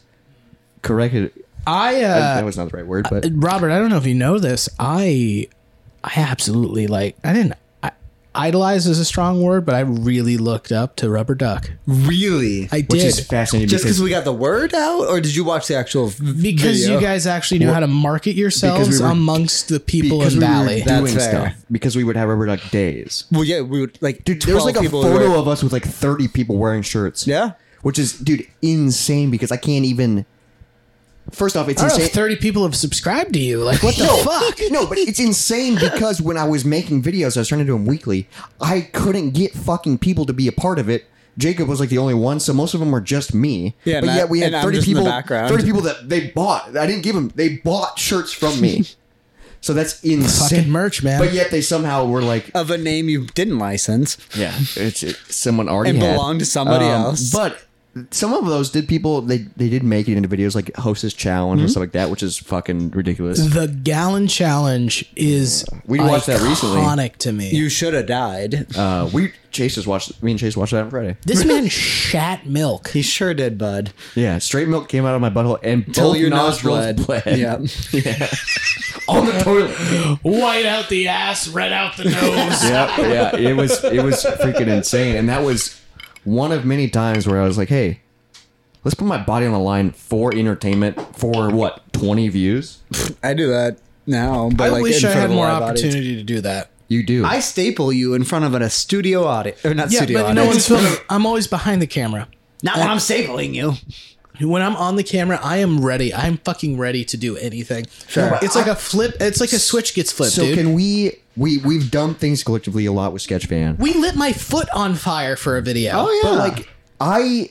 S3: Corrected.
S1: I uh,
S3: that was not the right word,
S4: uh,
S3: but
S1: Robert, I don't know if you know this. I I absolutely like I didn't I, idolize is a strong word, but I really looked up to Rubber Duck.
S4: Really?
S1: I
S3: which
S1: did
S3: is fascinating
S4: just because
S3: because
S4: we got the word out, or did you watch the actual v-
S1: because
S4: video?
S1: you guys actually knew how to market yourselves
S3: Because we were-
S1: amongst the people
S3: because
S1: in
S3: we were
S1: Valley.
S4: That's
S3: doing
S4: fair.
S3: stuff because we would have rubber duck days.
S4: Well, yeah, we would like. Dude,
S3: There was like a photo of us with like 30 people wearing shirts.
S4: Yeah.
S3: Which is, dude, insane because I can't even. First off, it's
S1: I don't know
S3: insane.
S1: if thirty people have subscribed to you. Like what the
S3: no,
S1: fuck?
S3: No, but it's insane because when I was making videos, I was trying to do them weekly. I couldn't get fucking people to be a part of it. Jacob was like the only one, so most of them were just me.
S4: Yeah,
S3: but
S4: and I-
S3: yet we had
S4: and I'm
S3: thirty
S4: just in the
S3: people.
S4: background.
S3: Thirty people that they bought. I didn't give them. They bought shirts from me. so that's insane.
S1: Fucking merch, man.
S3: But yet they somehow were like,
S4: of a name you didn't license.
S3: yeah, it's it, someone already
S4: And
S3: had. um,
S4: belonged to somebody else.
S3: But some of those did people they they did make it into videos like Hostess Challenge
S4: Mm-hmm.
S3: and stuff like that, which is fucking ridiculous.
S1: the gallon challenge is
S3: We watched that recently.
S1: iconic to me.
S4: You should have died.
S3: Uh, we Chase just watched me and Chase watched that on Friday.
S1: this man shat milk.
S4: he sure did, bud.
S3: Yeah, straight milk came out of my butthole and
S4: Till
S3: both
S4: your nose
S3: nostrils
S4: bled.
S3: bled.
S4: Yeah.
S3: on the toilet.
S1: White out the ass, red out the nose.
S3: yeah, yeah. It was it was freaking insane, and that was one of many times where I was like, hey. Let's put my body on the line for entertainment for what twenty views?
S4: I do that now, but
S1: I
S4: like
S1: wish
S4: in
S1: I
S4: front
S1: had
S4: of a
S1: more
S4: live audience.
S1: opportunity to do that.
S3: You do.
S4: I staple you in front of a studio audience, or not
S1: Yeah,
S4: studio
S1: but
S4: audience.
S1: no one's filming. I'm always behind the camera.
S4: not when I'm stapling you.
S1: When I'm on the camera, I am ready. I'm fucking ready to do anything.
S4: Sure.
S1: It's like a flip. It's like a switch gets flipped,
S3: So
S1: dude.
S3: can we we we've done things collectively a lot with Sketchfan.
S1: we oh, lit my foot on fire for a video.
S3: But like I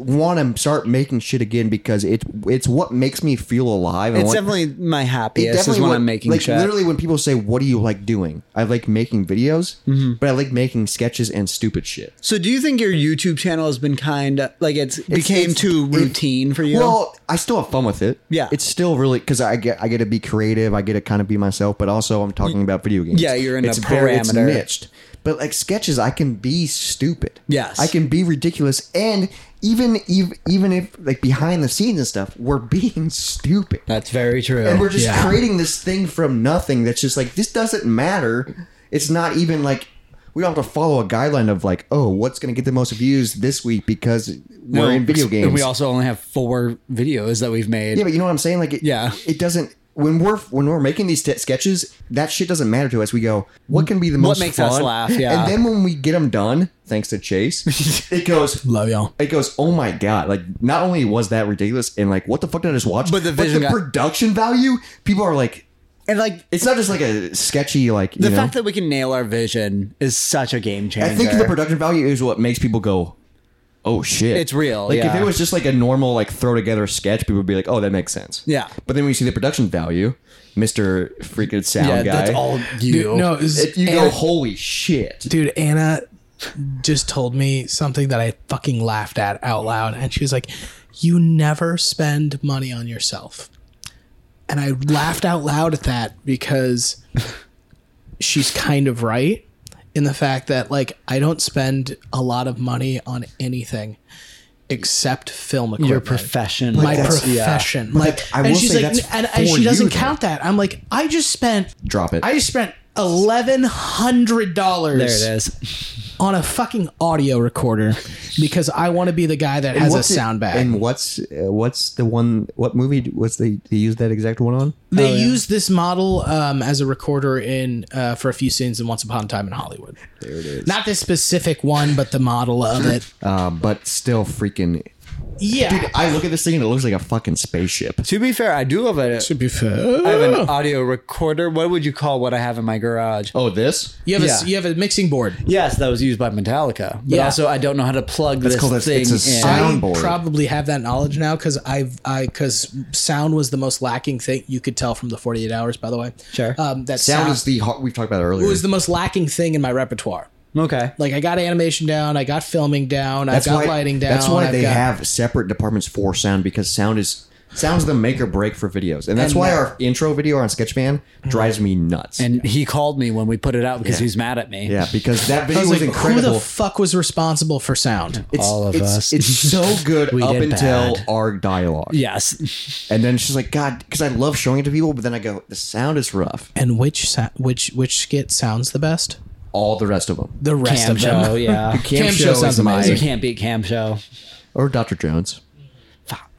S3: want to start making shit again because it's it's what makes me feel alive. and
S4: It's
S3: what-
S4: definitely my
S3: it
S4: happiest is
S3: definitely
S4: when
S3: what-
S4: I'm making
S3: like
S4: shit.
S3: literally when people say, "What do you like doing?" I like making videos,
S4: Mm-hmm.
S3: but I like making sketches and stupid shit.
S4: So do you think your YouTube channel has been kind of like it's, became
S3: it's-
S4: too
S3: it-
S4: routine for you?
S3: Well, I still have fun with it.
S4: Yeah.
S3: it's still really because I get I get to be creative. I get to kind of be myself, but also I'm talking about video games.
S4: Yeah, you're in a
S3: it's very- it's
S4: parameter.
S3: niched. But like sketches, I can be stupid.
S4: Yes.
S3: I can be ridiculous, and even ev- even if like behind the scenes and stuff, we're being stupid.
S4: that's very true.
S3: and we're just creating this thing from nothing that's just like this doesn't matter it's not even like we don't have to follow a guideline of like oh what's going to get the most views this week because we're in video games
S4: And we also only have four videos that we've made.
S3: yeah but you know what i'm saying like it,
S4: Yeah.
S3: it doesn't when we're when we're making these t- sketches that shit doesn't matter to us we go what can be the most
S4: makes
S3: fun?
S4: us laugh, yeah.
S3: and then when we get them done thanks to chase it goes
S1: Love y'all.
S3: it goes, oh my god! Like, not only was that ridiculous, and like, what the fuck did I just watch?
S4: But the vision got-
S3: production value, people are like,
S4: and like
S3: it's not just like a sketchy like you
S4: the
S3: know.
S4: fact that we can nail our vision is such a game changer.
S3: I think the production value is what makes people go, "Oh shit!"
S4: It's real,
S3: Like
S4: yeah.
S3: if it was just like a normal like throw together sketch, people would be like, "Oh, that makes sense."
S4: Yeah.
S3: But then when you see the production value, Mister freaking sound
S4: yeah,
S3: guy,
S4: that's all you.
S1: Dude, no, it was-
S3: it- you go,
S1: Anna,
S3: "Holy shit!"
S1: dude. Anna just told me something that I fucking laughed at out loud, and she was like, "You never spend money on yourself," and I laughed out loud at that because she's kind of right in the fact that like I don't spend a lot of money on anything except film equipment.
S4: your profession,
S1: my
S4: That's- yeah.
S1: profession. Like,
S3: I
S1: and
S3: will
S1: she's
S3: say
S1: like,
S3: that's
S1: and, and
S3: for
S1: she
S3: you,
S1: doesn't
S3: though.
S1: count that. I'm like, I just spent,
S3: Drop it.
S1: I just spent eleven hundred
S4: There
S1: dollars
S4: it is.
S1: on a fucking audio recorder because I want to be the guy that has a
S3: What's it-
S1: sound bag.
S3: And what's uh, what's the one? What movie was they they used that exact one on?
S1: they used this model um, as a recorder in uh, for a few scenes in Once Upon a Time in Hollywood. There it is. Not this specific one, but the model of it.
S3: Uh, but still, freaking.
S1: Yeah.
S3: I look at this thing and it looks like a fucking spaceship.
S4: To be fair, I do have a.
S1: to be
S4: I
S1: fair,
S4: have an audio recorder. What would you call what I have in my garage?
S3: Oh, this?
S1: you have
S4: yeah.
S1: a you have a mixing board.
S4: Yes, that was used by Metallica. But
S1: Yeah.
S4: also, I don't know how to plug this
S3: called a-
S4: thing
S3: it's a
S4: in.
S3: sound-
S1: I
S3: board.
S1: probably have that knowledge now because I've I because sound was the most lacking thing you could tell from the 48 hours. By the way,
S4: Sure.
S1: um, that
S3: Sound
S1: sound,
S3: is the har- we've talked about it earlier.
S1: was the most lacking thing in my repertoire.
S4: Okay.
S1: Like I got animation down, I got filming down, I got lighting down.
S3: That's why
S1: I've
S3: they
S1: got-
S3: have separate departments for sound because sound is Sounds the make or break for videos, and that's why our intro video on Sketchman drives me nuts.
S4: And he called me when we put it out because he's mad at me.
S3: yeah, because that
S1: I
S3: video was,
S1: was like, who
S3: incredible.
S1: the fuck was responsible for sound?
S3: it's,
S4: All of
S3: it's-
S4: us.
S3: It's so good
S4: We
S3: up
S4: did
S3: until
S4: bad.
S3: our dialogue.
S4: Yes.
S3: And then she's like, God, because I love showing it to people, but then I go, the sound is rough.
S1: And which sa- which which skit sounds the best?
S3: All the rest of them.
S1: The rest
S4: Cam
S1: of them.
S4: show, yeah. you,
S3: Cam,
S1: Cam
S3: show,
S1: show
S3: is
S1: sounds
S3: my-
S1: amazing.
S4: can't beat Cam show.
S3: Or Dr. Jones.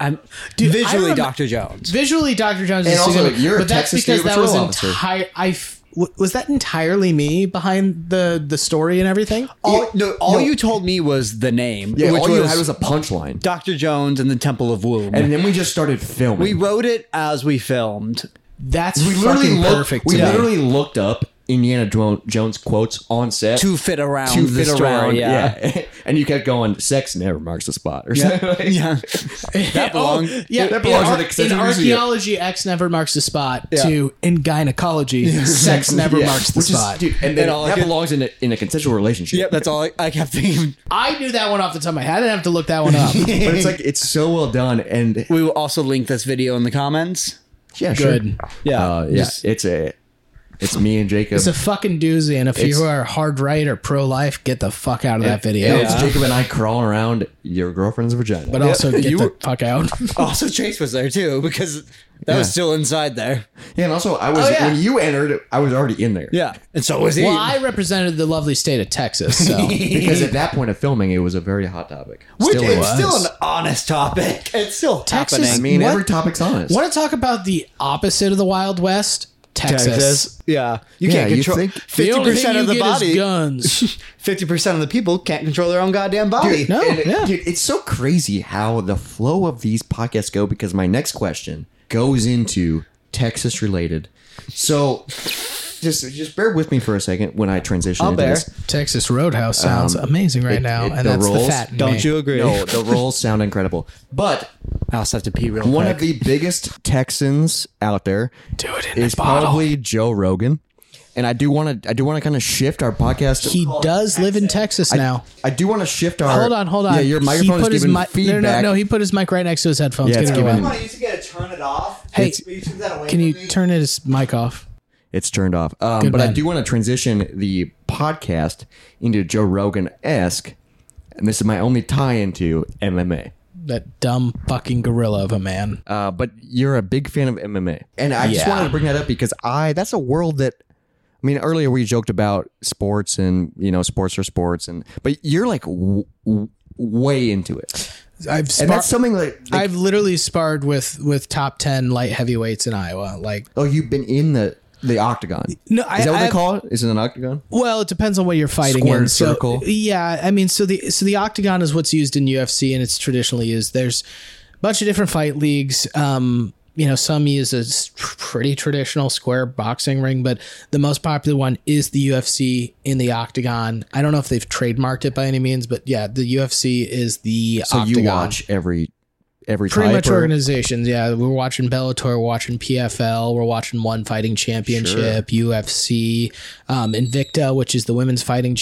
S4: I'm visually
S1: remem-
S4: Dr. Jones.
S1: Visually, Dr. Jones
S3: And
S1: is
S3: also,
S1: stupid,
S3: you're a
S1: but that's
S3: Texas
S1: because
S3: State
S1: that was
S3: Patrol officer.
S1: entire. I f- w- was that entirely me behind the the story and everything.
S4: All, no, all you told me was the name,
S3: Yeah,
S4: which
S3: all
S4: was,
S3: you had was a punchline.
S4: Dr. Jones and the Temple of Womb.
S3: And then we just started filming.
S4: we wrote it as we filmed.
S1: That's
S3: we literally,
S1: fucking
S3: looked,
S1: perfect.
S3: we
S1: to me.
S3: literally looked up Indiana Jo- Jones quotes on set
S4: To fit around
S3: to
S4: the story, yeah.
S3: and you kept going, sex never marks the spot. Or something.
S4: Yeah. that belonged.
S1: yeah,
S3: that belongs
S1: in,
S3: with
S1: ar-
S3: Extension
S1: in
S3: Museum.
S1: archaeology, X never marks the spot.
S4: Yeah.
S1: To in gynecology, sex never
S3: Yeah.
S1: marks the
S3: Which is-
S1: spot.
S3: dude, and then
S4: And all I
S3: that
S4: could-
S3: belongs in a, in a consensual relationship.
S4: Yep, that's all I, I kept thinking.
S1: I knew that one off the top of my head. I didn't have to look that one up.
S3: But it's like, it's so well done. And
S4: We will also link this video in the comments.
S3: yeah,
S1: Good.
S3: sure.
S4: Yeah.
S3: Uh, yeah, it's a, it's me and Jacob.
S1: It's a fucking doozy, and if
S3: It's-
S1: you are hard right or pro life, get the fuck out of that video.
S3: Yeah, It's Jacob and I crawling around your girlfriend's vagina.
S1: But also get the fuck out.
S4: also, Chase was there too because that was
S3: Yeah.
S4: still inside there.
S3: yeah, and also I was
S1: Oh, yeah.
S3: when you entered, I was already in there.
S4: Yeah, and so was he.
S1: well, I represented the lovely state of Texas, so
S3: Because at that point of filming, it was a very hot topic.
S4: Which
S1: Still
S4: it's
S1: was.
S4: still an honest topic. It's still
S1: Texas-
S3: I
S4: happening.
S3: mean,
S1: What?
S3: every topic's honest.
S1: want to talk about the opposite of the Wild West? Texas.
S4: Yeah, you
S3: Yeah,
S4: can't
S3: you
S4: control
S3: think-
S1: The
S4: fifty
S1: only
S4: percent
S1: thing you
S4: of the
S1: get is
S4: body.
S1: guns.
S4: Fifty percent of the people can't control their own goddamn body.
S3: Dude, and it-
S1: yeah.
S3: dude, it's so crazy how the flow of these podcasts go because my next question goes into Texas related. So just just bear with me for a second when I transition
S4: I'll
S3: into
S4: bear.
S3: this.
S1: Texas Roadhouse sounds
S3: Um,
S1: amazing right
S3: it-
S1: now,
S3: it-
S1: and
S3: the
S1: that's
S3: rolls,
S1: the fat. in me.
S4: Don't you agree?
S3: No, the roles sound incredible. But
S4: I also have to pee real
S3: one
S4: quick.
S3: of the biggest Texans out there is
S1: do it in the bottle?
S3: probably Joe Rogan. And I do want to I do want to kind of shift our podcast.
S1: He does live in Texas now.
S3: I do want to shift our
S1: Hold on, hold on.
S3: Yeah, your
S1: He
S3: microphone
S1: put
S3: is
S1: his
S3: giving
S1: mi-
S3: feedback.
S1: No, no, no. He put his mic right next to his headphones.
S3: Yeah, it's
S1: Get it away.
S3: giving-
S5: Come on, you two gotta turn it off.
S1: Hey,
S5: Will you took that away
S1: Can
S5: from
S1: you
S5: me?
S1: turn his mic off?
S3: it's turned off. Um,
S1: Good
S3: but I
S1: man.
S3: do want to transition the podcast into Joe Rogan esque, and this is my only tie into MMA.
S1: That dumb fucking gorilla of a man.
S3: Uh, but you're a big fan of MMA, and I just
S1: Yeah.
S3: wanted to bring that up because I that's a world that. I mean, earlier we joked about sports and you know sports are sports, and but you're like w- w- way into it,
S1: I've
S3: and
S1: spar-
S3: that's something like, like
S1: I've literally sparred with with top ten light heavyweights in Iowa. Like,
S3: oh, you've been in the the octagon.
S1: No,
S3: is
S1: I-
S3: that what they
S1: I've-
S3: call it? Is it an octagon?
S1: well, it depends on what you're fighting
S3: Square
S1: in. So,
S3: circle.
S1: yeah, I mean, so the so the octagon is what's used in UFC, and it's traditionally used. There's a bunch of different fight leagues. Um, you know, some use a s- pretty traditional square boxing ring, but the most popular one is the UFC in the octagon. I don't know if they've trademarked it by any means, but yeah, the UFC is the
S3: So
S1: octagon.
S3: you watch every every
S1: pretty
S3: type
S1: much
S3: or-
S1: organizations. Yeah, we're watching Bellator, we're watching PFL, we're watching One Fighting Championship, UFC, um, Invicta, which is the women's fighting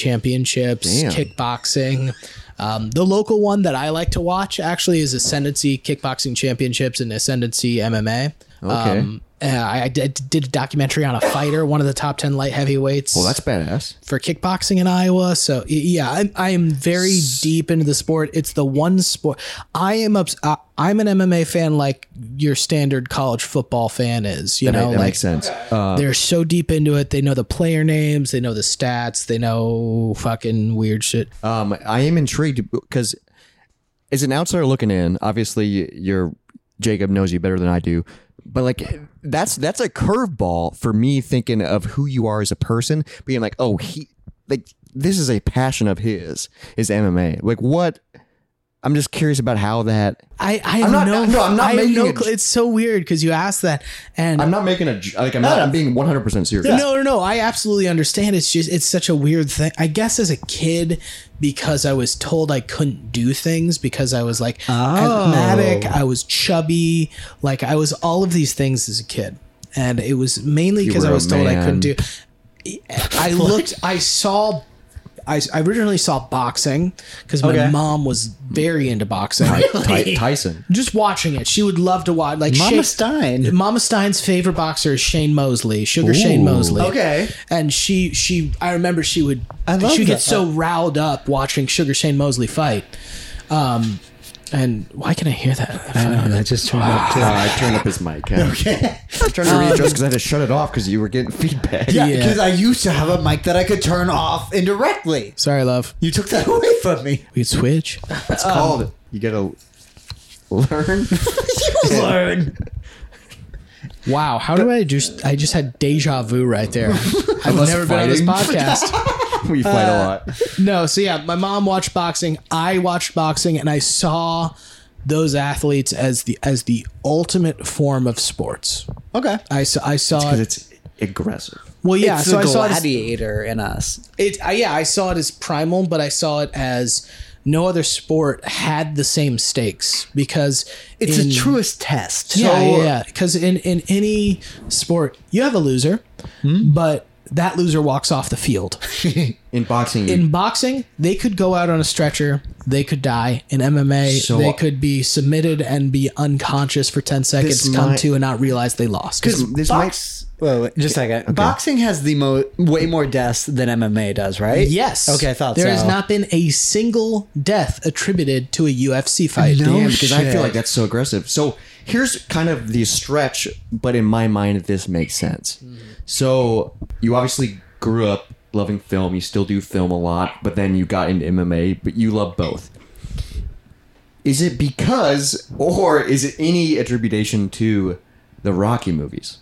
S1: championships,
S3: Damn.
S1: kickboxing. Um, the local one that I like to watch actually is Ascendancy Kickboxing Championships and Ascendancy MMA.
S3: Okay.
S1: Um, uh, I I did, did a documentary on a fighter, one of the top ten light heavyweights
S3: Well, that's badass.
S1: for kickboxing in Iowa. So y- yeah, I'm, I am very deep into the sport. It's the one sport I am ups- I, I'm an MMA fan, like your standard college football fan is. You
S3: That,
S1: know,
S3: ma- that
S1: like
S3: makes sense. Uh,
S1: they're so deep into it. They know the player names, they know the stats, they know fucking weird shit.
S3: um, I am intrigued because as an outsider looking in, obviously you're Jacob knows you better than I do, but like that's that's a curveball for me thinking of who you are as a person, being like, oh, he like this is a passion of his is MMA. Like what? I'm just curious about how that.
S1: I I
S3: I'm
S1: have
S3: not-
S1: no,
S3: no, I'm not
S1: I have
S3: making
S1: no
S3: a-
S1: cl- it's so weird because you asked that and
S3: I'm not making a j- like I'm not. I'm being 100 percent serious.
S1: No, no, no. I absolutely understand. It's just it's such a weird thing. I guess as a kid, because I was told I couldn't do things because I was like asthmatic, I was chubby, like I was all of these things as a kid, and it was mainly because
S3: were
S1: I
S3: a
S1: was told I couldn't
S3: man.
S1: do. I looked. I saw. I, I originally saw boxing because my
S4: Okay.
S1: mom was very into boxing.
S3: Ty- Tyson.
S1: Just watching it, she would love to watch. Like
S4: Mama
S1: Shane-
S4: Stein.
S1: Mama Stein's favorite boxer is Shane Mosley, Sugar Shane
S3: Ooh.
S1: Mosley.
S4: Okay.
S1: and she she I remember she would
S4: I love
S1: she would
S4: that.
S1: get so riled up watching Sugar Shane Mosley fight. Um, and why can I hear that?
S4: I know that just turned up
S3: Uh, I turned up his mic. Okay. I'm trying to readjust because I had to shut it off because you were getting feedback.
S4: Yeah,
S1: Yeah.
S4: because I used to have a mic that I could turn off indirectly.
S1: Sorry, love.
S4: You took that away from me. Um,
S1: We could switch.
S3: It's called. You gotta learn.
S4: you learn.
S1: Wow, how do I just? I just had deja vu right there. I've
S3: Us
S1: never been on this
S3: fighting.
S1: podcast.
S3: we fight
S4: Uh.
S3: a lot.
S1: no, so yeah, my mom watched boxing. I watched boxing, and I saw those athletes as the as the ultimate form of sports.
S4: Okay.
S1: I saw. I saw.
S3: Because
S1: It,
S3: it's aggressive.
S1: well, yeah.
S4: it's
S1: so
S4: the
S1: I saw it as
S4: gladiator in us.
S1: it I yeah i saw it as primal but i saw it as no other sport had the same stakes because
S4: It's
S1: in,
S4: the truest test.
S1: yeah
S4: So-
S1: yeah, yeah because in in any sport you have a loser but that loser walks off the field
S3: In boxing, you-
S1: in boxing they could go out on a stretcher they could die in mma
S3: So-
S1: they could be submitted and be unconscious for 10 seconds come
S3: might-
S1: to and not realize they lost
S3: this, this
S4: Box. Wait, wait, just a second. Boxing has the mo- way more deaths than MMA does, right?
S1: Yes.
S4: Okay, I thought
S1: there
S4: so.
S1: has not been a single death attributed to a UFC fight.
S4: No
S3: mic because I
S4: shit.
S3: feel like that's so aggressive. So here's kind of the stretch, but in my mind, this makes sense.
S4: Mm-hmm.
S3: So you obviously grew up loving film. You still do film a lot, but then you got into MMA, but you love both. Is it because, or is it any attribution to the Rocky movies?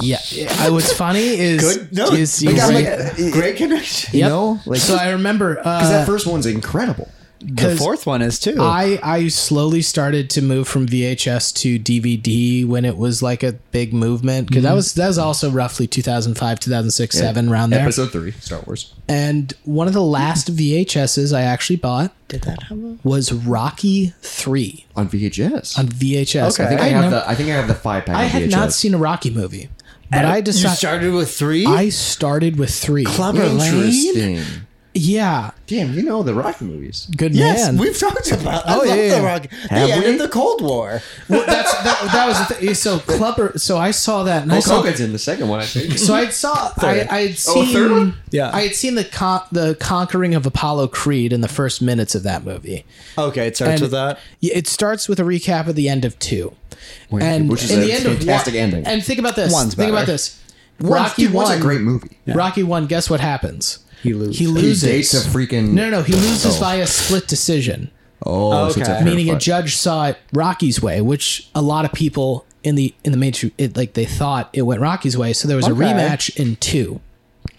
S1: Yeah. I, what's funny is
S4: Good. No.
S1: is
S4: I
S1: you
S4: got,
S1: right-
S4: like, a great connection.
S1: Yep.
S3: You know, like
S1: so I remember
S3: uh, because
S1: uh,
S3: that first one's incredible.
S4: The fourth one is too.
S1: I I slowly started to move from VHS to DVD when it was like a big movement because
S4: Mm-hmm.
S1: that was that was also roughly 2005 2006 seven around there.
S3: Episode three, Star Wars.
S1: And one of the last VHSs I actually bought
S4: Did that have a-
S1: was Rocky three
S3: on VHS.
S1: on VHS.
S4: Okay.
S3: I think I,
S1: had
S3: have
S1: never-
S3: the I think I have the five pack.
S1: I
S3: on
S1: had
S3: VHS.
S1: not seen a Rocky movie, but I
S4: you
S1: decided
S4: started with three.
S1: I started with three.
S4: Clubber Lane.
S3: Interesting.
S1: Yeah,
S3: Damn, you know the Rocky movies.
S1: good
S4: Yes,
S1: man.
S4: we've talked about. I
S1: Oh,
S4: love
S1: yeah, yeah.
S4: the Rock.
S3: Have
S4: They
S3: we?
S4: ended the Cold War.
S1: Well, that's that, that was the thing. so Clubber. So I saw that, and I
S3: Hulk
S1: saw.
S3: Hogan's in the second one, I think.
S1: So I saw. I, I had
S3: Oh,
S1: seen.
S3: Mm-hmm. third one?
S4: Yeah.
S1: I had seen the con- the conquering of Apollo Creed in the first minutes of that movie.
S4: Okay, it starts
S1: And-
S4: with that.
S1: Yeah, It starts with a recap of the end of two, and
S3: which is
S1: in
S3: a
S1: the end of
S3: fantastic
S1: one-
S3: ending.
S1: And think about this.
S4: One's
S1: think about
S4: better.
S1: this.
S3: Rocky
S1: Rocky
S3: One's
S1: one.
S3: a great movie.
S1: Rocky one. Guess what happens?
S4: He loses.
S1: He
S3: He
S1: loses.
S3: dates a Oh. freaking
S1: no, no, no. He loses via split decision.
S3: Oh, so it's a
S4: Okay.
S3: fair
S1: meaning a
S3: fight.
S1: judge saw it Rocky's way, which a lot of people in the in the mainstream it, like they thought it went Rocky's way. So there was a
S4: Okay.
S1: rematch in two.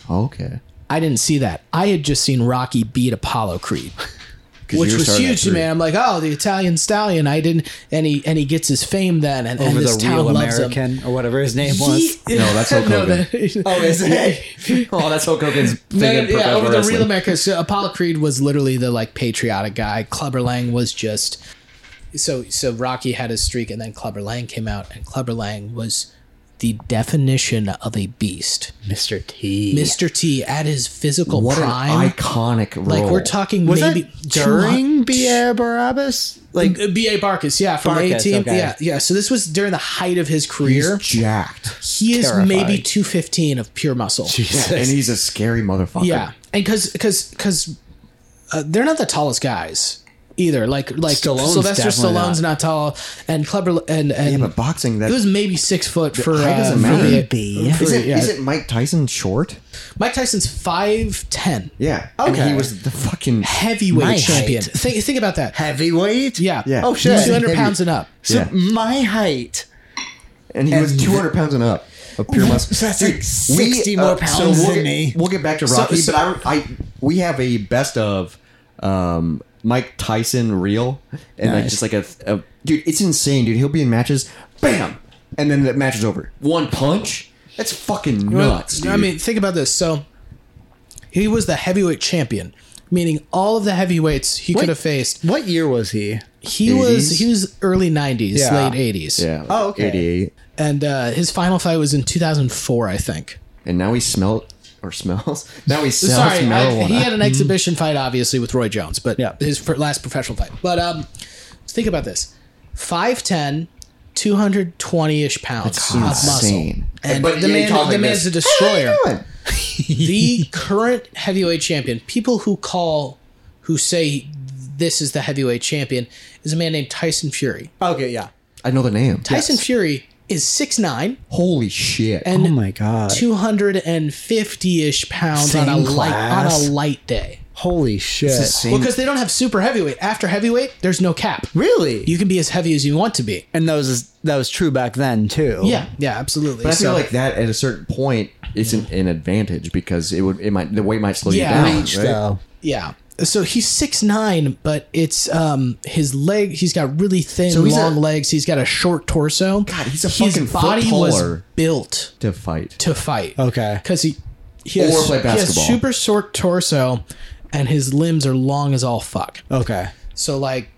S3: Okay.
S1: I didn't see that. I had just seen Rocky beat Apollo Creed,
S3: 'Cause
S1: which
S3: you were
S1: was
S3: starting at
S1: huge to me.
S3: three.
S1: I'm like, oh, the Italian stallion. I didn't, and he and he gets his fame then, and, and
S4: Over
S1: this
S4: the
S1: town
S4: real
S1: loves him.
S4: American or whatever his name was.
S1: He-
S3: No, that's Hulk Hogan.
S1: that-
S4: Oh, is it?
S3: Oh, that's Hulk Hogan's thing
S1: No,
S3: in
S1: yeah,
S3: professional
S1: over the
S3: wrestling.
S1: real America. So Apollo Creed was literally the like patriotic guy. Clubber Lang was just so so Rocky had his streak and then Clubber Lang came out and Clubber Lang was the definition of a beast.
S4: Mr. T.
S1: Mr. T at his physical
S3: What
S1: prime.
S3: an iconic role.
S1: like we're talking
S4: Was
S1: maybe Uh,
S4: that during B.A. Barabbas? Like,
S1: B.A. Barkis, yeah, from
S4: Barkas,
S1: 18.
S4: okay.
S1: Yeah, yeah. So this was during the height of his career.
S3: He's jacked,
S1: he is
S4: terrifying.
S1: maybe 215 of pure muscle.
S3: and he's a scary motherfucker.
S1: Yeah, and because because because uh, they're not the tallest guys either. Like like
S4: Stallone's
S1: Sylvester
S4: definitely
S1: Stallone's not. tall, and Clubber and and
S3: But boxing that
S1: it was maybe six foot for
S3: height
S1: uh,
S3: doesn't
S1: for
S3: matter.
S1: the-
S4: Maybe.
S1: for-
S3: is it,
S1: yeah.
S3: is it Mike Tyson short?
S1: Mike Tyson's five ten,
S3: Yeah. Okay. And he
S4: Okay.
S3: was the fucking
S1: heavyweight
S4: My
S1: champion.
S4: height.
S1: Think think about that.
S4: heavyweight?
S1: Yeah.
S3: Yeah.
S4: Oh, shit.
S1: Two hundred pounds and up.
S4: So
S3: Yeah.
S4: my height.
S3: and he was 200 pounds and up of pure muscle.
S4: So that's like 60 more
S3: uh,
S4: pounds
S3: so we'll
S4: than
S3: get,
S4: me.
S3: We'll get back to Rocky,
S1: so-
S3: but I, I we have a best of um, Mike Tyson reel and like just like a, a dude. It's insane, dude. He'll be in matches, bam, and then the match is over. One punch. That's fucking nuts.
S1: I
S3: dude.
S1: mean, think about this. So he was the heavyweight champion. Meaning all of the heavyweights he could have faced.
S4: What year was he?
S1: He was
S3: 80s?
S1: he was early nineties,
S4: Yeah.
S1: late eighties.
S3: yeah. like
S4: Oh, okay.
S3: 88,
S1: and uh, his final fight was in 2004, I think.
S3: and now he smelt or smells. Now he sells
S1: Sorry, I-
S3: marijuana. Mm-hmm.
S1: he had an exhibition fight, obviously, with Roy Jones, but yeah. his fir- last professional fight. But um, think about this 5'10, 220 ish pounds of muscle.
S3: insane.
S1: And
S3: But
S1: the,
S3: yeah, he
S1: man,
S3: talks
S1: the
S3: like
S1: man's
S3: this.
S1: a destroyer. the current heavyweight champion, people who call, who say this is the heavyweight champion, is a man named Tyson Fury.
S4: Okay, yeah.
S3: I know the name.
S1: Tyson Fury is 6'9
S3: Holy shit.
S1: and
S4: Oh god.
S1: 250 ish pounds on a,
S4: Same
S1: light, on a
S4: class.
S1: light day.
S4: Holy shit.
S1: Well, because they don't have super heavyweight. After heavyweight, there's no cap.
S4: Really?
S1: You can be as heavy as you want to be.
S4: and that was that was true back then too.
S1: Yeah, yeah, absolutely.
S3: But I feel
S1: So-
S3: like that at a certain point, it's an, an advantage because it would it might the weight might slow
S1: Yeah.
S3: you down.
S4: Reach
S3: right?
S4: though.
S1: yeah. So he's six nine, but it's um his leg. He's got really thin,
S3: So he's
S1: long
S3: a-
S1: legs. He's got a short torso. God,
S3: he's a
S1: his
S3: fucking foot
S1: body was
S3: taller.
S1: built
S3: To fight.
S1: to fight.
S4: Okay.
S1: because he he
S3: Or
S1: has,
S3: play
S1: he has
S3: basketball.
S1: super short torso, and his limbs are long as all fuck.
S4: Okay.
S1: So like,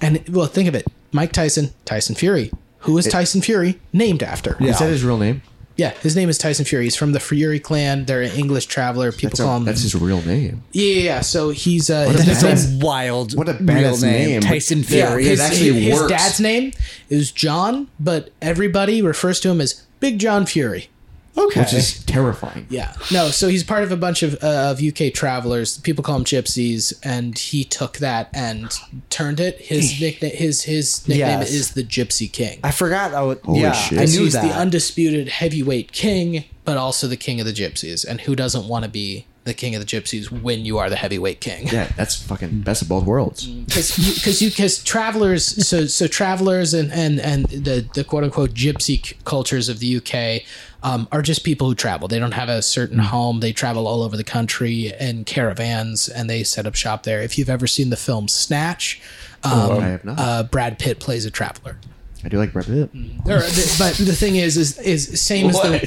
S1: and well, think of it: Mike Tyson, Tyson Fury. Who is Tyson Fury named after?
S3: Is that his real name?
S1: Yeah, his name is Tyson Fury. He's from the Fury clan. They're an English traveler. People
S3: That's,
S1: call
S3: a,
S1: him.
S3: that's his real name.
S1: yeah, yeah, yeah. So he's uh,
S3: a
S1: his,
S3: badass
S1: name-
S4: That's a wild.
S3: What a
S4: real
S3: badass name.
S4: Tyson
S3: Yeah,
S4: Fury.
S3: it
S1: his-
S3: actually
S1: his
S3: works.
S1: dad's name is John, but everybody refers to him as Big John Fury.
S4: okay.
S3: Which is terrifying.
S1: Yeah. No, so he's part of a bunch of, uh, of UK travelers. People call him gypsies, and he took that and turned it. His nickname, his his nickname
S4: Yes.
S1: is the Gypsy King.
S4: I forgot. I would,
S3: Holy
S4: yeah,
S3: shit.
S4: I knew
S1: he's
S4: that.
S1: the undisputed heavyweight king, but also the king of the gypsies. And who doesn't want to be the king of the gypsies when you are the heavyweight king?
S3: Yeah, that's fucking best of both worlds.
S1: Because you because travelers so so travelers and and and the the quote unquote gypsy c- cultures of the UK. Um, are just people who travel. They don't have a certain
S3: Mm-hmm.
S1: home. They travel all over the country in caravans, and they set up shop there. If you've ever seen the film Snatch, um,
S3: Oh, I have not.
S1: uh, Brad Pitt plays a traveler.
S3: I do like Brad Pitt.
S1: Or the- but the thing is, is is same as the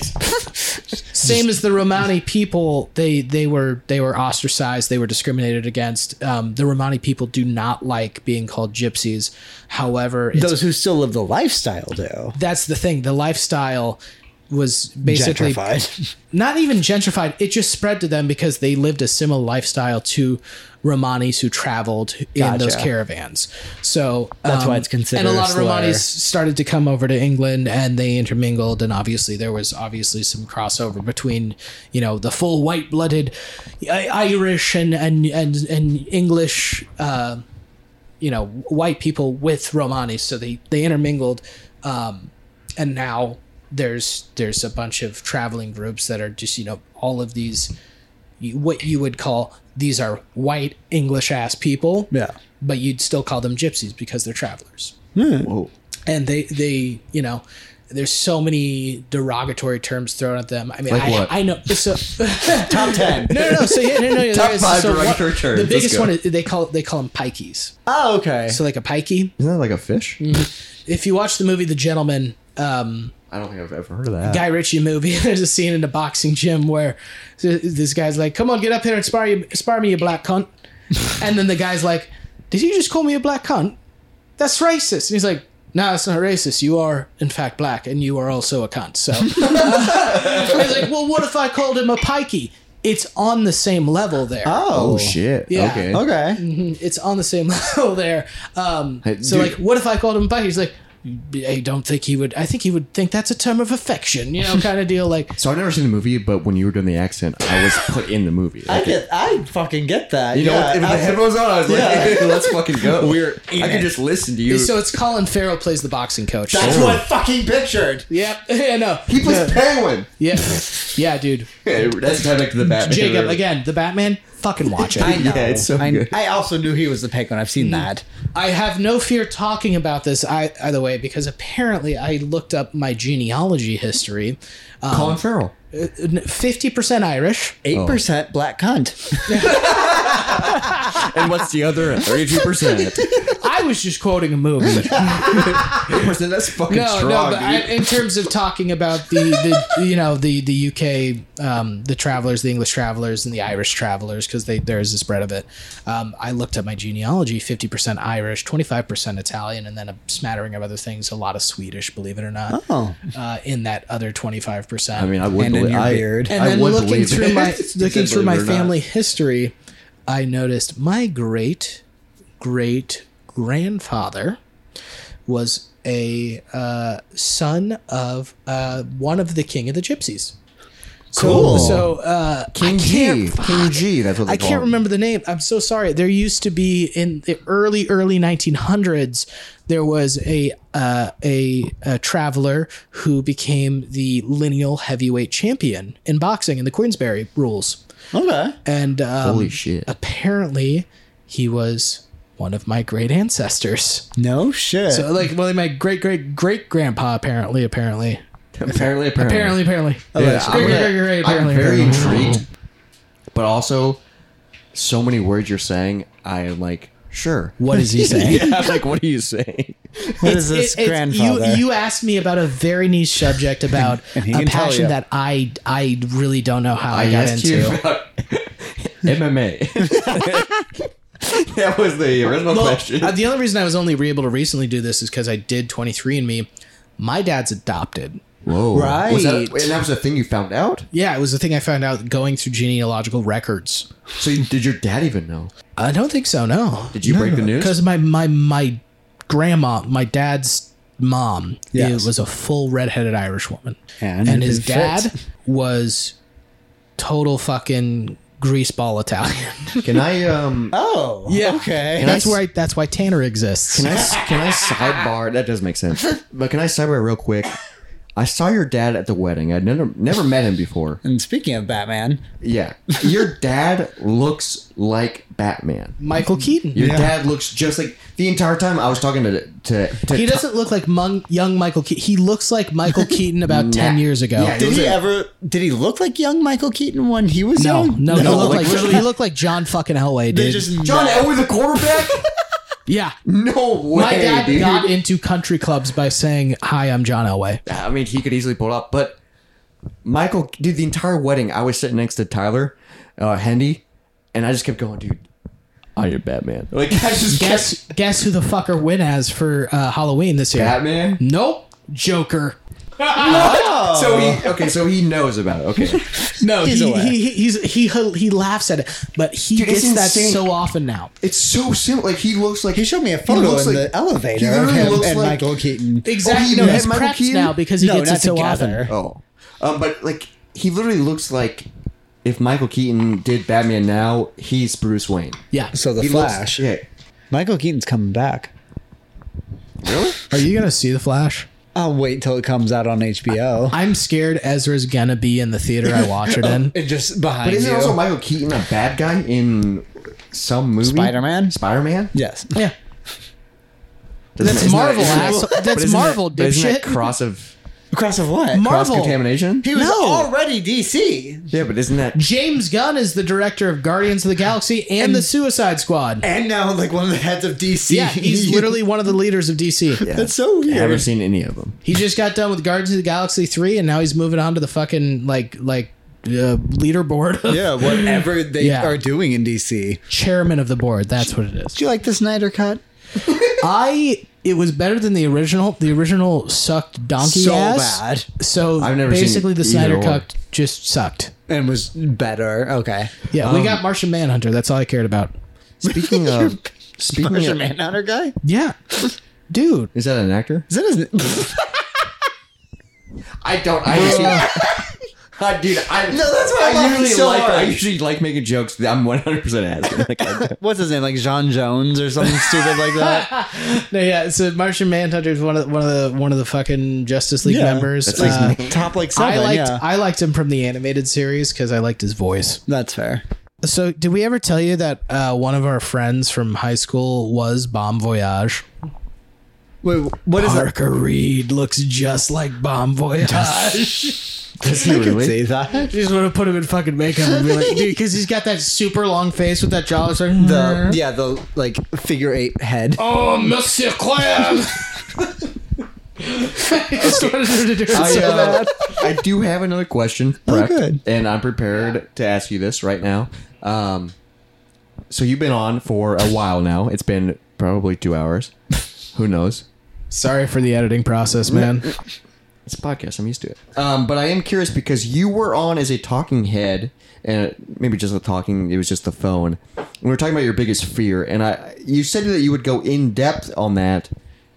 S1: same as the Romani people. They they were they were ostracized. They were discriminated against. Um, the Romani people do not like being called gypsies. However, it's,
S4: Those who still live the lifestyle do.
S1: that's the thing. The lifestyle was basically
S4: Gentrified.
S1: not even gentrified. It just spread to them because they lived a similar lifestyle to Romani's who traveled in those
S4: Gotcha.
S1: caravans. So um,
S4: That's why it's considered
S1: And a lot of
S4: a slur.
S1: Romani's started to come over to England and they intermingled. And obviously, there was obviously some crossover between you know the full white blooded Irish and and and and English. Uh, you know, white people with Romani, so they they intermingled. Um, and now there's there's a bunch of traveling groups that are just you know all of these you- what you would call these are white english ass people
S4: Yeah.
S1: but you'd still call them gypsies because they're travelers
S3: Whoa.
S1: and they they you know there's so many derogatory terms thrown at them. I mean,
S3: Like
S1: I,
S3: what?
S1: I know. So,
S4: Top ten.
S1: no, no, no. So, yeah, no, no. no
S3: Top
S1: there is-
S3: five
S1: so what-
S3: derogatory terms.
S1: The
S3: Let's
S1: biggest
S3: go.
S1: one is they call they call them pikeys.
S4: Oh, okay.
S1: So, like a pikey.
S3: Isn't that like a fish?
S1: If you watch the movie The Gentleman, um,
S3: I don't think I've ever heard of that.
S1: Guy Ritchie movie. There's a scene in a boxing gym where this guy's like, "Come on, get up here and spar you, spar me, you black cunt." and then the guy's like, "Did you just call me a black cunt? That's racist." And he's like, "No, it's not racist. You are in fact black, and you are also a cunt." So uh, he's like, "Well, what if I called him a pikey?" It's on the same level there.
S4: oh,
S3: Oh shit.
S1: Yeah.
S3: Okay.
S4: Okay.
S1: It's on the same level there. Um,
S3: Hey,
S1: so
S3: dude.
S1: like, what if I called him a pikey? He's like. I don't think he would. I think he would think that's a term of affection, you know, kind of deal. Like,
S3: So I've never seen the movie, but when you were doing the accent, I was put in the movie.
S4: I
S3: Like,
S4: get. I fucking get that.
S3: You know,
S4: yeah,
S3: if the
S4: I-
S3: headphones on, I was like,
S4: Yeah.
S3: "Let's fucking go." We're.
S4: in
S3: I
S4: it.
S3: could just listen to you.
S1: So it's Colin Farrell plays the boxing coach.
S4: that's what I fucking pictured.
S1: yep. Yeah, no.
S3: he plays Penguin.
S1: Yeah. Yeah, dude.
S3: Yeah, that's tied back to the Batman.
S1: Jacob, again, the Batman, fucking watch it.
S4: I know.
S3: it's so
S4: I,
S3: good. Mm.
S4: I also knew he was the penguin. I've seen that.
S1: I have no fear talking about this I, either way because apparently I looked up my genealogy history.
S4: Um,
S3: Colin Farrell. Oh.
S1: 50% Irish,
S4: Eight percent black cunt.
S3: and what's the other thirty-two percent?
S1: I was just quoting a movie.
S3: That's fucking
S1: no,
S3: strong,
S1: no, but I,
S3: dude.
S1: in terms of talking about the, the you know the the UK um, the travelers, the English travelers, and the Irish travelers because they there's a spread of it. Um, I looked at my genealogy: fifty percent Irish, twenty five percent Italian, and then a smattering of other things. A lot of Swedish, believe it or not.
S4: Oh.
S1: uh, in that other twenty five percent.
S3: I mean, I would
S4: And in
S3: believe
S4: your
S3: I,
S4: beard.
S1: and
S3: I
S1: then
S3: would
S1: looking
S3: believe
S1: through
S3: it.
S1: my
S3: He said
S1: looking through
S3: believe
S1: my
S3: it or not.
S1: family history, I noticed my great great grandfather was a uh, son of uh, one of the king of the gypsies.
S3: Cool.
S1: So, so uh,
S3: King
S1: I
S3: G,
S1: can't,
S3: King G. That's what they
S1: I
S3: call
S1: can't
S3: him.
S1: remember the name. I'm so sorry. There used to be in the early early 1900s, there was a uh, a, a traveler who became the lineal heavyweight champion in boxing in the Queensberry rules,
S4: Okay.
S1: and um,
S3: Holy shit.
S1: Apparently, he was one of my great ancestors.
S4: No shit.
S1: So like, well, my great great great grandpa apparently apparently
S3: Apparently,
S1: apparently
S3: apparently,
S1: apparently.
S3: Yeah, I'm,
S1: Great,
S3: gonna-
S1: great, great,
S3: I'm
S1: apparently,
S3: very
S1: apparently.
S3: intrigued, but also so many words you're saying. I am like, sure.
S1: What is he saying?
S3: Yeah, I'm like, what are you saying?
S4: what
S1: It's-
S4: is this
S1: it's-
S4: grandfather?
S1: You, you asked me about a very niche subject about
S4: he
S1: a
S4: can tell
S1: passion
S4: you.
S1: that I I really don't know how I,
S3: I
S1: got
S3: asked
S1: into.
S3: you about MMA. that was the original
S1: Well,
S3: question.
S1: uh, the only reason I was only able to recently do this is because I did 23andMe. My dad's adopted.
S3: Whoa!
S4: Right.
S3: Was that, and that was the thing you found out.
S1: Yeah, it was the thing I found out going through genealogical records.
S3: So you, did your dad even know?
S1: I don't think so. No.
S3: Did you break the news?
S1: Because my my my grandma, my dad's mom,
S4: Yes.
S1: it was a full redheaded Irish woman,
S4: And it
S1: his
S4: fits.
S1: dad was total fucking greaseball Italian.
S3: Can I um?
S4: oh. Yeah. Okay.
S1: that's where I, that's why Tanner exists.
S3: Can I can I sidebar? That does make sense. But can I sidebar real quick? I saw your dad at the wedding. I'd never never met him before.
S4: And speaking of Batman,
S3: Yeah, your dad looks like Batman.
S1: Michael Keaton.
S3: Your dad looks just like the entire time I was talking to to. to
S1: he doesn't look like mon- young Michael Keaton. He looks like Michael Keaton about ten years ago.
S3: Yeah,
S4: did
S3: was
S4: he
S3: a-
S4: ever? Did he look like young Michael Keaton when he was
S1: No,
S4: young?
S1: no, he looked
S3: like,
S1: like,
S3: really?
S1: he looked like John fucking Elway,
S4: They
S1: dude.
S4: just
S3: John Elway, the quarterback.
S1: yeah,
S3: No way,
S1: my dad
S3: dude.
S1: got into country clubs by saying, "Hi, I'm John Elway."
S3: I mean, he could easily pull it up, but Michael, dude, the entire wedding, I was sitting next to Tyler uh, Hendy, and I just kept going, dude. I am Batman. Like I just
S1: Guess guess who the fucker win as for uh, Halloween this year?
S3: kept Batman.
S1: Nope, Joker.
S3: So
S4: Oh.
S3: he okay, so he knows about it. Okay,
S1: No,
S4: He's
S1: he,
S4: aware.
S1: he Oh, he's he he laughs at it, but he
S3: Dude, it's
S1: gets that
S3: insane. Oh,
S1: so often now.
S3: it's so simple. Like he looks like
S4: He showed me a photo in the elevator of
S3: literally
S4: him
S3: looks
S4: and
S3: like-
S4: Michael Keaton.
S1: Exactly.
S3: he
S1: no,
S3: met
S1: he's
S3: Michael
S1: prepped
S3: Keaton?
S1: now because he
S4: No,
S1: gets
S4: not
S1: it so
S4: together.
S1: often.
S3: Oh, um, but like he literally looks like if Michael Keaton did Batman now, he's Bruce Wayne.
S1: Yeah.
S4: So the
S3: He looks-
S4: Flash.
S3: yeah.
S4: Michael Keaton's coming back.
S1: Are you gonna see the Flash?
S4: I'll wait till it comes out on HBO.
S1: I'm scared Ezra's gonna be in the theater I watch it in.
S4: It just behind
S3: But isn't
S4: you.
S3: also Michael Keaton a bad guy in some movie?
S4: Spider-Man?
S3: Spider Man.
S4: yes.
S1: Yeah.
S3: Doesn't-
S1: That's
S3: isn't that-
S1: Marvel,
S3: isn't
S1: asshole.
S3: but
S1: That's
S3: isn't that-
S1: Marvel,
S3: but isn't that
S1: dipshit.
S3: cross of
S4: Across of what?
S3: cross
S1: Marvel.
S3: contamination.
S4: he was
S1: No.
S4: already DC.
S3: Yeah, but isn't that
S1: James Gunn is the director of Guardians of the Galaxy and, the Suicide Squad.
S4: And now like one of the heads of DC.
S1: yeah, he's literally one of the leaders of DC.
S4: That's so
S3: I haven't
S4: weird.
S3: seen any of them.
S1: He just got done with Guardians of the Galaxy three, and now he's moving on to the fucking like like uh, leaderboard, of
S4: Yeah, whatever they
S1: Yeah.
S4: are doing in DC.
S1: chairman of the board. That's what it is.
S4: Do you like the Snyder cut?
S1: I it was better than the original. The original sucked donkey
S4: So
S1: ass.
S4: bad.
S1: So
S3: I've never seen
S1: basically the
S3: either
S1: Snyder
S3: one.
S1: Cut just sucked.
S4: And was better. Okay.
S1: Yeah,
S3: Um,
S1: we got Martian Manhunter. That's all I cared about.
S3: Speaking of, speaking
S4: Martian
S3: of,
S4: Manhunter guy?
S1: Yeah, dude.
S3: is that an actor?
S4: Is that his
S3: I don't. I haven't seen. dude, I no.
S4: that's why I laughed so
S3: like.
S4: hard.
S3: I usually like making jokes. that I'm 100 percent asking. Like, I-
S4: What's his name? Like John Jones or something stupid like that?
S1: No, yeah. So Martian Manhunter is one of the, one of the one of the fucking Justice League members.
S3: That's like-
S1: Uh,
S4: Top like
S1: I
S4: seven,
S1: liked
S4: yeah.
S1: I liked him from the animated series because I liked his voice.
S4: That's fair.
S1: So, did we ever tell you that uh, one of our friends from high school was Bomb Voyage?
S4: Wait, what is that?
S1: Parker Reed looks just like Bomb Voyage.
S3: Does he really?
S4: that.
S1: You just want to put him in fucking makeup and be like, dude, because he's got that super long face with that jaw. It's like, Mm-hmm.
S4: The yeah, the like figure eight head.
S2: Oh, Monsieur Crab!
S3: I, uh, I do have another question. prepped,
S4: Oh, good.
S3: And I'm prepared to ask you this right now. Um, so you've been on for a while now. It's been probably two hours. Who knows?
S1: Sorry for the editing process, man.
S3: It's a podcast. I'm used to it. Um, but I am curious because you were on as a talking head, and maybe just a talking. It was just the phone. We were talking about your biggest fear, and I you said that you would go in depth on that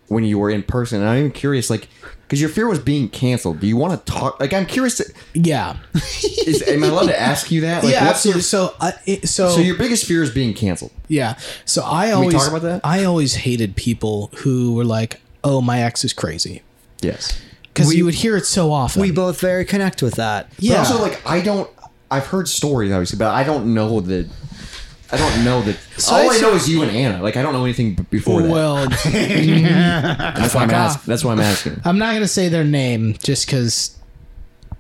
S3: when you were in person. And I'm curious, like, because your fear was being canceled. Do you want to talk? Like, I'm curious. To,
S1: Yeah.
S3: is, am I allowed to ask you that? Like,
S1: yeah,
S3: what's your-
S1: absolutely. So, I it, so,
S3: so your biggest fear is being canceled.
S1: yeah. So I always
S3: talk about that?
S1: I always hated people who were like, "Oh, my ex is crazy,"
S3: Yes.
S1: because you would hear it so often.
S4: We both very connect with that.
S3: But
S1: yeah.
S3: also, like, I don't. I've heard stories, obviously, but I don't know the. I don't know that. all I know is you and Anna. Like, I don't know anything b- before that.
S1: well,
S3: that's why
S1: fuck
S3: I'm
S1: off.
S3: asking. That's why I'm asking.
S1: I'm not gonna say their name just because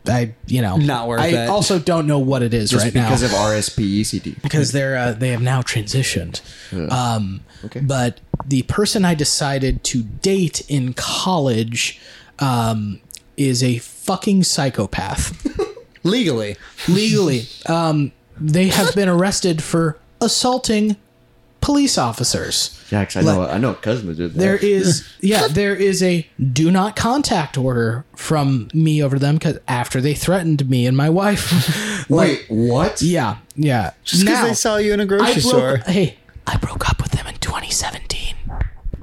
S1: I, you know,
S4: Not worth
S1: I
S4: it.
S1: also don't know what it is
S3: Just
S1: right now
S3: because of RSPECD.
S1: because they're uh, they have now transitioned. Um,
S3: Okay.
S1: But the person I decided to date in college um, is a fucking psychopath.
S4: Legally,
S1: Legally, um, they have been arrested for assaulting police officers.
S3: Yeah, 'cause I know. I know. a Cousin that did that.
S1: There is yeah, there is a do not contact order from me over them because after they threatened me and my wife.
S3: Wait, what?
S1: yeah, yeah.
S4: just because
S1: Now,
S4: they saw you in a grocery
S1: I broke,
S4: store.
S1: Hey, I broke up with them in 2017.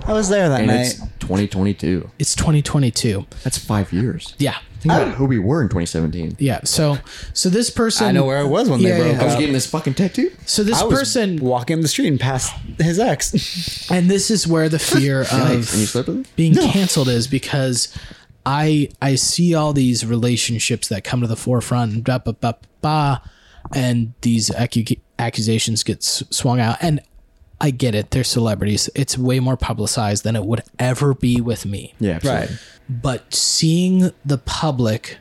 S4: I was there that
S3: And
S4: night.
S3: it's 2022.
S1: It's 2022.
S3: That's five years.
S1: Yeah,
S3: Think
S4: Oh.
S3: about who we were in 2017.
S1: yeah. So, so this person.
S4: I know where I was when
S1: Yeah,
S4: they broke
S1: yeah.
S3: I was
S4: up.
S3: getting this fucking tattoo.
S1: So this
S4: I was
S1: person,
S4: walking the street and past his ex.
S1: and this is where the fear
S3: And you
S1: of
S3: slept with it?
S1: being canceled is because I I see all these relationships that come to the forefront and blah, blah, blah, blah, and these accu- accusations get s- swung out and I get it they're celebrities it's way more publicized than it would ever be with me
S3: Yeah, absolutely.
S4: Right.
S1: but seeing the public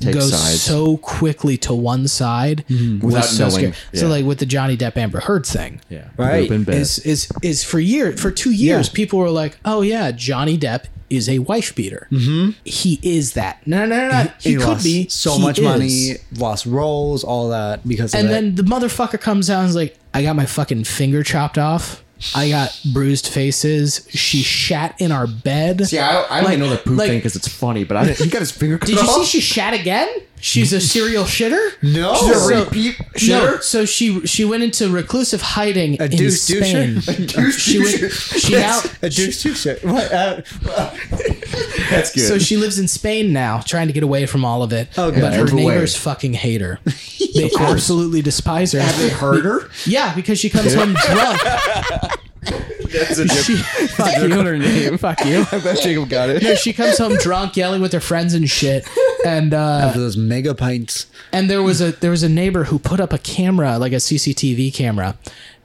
S3: Take
S1: go
S3: sides. Mm-hmm.
S1: so quickly to one side was
S3: Without
S1: so
S3: knowing.
S1: scary. So
S3: Yeah.
S1: like with the Johnny Depp Amber Heard thing
S3: yeah,
S4: Right.
S3: Open bed.
S1: is is is for year for two years
S4: Yeah.
S1: people were like oh yeah johnny depp is a wife beater mm-hmm. he is that no no no, no. he, could
S4: lost
S1: be
S4: so
S1: He
S4: much
S1: is.
S4: money, lost roles, all that because of
S1: and
S4: it.
S1: then the motherfucker comes out and is like i got my fucking finger chopped off i got bruised faces she shat in our bed
S3: See, I, I only know the poop
S1: like-
S3: thing because it's funny, but I, didn't- he got his finger cut
S1: did you
S3: off.
S1: see she shat again she's a serial shitter
S4: no,
S3: She's a
S1: So-
S3: repeat
S1: No,
S3: shitter.
S1: so she she went into reclusive hiding in
S4: deuce
S1: Spain.
S4: doucher?
S1: She went, she now
S4: a douche douche. What? Uh,
S3: That's good.
S1: So she lives in Spain now, trying to get away from all of it.
S4: Oh, good.
S1: But her
S3: Move away.
S1: neighbors fucking hate her. They absolutely despise her.
S3: Have they heard her?
S1: Yeah, because she comes home drunk.
S3: That's a
S1: She, fuck you. Her name. Fuck you.
S3: I bet Jacob got it.
S1: No, she comes home drunk, yelling with her friends and shit. And uh,
S4: those mega pints.
S1: and there was a there was a neighbor who put up a camera, like a CCTV camera,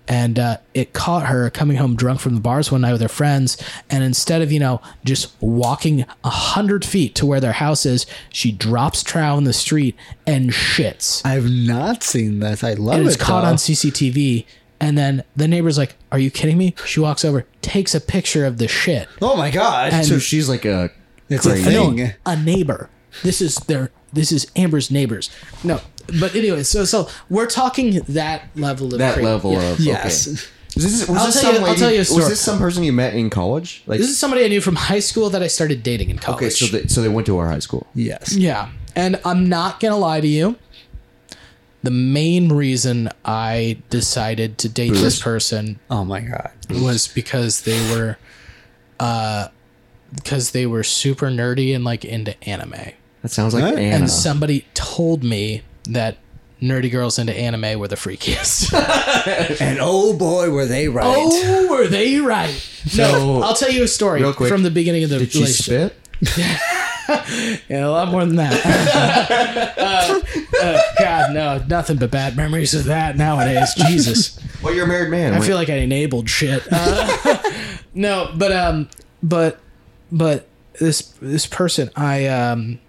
S1: and uh, it caught her coming home drunk from the bars one night with her friends. And instead of you know just walking a hundred feet to where their house is, she drops trow in the street and shits,
S4: I've not seen this. I love
S1: and it's
S4: it.
S1: caught
S4: though.
S1: on CCTV. And then the neighbor's like, "Are you kidding me?" She walks over, takes a picture of the shit.
S4: Oh my god!
S1: And-
S3: So she's like a.
S4: it's a
S3: crazy.
S4: thing.
S1: a neighbor. This is their this is Amber's neighbors. No, but anyway, so so we're talking that level of
S3: That
S1: creep.
S3: level
S1: Yeah.
S3: of
S4: Yes.
S3: Okay. Was this, was
S1: I'll
S3: this
S1: tell
S3: some
S1: you- I'll
S3: lady-
S1: tell you a story.
S3: Was this some person you met in college? Like
S1: This is somebody I knew from high school that I started dating in college.
S3: okay, so they, so they went to our high school.
S4: Yes.
S1: yeah, and I'm not gonna lie to you. The main reason I decided to date this
S3: Booze.
S1: person
S4: Oh my god.
S1: was because they were, uh, because they were super nerdy and like into anime.
S3: That sounds like
S4: Huh?
S3: Anna.
S1: and somebody told me that nerdy girls into anime were the freakiest.
S4: And oh boy, were they right?
S1: oh, were they right? No,
S3: So-
S1: I'll tell you a story
S3: Real quick,
S1: from the beginning of the
S3: Did she
S1: relationship.
S3: spit?
S1: Yeah, a lot more than that. Uh, uh, God, no, nothing but bad memories of that nowadays. Jesus,
S3: Well, you're a married man.
S1: I feel like I enabled shit. Uh, no, but um, but but this this person, I um,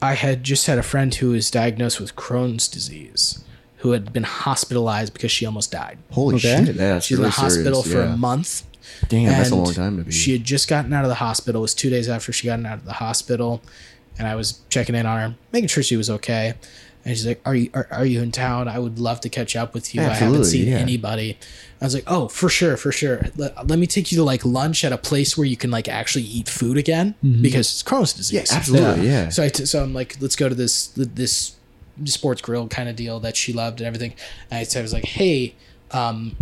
S1: I had just had a friend who was diagnosed with Crohn's disease, who had been hospitalized because she almost died.
S3: Holy
S4: Okay.
S3: shit! That's
S1: She's in
S3: really
S1: the hospital
S3: serious,
S1: for
S3: yeah.
S1: a month.
S3: Damn, that's a
S1: and
S3: long time to be.
S1: She had just gotten out of the hospital. It was two days after she gotten out of the hospital, and I was checking in on her, making sure she was okay. And she's like, "Are you are, are you in town? I would love to catch up with you. I haven't
S3: Absolutely,
S1: seen
S3: yeah.
S1: anybody." I was like, "Oh, for sure, for sure. Let, let me take you to like lunch at a place where you can like actually eat food again because it's Crohn's disease."
S3: Absolutely, yeah.
S1: So I t- so I'm like, let's go to this this sports grill kind of deal that she loved and everything. And I said, I was like, hey, um,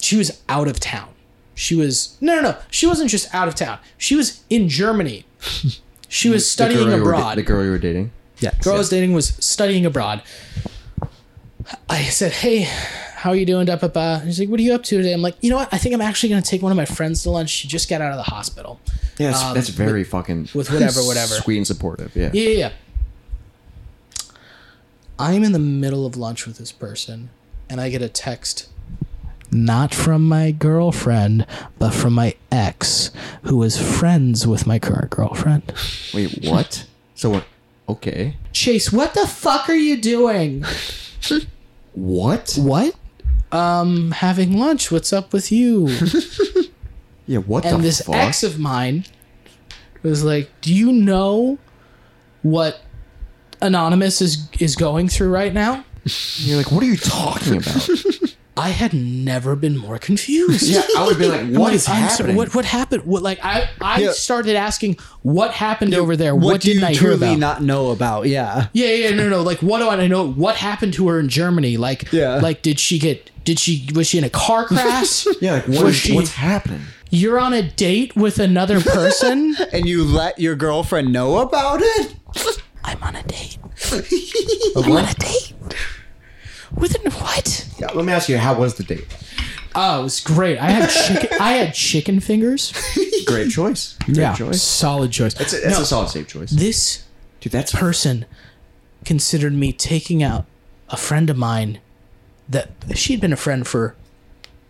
S1: she was out of town. She was no, no, no. She wasn't just out of town. She was in Germany. She was
S3: The girl
S1: studying
S3: you were-
S1: abroad.
S3: the girl you were dating.
S4: Yeah.
S1: girl I was dating was studying abroad. I said, "Hey, how are you doing, da ba ba?" And She's like, "What are you up to today?" I'm like, "You know what? I think I'm actually going to take one of my friends to lunch. She just got out of the hospital
S3: Yeah, that's,
S1: Um,
S3: that's very fucking
S1: with whatever, whatever."
S3: sweet and supportive. Yeah,
S1: Yeah, yeah, yeah. I'm in the middle of lunch with this person, and I get a text, not from my girlfriend, but from my ex, who was friends with my current girlfriend.
S3: Wait, what? so we're okay.
S1: Chase, what the fuck are you doing?
S3: What?
S1: What? Um, having lunch. What's up with you?
S3: Yeah, what
S1: and
S3: the
S1: this
S3: fuck?
S1: ex of mine was like, "Do you know what Anonymous is is going through right now?"
S3: You're like, what are you talking about?
S1: I had never been more confused.
S3: yeah, I would be like,
S1: I'm
S3: what
S1: like,
S3: is
S1: I'm sorry,
S3: happening?
S1: what what happened? What like I I
S4: Yeah.
S1: started asking what happened over there. What,
S4: What, do
S1: didn't
S4: you
S1: I hear
S4: truly
S1: about?
S4: not know about? Yeah.
S1: yeah, yeah, no, no. Like what do I know? What happened to her in Germany? Like
S4: Yeah.
S1: like did she get did she was she in a car crash?
S3: yeah, like what
S1: Was
S3: is,
S1: she-
S3: what's happening?
S1: You're on a date with another person?
S4: And you let your girlfriend know about it?
S1: I'm on a date. I'm on a date. With an what?
S3: Yeah, let me ask you, how was the date?
S1: Oh, it was great. I had chicken I had chicken fingers.
S3: Great choice. Great choice.
S1: Solid choice.
S3: It's a, it's a solid safe choice.
S1: this
S3: Dude, that's
S1: person considered me taking out a friend of mine that she'd been a friend for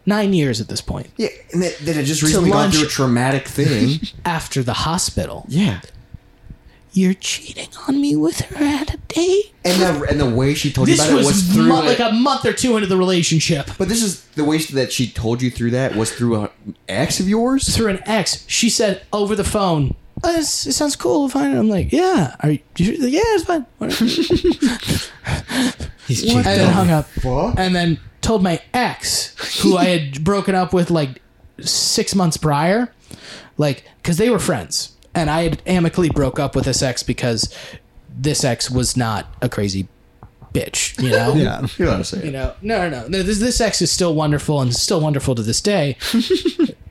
S1: nine years at this point
S3: Yeah, and that, that had just recently gone
S1: lunch.
S3: through a traumatic thing.
S1: after the hospital.
S3: yeah.
S1: You're cheating on me with her at a date.
S3: And the, and the way she told you
S1: This
S3: about
S1: was,
S3: it was through
S1: mo- like
S3: a-
S1: a month or two into the relationship.
S3: But this is the way that she told you through that was through an ex of yours?
S1: Through an ex, she said over the phone, oh, this, it sounds cool. Fine. I'm like, yeah. Are you, she's like, yeah, it's fine. Whatever."
S4: He's
S1: and then hung up.
S3: Fuck.
S1: and then told my ex, who I had broken up with like six months prior, like because they were friends, and I had amicably broke up with this ex because this ex was not a crazy bitch, you know.
S4: Yeah.
S3: You know what I'm saying?
S1: You know, no, no, no. no this, this ex is still wonderful and still wonderful to this day.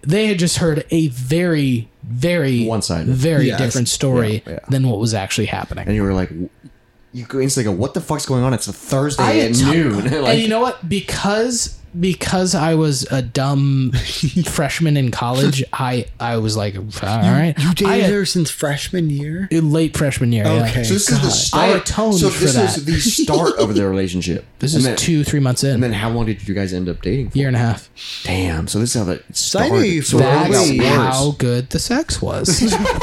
S1: they had just heard a very, very
S3: One-sided.
S1: very
S4: Yes.
S1: different story
S3: Yeah, yeah.
S1: than what was actually happening.
S3: and you were like, w- you go instantly go, what the fuck's going on? It's a Thursday
S1: I had
S3: at
S1: to-
S3: noon. like,
S1: and you know what? Because because I was a dumb freshman in college, I I was like, all right,
S4: You dated
S1: I uh, had-
S4: her since freshman year?
S1: late freshman year. yeah.
S4: Okay.
S3: so this is the start.
S1: I atoned
S3: so
S1: for
S3: this
S1: that.
S3: is the start of their relationship.
S1: This
S3: and
S1: is
S3: then,
S1: two three months in,
S3: And then how long did you guys end up dating? For?
S1: year and a half.
S3: Damn. So this is how that
S4: Slightly
S3: started. So it
S4: That
S1: That's
S4: got
S3: worse.
S1: how good the sex was.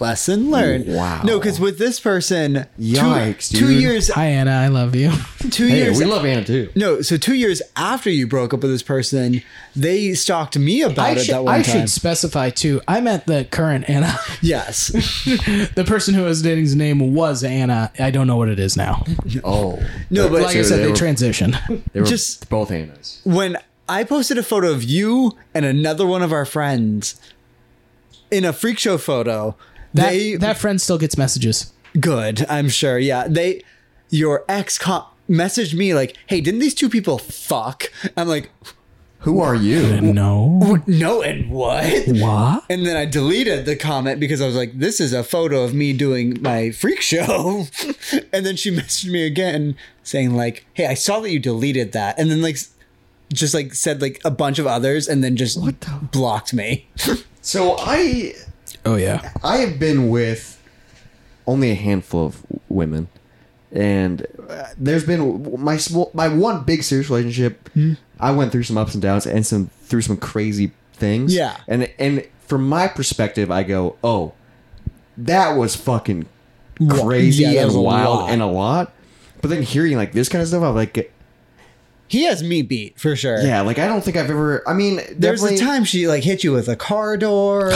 S4: Lesson learned.
S3: Wow.
S4: No, because with this person, two-
S3: Yikes,
S4: two,
S3: dude.
S4: years,
S1: Hi Anna, I love you.
S4: two
S3: Hey,
S4: years.
S3: we love Anna too.
S4: no, so two years after you broke up with this person, they stalked me about
S1: I,
S4: it
S1: should,
S4: that one
S1: I
S4: time.
S1: should specify too. I met the current Anna.
S4: yes.
S1: the person who I was dating's name was Anna. I don't know what it is now.
S3: Oh.
S4: No, but-
S1: Like I
S4: Dude,
S1: said, they,
S3: were,
S1: transitioned.
S3: they were
S4: just-
S3: both Annas.
S4: when I posted a photo of you and another one of our friends in a freak show photo,
S1: That,
S4: they
S1: that friend still gets messages.
S4: good, I'm sure. Yeah, they your ex co- messaged me like, "Hey, didn't these two people fuck?" I'm like,
S3: Who are you?
S1: No.
S4: "No, and what?"
S1: What?
S4: And then I deleted the comment because I was like, "This is a photo of me doing my freak show." and then she messaged me again saying like, "Hey, I saw that you deleted that." And then like s- just like said like a bunch of others and then just blocked me.
S3: So I
S1: Oh yeah.
S3: I have been with only a handful of women, and uh, there's been my small, my one big serious relationship.
S4: Hmm.
S3: I went through some ups and downs and some through some crazy things.
S4: Yeah.
S3: and and from my perspective, I go, oh, that was fucking crazy
S4: yeah, that
S3: and
S4: was a
S3: wild
S4: lot.
S3: and a lot. But then hearing like this kind of stuff, I'm like,
S4: He has me beat for sure.
S3: yeah, like I don't think I've ever. I mean,
S4: There's a
S3: definitely-
S4: time she like hit you with a car door.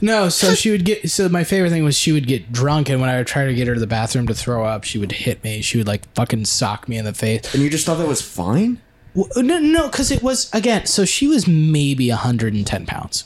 S1: No, so she would get. So my favorite thing was she would get drunk, and when I would try to get her to the bathroom to throw up, she would hit me. She would like fucking sock me in the face.
S3: and you just thought that was fine.
S1: Well, No, no, because it was again. So she was maybe 110 pounds,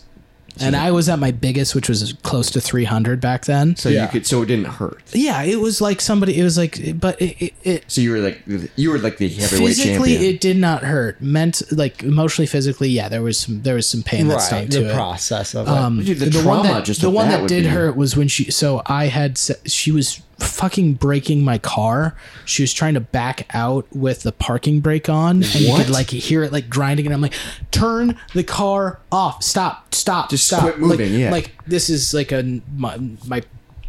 S1: and I was at my biggest, which was close to 300 back then.
S3: So you could, so it didn't hurt.
S1: yeah, it was like somebody. It was like, but it, it, it
S3: So you were like, you were like the heavyweight
S1: physically
S3: champion.
S1: it did not hurt. Meant like emotionally, physically, yeah, there was some there was some pain that stung to
S4: the
S1: it.
S4: process of it.
S3: Dude, the,
S1: one
S3: trauma
S1: that,
S3: just
S1: the
S3: of
S1: one
S3: that
S1: that,
S3: would
S1: did
S3: be-
S1: hurt was when she so i had se- she was fucking breaking my car she was trying to back out with the parking brake on and you
S3: What?
S1: could like hear it like grinding and i'm like turn the car off stop stop
S3: Just
S1: stop
S3: quit
S1: Like-
S3: moving, yeah.
S1: like this is like a my, my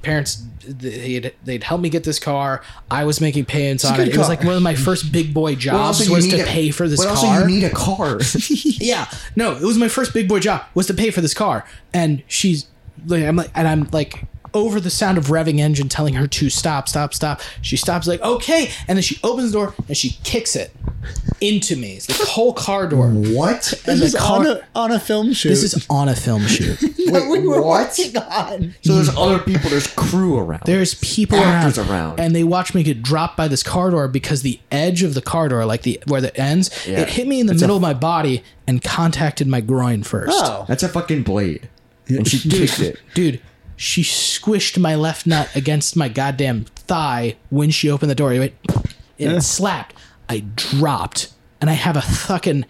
S1: parents they'd, they'd help me get this car i was making payments on
S4: good
S1: it it was
S4: car.
S1: like one of my first big boy
S3: But also
S1: jobs
S3: you
S1: was
S3: need
S1: to
S3: a-
S1: pay for this
S3: but
S1: car
S3: also you need a car.
S1: yeah no it was my first big boy job was to pay for this car and she's like i'm like and i'm like over the sound of revving engine telling her to stop stop stop she stops like okay and then she opens the door and she kicks it into me it's the whole car door
S4: what?
S1: and
S4: This
S1: the
S4: is
S1: car-
S4: on a on a film shoot.
S1: this is on a film shoot
S4: that we were
S3: what?
S4: watching on.
S3: so there's other people. There's crew around.
S1: There's people
S3: Actors
S1: around,
S3: around.
S1: and they watch me get dropped by this car door because the edge of the car door, like the where it ends,
S3: Yeah.
S1: it hit me in the middle of my body and contacted my groin first.
S4: Oh,
S3: That's a fucking blade. And she kicked it.
S1: Dude, she squished my left nut against my goddamn thigh when she opened the door. It went, and it slapped. I dropped, and I have a fucking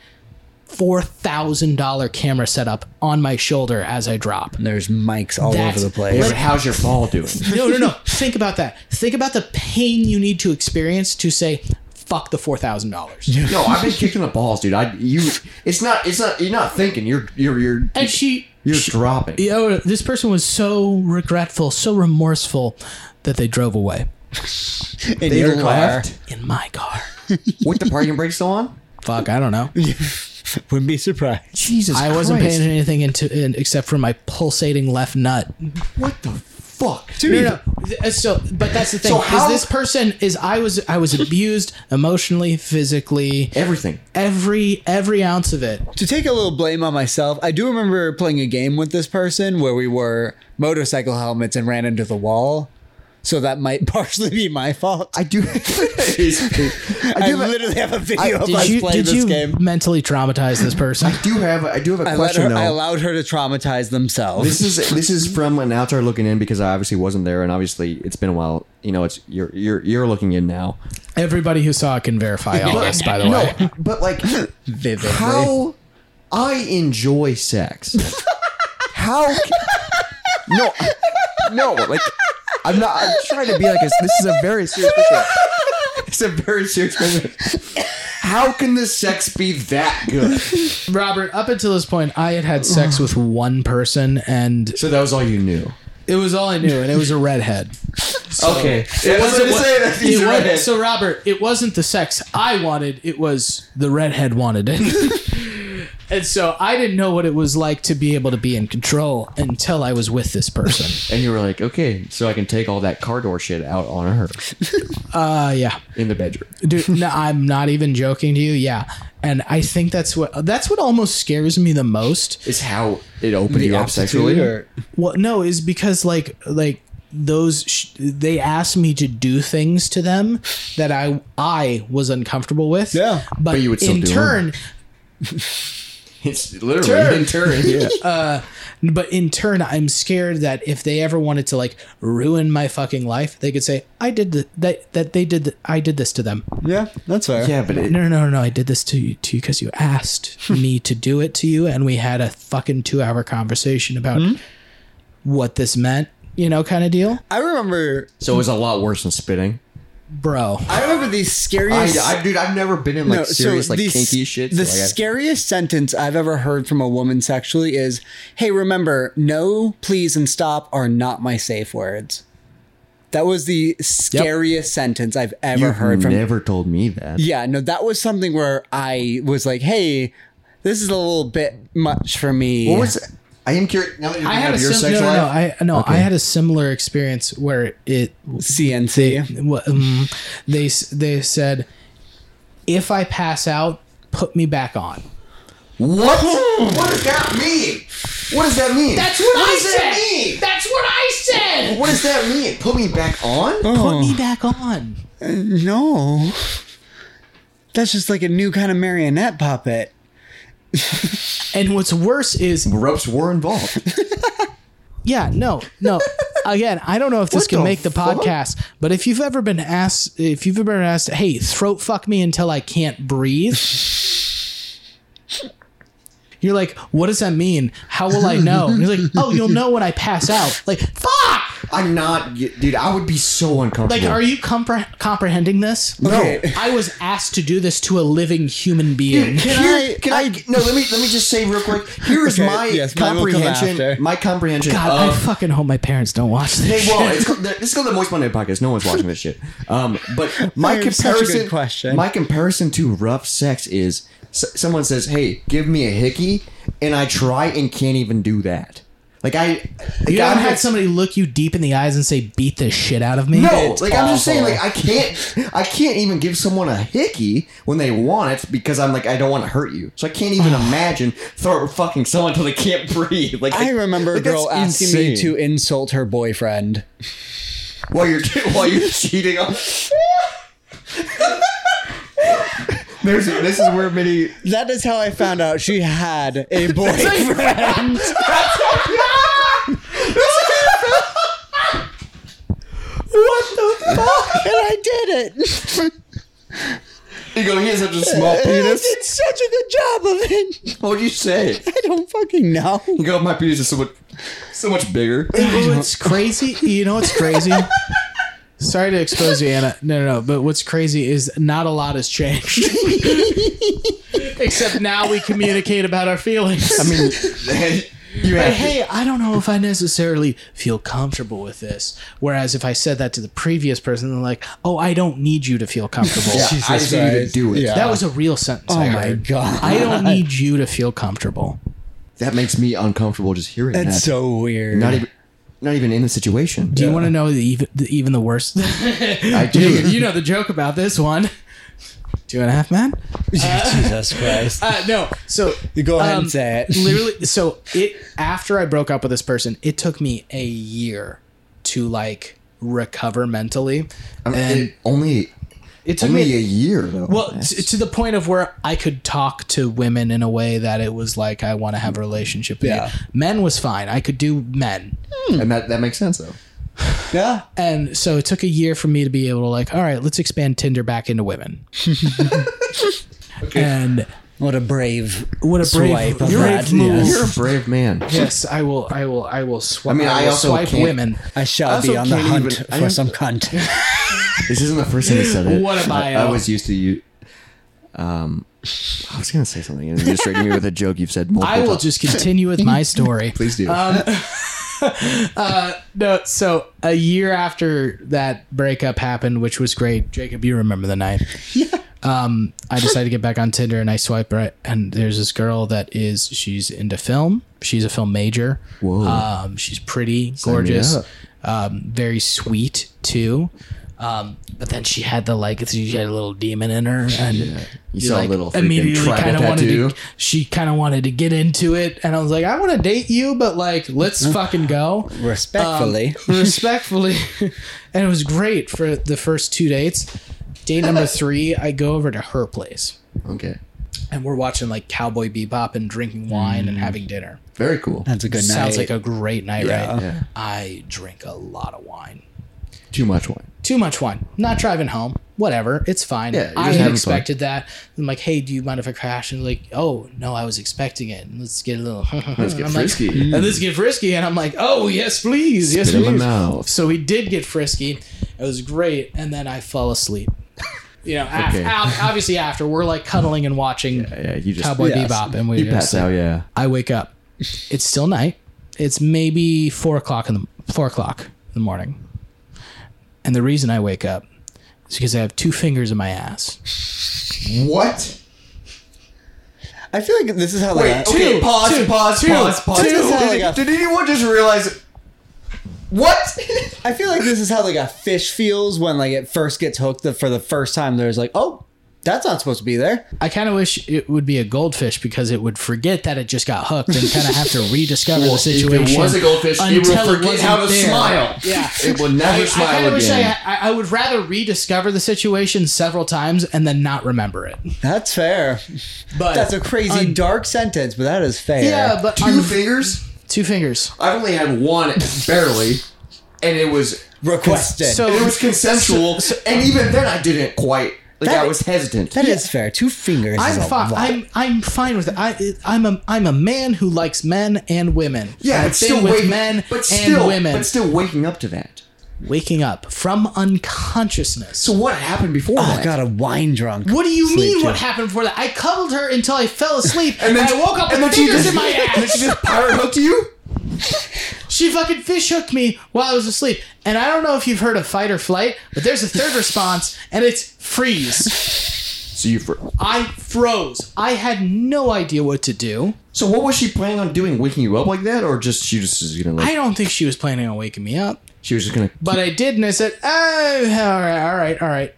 S1: four thousand dollar camera set up on my shoulder as I drop.
S4: there's mics all
S1: That's-
S4: over the
S3: Yeah,
S4: place.
S3: but how's your fall doing?
S1: No, no, no. Think about that. Think about the pain you need to experience to say, "Fuck the four thousand dollars."
S3: Yo, I've been kicking the balls, dude. I you. It's not. It's not. You're not thinking. You're. You're. You're.
S1: And she,
S3: You're dropping.
S1: you know, this person was so regretful, so remorseful that they drove away
S4: In
S3: They
S4: your car
S3: left
S1: in my car.
S3: with the parking brake still on.
S1: Fuck, I don't know.
S4: wouldn't be surprised.
S3: Jesus,
S1: I wasn't
S3: Christ.
S1: paying anything into in, except for my pulsating left nut.
S3: What the fuck?
S1: No, no, no. So, but that's the thing.
S3: So how-
S1: is this person is I was I was abused emotionally, physically,
S3: Everything.
S1: every every ounce of it.
S4: To take a little blame on myself, I do remember playing a game with this person where we wore motorcycle helmets and ran into the wall. So that might partially be my fault. I,
S3: I do. I
S4: I
S3: do. Have,
S4: literally have a video of
S1: Did
S4: us
S1: you
S4: playing
S1: did
S4: this
S1: you
S4: game.
S1: mentally traumatize this person?
S3: I do have. I do have a
S4: I, let
S3: question
S4: her,
S3: though.
S4: I allowed her to traumatize themselves.
S3: this is this is from an outsider looking in because I obviously wasn't there, and obviously it's been a while. You know, it's you're you're you're looking in now.
S1: Everybody who saw it can verify all this, Oh, by the way.
S3: No, but like
S4: Vividly.
S3: how I enjoy sex. how? ca- No, no. Like I'm not. I'm trying to be like a, this is a very serious question. It's a very serious question. How can the sex be that good?
S1: Robert, up until this point, I had had sex with one person, and
S3: So that was all you knew.
S1: it was all I knew, and it was a redhead.
S3: Okay, it wasn't
S1: what-
S3: say that he's
S1: It wa-
S3: redhead.
S1: so, Robert, it wasn't the sex I wanted; it was the redhead wanted it. and so, I didn't know what it was like to be able to be in control until I was with this person.
S3: And you were like, okay, so I can take all that car door shit out on her
S1: Uh, yeah.
S3: in the bedroom.
S1: dude no i'm not even joking to you yeah and i think that's what that's what almost scares me the most
S3: Is how it opened you up sexually.
S1: what no is because like like those sh- they asked me to do things to them that i i was uncomfortable with
S4: Yeah.
S1: but,
S3: But you would still
S1: in
S3: do 'em.
S1: turn
S3: It's literally
S1: Turn.
S3: in turn. Yeah.
S1: but in turn i'm scared that if they ever wanted to like ruin my fucking life they could say i did the, that that they did the, i did this to them
S4: Yeah, that's fair.
S3: yeah, but it,
S1: no, no, no, no! I did this to you, to you, because you asked me to do it to you, and we had a fucking two-hour conversation about what this meant, you know, kind of deal,
S4: I remember.
S3: so it was a lot worse than spitting.
S1: bro.
S4: I remember the
S3: I,
S4: scariest.
S3: I, dude, I've never been in like
S4: no, so
S3: serious like
S4: the s-
S3: kinky shit.
S4: The
S3: so, like, I-
S4: scariest sentence I've ever heard from a woman sexually is, "Hey, remember, no, please, and stop are not my safe words." That was the scariest sentence I've ever
S3: You've
S4: heard from.
S3: never told me that.
S4: yeah, no, that was something where I was like, "Hey, this is a little bit much for me."
S3: What was I am curious. Now that you
S1: I had a
S3: your
S1: sim-
S3: sexual
S1: no, no, no,
S3: life,
S1: I no, I had a similar experience where it
S4: CNC.
S1: wha- um, they s- they said if I pass out, put me back on.
S3: what? what does that mean? What does that mean?
S1: That's what, I
S3: does that
S1: said.
S3: mean?
S1: That's what I said.
S3: what does that mean? Put me back on?
S1: Put me back on.
S4: No. Oh, That's just like a new kind of marionette puppet.
S1: And what's worse is
S3: Ropes were involved.
S1: Yeah, no, no. Again, I don't know if this
S3: What
S1: can
S3: the
S1: make the
S3: fuck?
S1: podcast, but if you've ever been asked, if you've ever been asked, hey, throat fuck me until I can't breathe, you're like, what does that mean? How will I know? And you're like, oh, you'll know when I pass out. Like, fuck!
S3: I'm not, get- dude. I would be so uncomfortable.
S1: Like, are you compre- comprehending this?
S4: Okay.
S1: I was asked to do this to a living human being.
S3: Can
S4: Here-
S3: I? Can I, No, let me let me just say real quick. Here is
S4: Okay,
S3: my
S4: yes, mine will come after.
S3: comprehension. My comprehension
S1: God, I
S3: of
S1: fucking hope my parents don't watch this.
S3: Um, Hey, well, it's called, this is called the Moist Monday podcast. No one's watching this shit. Um, but my
S4: That is such a
S3: comparison,
S4: good question.
S3: my comparison to rough sex is s- someone says, "Hey, give me a hickey," and I try and can't even do that. Like I, like,
S1: You
S3: I'm
S1: haven't had
S3: just-
S1: somebody look you deep in the eyes and say, beat the shit out of me?
S3: No, like I'm just saying,
S4: awful.
S3: like I can't, I can't even give someone a hickey when they want it because I'm like I don't want to hurt you, so I can't even imagine throw fucking someone until they can't breathe. Like
S4: I remember a
S3: like, that's
S4: girl asking me
S3: insane.
S4: to insult her boyfriend.
S3: while you're while you're cheating on. There's, this is where many.
S4: That is how I found out she had a boyfriend.
S3: What the fuck?
S4: and I did it.
S3: You go. He has such a small
S4: And I
S3: penis.
S4: did such a good job of it.
S3: What'd you say?
S4: I don't fucking know.
S3: You go. My penis is so much, so much bigger.
S1: You know what's crazy? You know what's crazy? Sorry to expose you, Anna. No, no, no. But what's crazy is not a lot has changed. Except now we communicate about our feelings.
S3: I mean, you have. to-
S1: hey, I don't know if I necessarily feel comfortable with this. Whereas if I said that to the previous person, they're like, oh, I don't need you to feel comfortable.
S3: Yeah, I just need you to
S4: Christ.
S3: do it.
S4: Yeah.
S1: That was a real sentence.
S4: Oh
S1: I
S4: my
S1: heard.
S4: God.
S1: I don't need you to feel comfortable.
S3: That makes me uncomfortable just hearing that.
S4: That's so weird.
S3: not even, not even in the situation.
S1: Do you want to know the, even- the, even the worst?
S3: I do.
S1: you know the joke about this one. Two and a half man.
S4: Jesus Christ.
S1: Uh, no, so
S4: You go ahead
S1: um,
S4: and say it.
S1: literally, so it after I broke up with this person, it took me a year to like recover mentally,
S3: I mean,
S1: and
S3: it only
S1: it took
S3: only a
S1: me.
S3: year though.
S1: well,
S3: That's-
S1: t- to the point of where I could talk to women in a way that it was like I want to have a relationship. With
S4: Yeah.
S1: you. men was fine. I could do men,
S3: and that that makes sense though.
S4: Yeah.
S1: and so it took a year for me to be able to like, all right, let's expand Tinder back into women. And
S4: What a brave.
S1: what a brave,
S4: Swipe of
S1: brave
S4: that,
S1: move!
S4: yes.
S3: You're a brave man.
S1: Yes, I will. I will. I will swipe.
S3: I mean, I
S1: will
S3: also
S1: swipe
S3: can't-
S1: women.
S4: I shall
S3: also
S4: be on the
S3: can't
S4: hunt
S3: even- I
S4: for
S3: don't-
S4: some cunt.
S3: This isn't the first time you said it.
S1: What a
S3: I,
S1: bio.
S3: I was used to you. Um, I was gonna say something and you straightened me with a joke you've said multiple
S1: I will um,
S3: times.
S1: just continue with my story.
S3: Please do.
S1: No, so a year after that breakup happened, which was great, Jacob, you remember the night. Yeah. Um, I decided to get back on Tinder and I swipe right, and there's this girl that is she's into film. She's a film major.
S3: Whoa.
S1: Um, she's pretty, gorgeous,
S3: up.
S1: um, very sweet too. Um, but then she had the like she had a little demon in her and
S3: you
S1: you,
S3: saw
S1: like,
S3: a little freaking
S1: immediately
S3: tribal
S1: kind of wanted
S3: tattoo.
S1: to she kind of wanted to get into it and i was like i want to date you but like let's fucking go
S3: Um,
S1: Um,
S4: Respectfully.
S1: respectfully and it was great for the first two dates date number three i go over to her place
S3: Okay,
S1: and we're watching like cowboy bebop and drinking wine
S3: Mm.
S1: and having dinner
S3: very cool.
S4: That's a good
S1: sounds like
S4: night.
S1: a great night right
S3: Yeah.
S1: i drink a lot of wine
S3: Too much wine.
S1: too much wine. Not driving home. Whatever. It's fine.
S3: Yeah, you're just
S1: I
S3: having
S1: had
S3: fun.
S1: expected that. I'm like, hey, do you mind if I crash? And like, oh no, I was expecting it. Let's get a little.
S3: Let's get
S1: I'm like,
S3: frisky.
S1: and let's get frisky. And I'm like, oh yes, please, yes,
S3: Spit in my
S1: please.
S3: mouth.
S1: So we did get frisky. It was great. And then I fell asleep. You know, af-
S3: Okay.
S1: af- obviously after we're like cuddling and watching
S3: Yeah, you just
S1: Cowboy
S4: Yes.
S1: Bebop, and we
S3: You
S1: just
S3: pass out. Yeah.
S1: I wake up. It's still night. It's maybe four o'clock in the four o'clock in the morning. And the reason I wake up is because I have two fingers in my ass.
S3: What?
S4: I feel like this is how they got.
S3: okay,
S2: two,
S3: pause,
S2: two,
S3: pause,
S2: two,
S3: pause, pause,
S4: two.
S3: Did-
S4: Oh my God.
S3: Did anyone just realize what?
S4: I feel like this is how like a fish feels when like it first gets hooked the, for the first time. There's like, oh, that's not supposed to be there.
S1: I kind of wish it would be a goldfish because it would forget that it just got hooked and kind of have to rediscover the situation.
S3: If it was a goldfish, it
S1: until
S3: will forget
S1: wasn't
S3: how to
S1: there.
S3: smile.
S1: Yeah.
S3: It will never
S1: I, I
S3: smile
S1: kinda wish I,
S3: again.
S1: I, I would rather rediscover the situation several times and then not remember it.
S4: That's fair.
S1: But
S4: That's a crazy dark sentence, but that is fair.
S1: yeah, but
S3: Two
S1: on-
S3: fingers?
S1: two fingers.
S3: I've only had one, barely, and it was
S4: requested.
S1: So-
S3: and it was consensual, and even then I didn't quite. Like
S4: That-
S3: I was hesitant.
S4: that is fair. Two fingers. is
S1: I'm
S4: a
S1: fine.
S4: lot.
S1: I'm I'm fine with it. I I'm a I'm a man who likes men and women.
S3: yeah,
S1: I'm a
S3: but still
S1: thing with
S3: waking,
S1: men
S3: but still,
S1: and women
S3: but still waking up to that.
S1: waking up from unconsciousness.
S3: So what happened before
S4: Oh
S3: that?
S4: god, a wine drunk.
S1: What do you
S4: Sleep
S1: mean?
S4: too.
S1: What happened before that? I cuddled her until I fell asleep, and, I woke up
S3: and
S1: with
S3: then she
S1: fingers
S3: just,
S1: in my
S3: And then
S1: ass.
S3: she just power hooked you.
S1: She fucking fish hooked me while I was asleep. And I don't know if you've heard of fight or flight, but there's a third response, and it's freeze.
S3: So you. Fr-
S1: I froze. I had no idea what to do.
S3: so what was she planning on doing? Waking you up like that, or just she just is gonna like
S1: I don't think she was planning on waking me up,
S3: she was just gonna.
S1: but I did, and I said, "Oh, all right, all right, all right."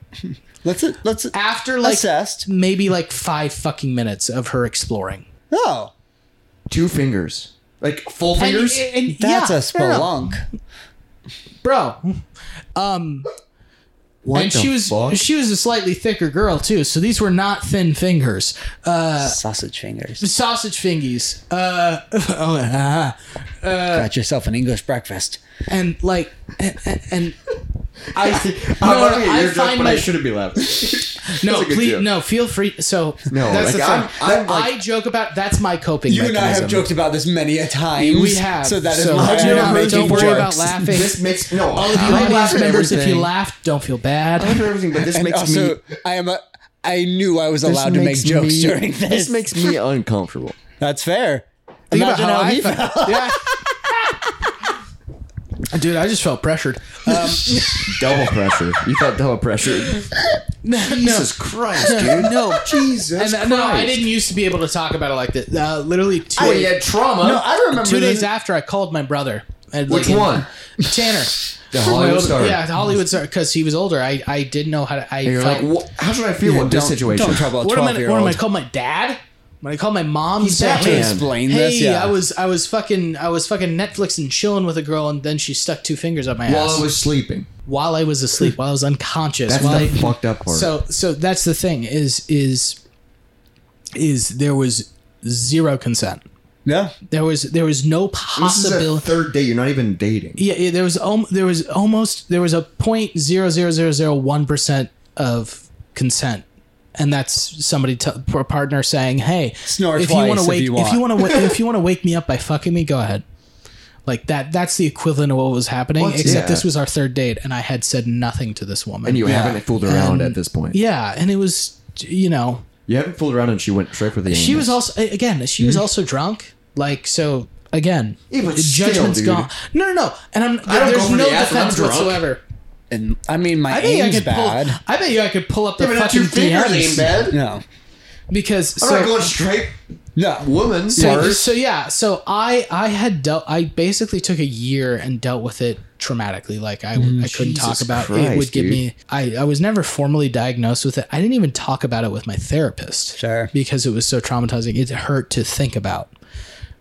S4: Let's let's
S1: After like
S4: assessed.
S1: maybe like five fucking minutes of her exploring,
S4: Oh,
S3: two fingers, like full
S1: And-
S3: fingers.
S1: and- and-
S4: that's
S1: yeah,
S4: a
S1: no, no, no.
S4: spelunk.
S1: bro. Um,
S3: what
S1: and she was
S3: fuck?
S1: she was a slightly thicker girl too, so these were not thin fingers, uh,
S4: Sausage fingers.
S1: sausage fingies. Uh, oh, ah.
S4: Got yourself an English breakfast.
S1: and like and, and
S3: I,
S1: no,
S3: I'm laughing at
S1: I
S3: your joke,
S1: find
S3: but I
S1: my-
S3: shouldn't be laughing.
S1: no,
S3: a good
S1: please,
S3: joke.
S1: no, feel free. So
S3: No,
S1: that's the
S3: like,
S1: thing.
S3: I'm- I'm like-
S1: I joke about that's my coping.
S4: You and I
S1: mechanism.
S4: have joked about this many a time.
S1: We have.
S4: So that is
S1: so
S4: why
S1: do
S4: I'm
S1: not-
S4: making
S1: don't worry
S4: jokes.
S1: about laughing.
S3: this makes no. All
S1: If you like laugh members, if you laugh, don't feel bad.
S3: everything, but this
S4: And
S3: makes
S4: also,
S3: me.
S4: I am a. I knew I was allowed to make
S3: makes
S4: jokes
S3: me-
S4: during this.
S3: This makes me uncomfortable.
S4: That's fair.
S1: about
S4: Imagine
S1: how
S4: how,
S1: I
S4: he
S1: felt.
S4: felt.
S1: yeah. Dude, I just felt pressured. Um,
S3: Double pressure. You felt double pressure. Jesus Christ, dude.
S1: no,
S3: Jesus
S1: and, uh,
S3: Christ.
S1: no, I didn't used to be able to talk about it like this. Uh, literally two,
S3: Well, you had trauma.
S4: No, I remember
S1: two days
S4: this-
S1: after, I called my brother. And,
S3: Which
S1: like,
S3: one?
S1: Tanner.
S3: The Hollywood star.
S1: Yeah, the Hollywood star. Because he was older, I, I didn't know how to. I
S3: You're
S1: felt,
S3: like, "Wha- how should I feel about this situation?
S4: Don't trouble a
S1: what am I?
S4: twelve year
S1: What am I
S4: old.
S1: call my dad? When I call my mom,
S4: Have
S1: Batman.
S4: to explain
S1: Hey,
S4: this. Yeah,
S1: I was I was fucking I was fucking Netflix and chilling with a girl, and then she stuck two fingers up my
S3: While
S1: ass
S3: I was sleeping.
S1: while I was asleep, while I was unconscious.
S3: That's
S1: while
S3: the
S1: I,
S3: fucked up part.
S1: so so that's the thing is is is there was zero consent.
S4: No,
S1: There was there was no
S3: this is a
S1: possibility.
S3: third date. You're not even dating.
S1: Yeah, yeah, there was um, there was almost there was a point zero zero zero zero one percent of consent, and that's somebody t- a partner saying, "Hey,
S4: Snore
S1: if you
S4: twice
S1: wanna
S4: if
S1: wake
S4: you
S1: if you
S4: want."
S1: want to if you want to wake me up by fucking me, go ahead." Like that that's the equivalent of what was happening,
S3: What's-
S1: except
S3: yeah.
S1: this was our third date, and I had said nothing to this woman.
S3: And you haven't fooled around at this point.
S1: yeah, and it was you know
S3: You haven't fooled around, and she went straight for the.
S1: she was also again she
S3: Mm-hmm.
S1: was also drunk like so again
S3: Yeah, but
S1: the
S3: still,
S1: judgment's
S3: dude.
S1: gone no no no and i'm
S3: I don't go
S1: there's
S3: for
S1: no
S3: the ass when I'm
S1: defense
S3: drunk.
S1: whatsoever
S4: and I mean my
S1: I bet you I
S4: aim's
S1: could
S4: bad.
S1: pull. I bet you I could pull up the
S3: Even at
S1: fucking
S3: your fingers
S1: DMs
S3: ain't bad.
S4: No,
S1: because
S3: I'm not
S1: so,
S3: going straight
S4: no.
S3: woman
S1: so,
S3: first.
S1: so yeah. So I I had dealt. I basically took a year and dealt with it traumatically. Like I I couldn't talk about it. It
S3: Mm, Christ,
S1: would give
S3: dude.
S1: me. I I was never formally diagnosed with it. I didn't even talk about it with my therapist.
S4: Sure.
S1: Because it was so traumatizing. It hurt to think about.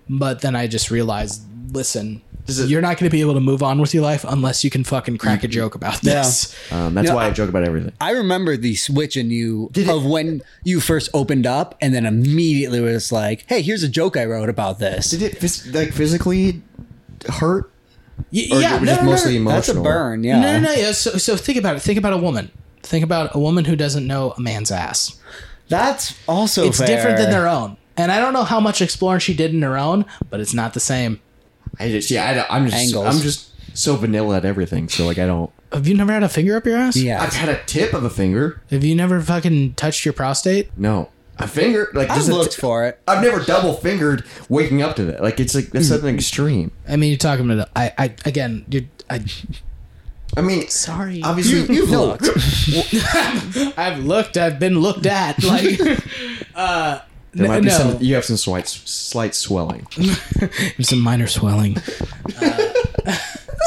S1: But then I just realized. Listen.
S3: it-
S1: You're not going to be able to move on with your life unless you can fucking crack a joke about this.
S3: Um, that's
S4: No,
S3: why I, joke about everything.
S4: I remember the switch in you of when you first opened up, and then immediately was like, "Hey, here's a joke I wrote about this."
S3: Did it phys- like physically hurt?
S1: Y-
S3: Or
S1: yeah,
S3: it was
S1: no,
S3: just
S1: no, no,
S3: mostly emotional.
S4: That's a burn, yeah.
S1: No, no, no. Yeah. So, so think about it. Think about a woman. Think about a woman who doesn't know a man's ass.
S4: That's also
S1: It's different than
S4: fair.
S1: their own. And I don't know how much exploring she did in her own, but it's not the same.
S3: I just yeah. I, don't- I'm just
S4: Angles.
S3: I'm just so vanilla at everything. So like I don't.
S1: Have you never had a finger up your ass?
S4: Yeah,
S3: I've had a tip of a finger.
S1: Have you never fucking touched your prostate?
S3: No, a finger like
S4: I
S3: just
S4: looked
S3: a t-
S4: for it.
S3: I've never double fingered waking up to that. Like it's like that's something extreme.
S1: I mean, you're talking about. I, I again, you're. I,
S3: I mean,
S1: Sorry.
S3: Obviously, you,
S4: You've looked.
S1: I've looked. I've been looked at. Like, uh,
S3: There might be
S2: no.
S3: some. You have some slight slight swelling.
S1: There's some minor swelling. Uh,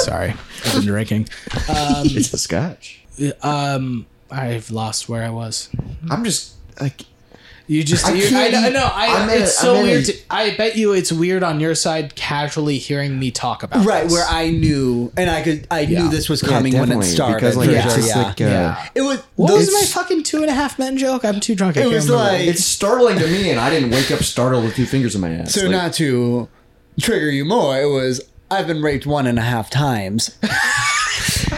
S1: sorry, I've been drinking.
S3: it's a scotch.
S1: Um, I've lost where I was.
S3: I'm just like
S1: You just,
S3: I
S1: you, I,
S3: can't
S1: know- I
S3: eat-
S1: know. I,
S3: I'm in
S1: it's
S3: a-
S1: so
S3: I'm in
S1: weird.
S3: a-
S1: to, I bet you it's weird on your side casually hearing me talk about
S4: Right,
S1: this.
S4: where I knew, and I could, I
S1: Yeah.
S4: knew this was coming when it
S3: definitely,
S4: started.
S3: because like
S4: for
S3: it's
S4: sure,
S3: just
S4: yeah.
S3: like uh,
S1: Yeah.
S4: it was.
S1: What was
S4: those-
S1: my fucking two and a half men joke? I'm too drunk. I
S4: It
S1: can't
S4: was
S1: remember.
S4: like-
S3: it's startling to me, and I didn't wake up startled with two fingers in my ass.
S4: So
S3: Like,
S4: not to trigger you more, it was I've been raped one and a half times.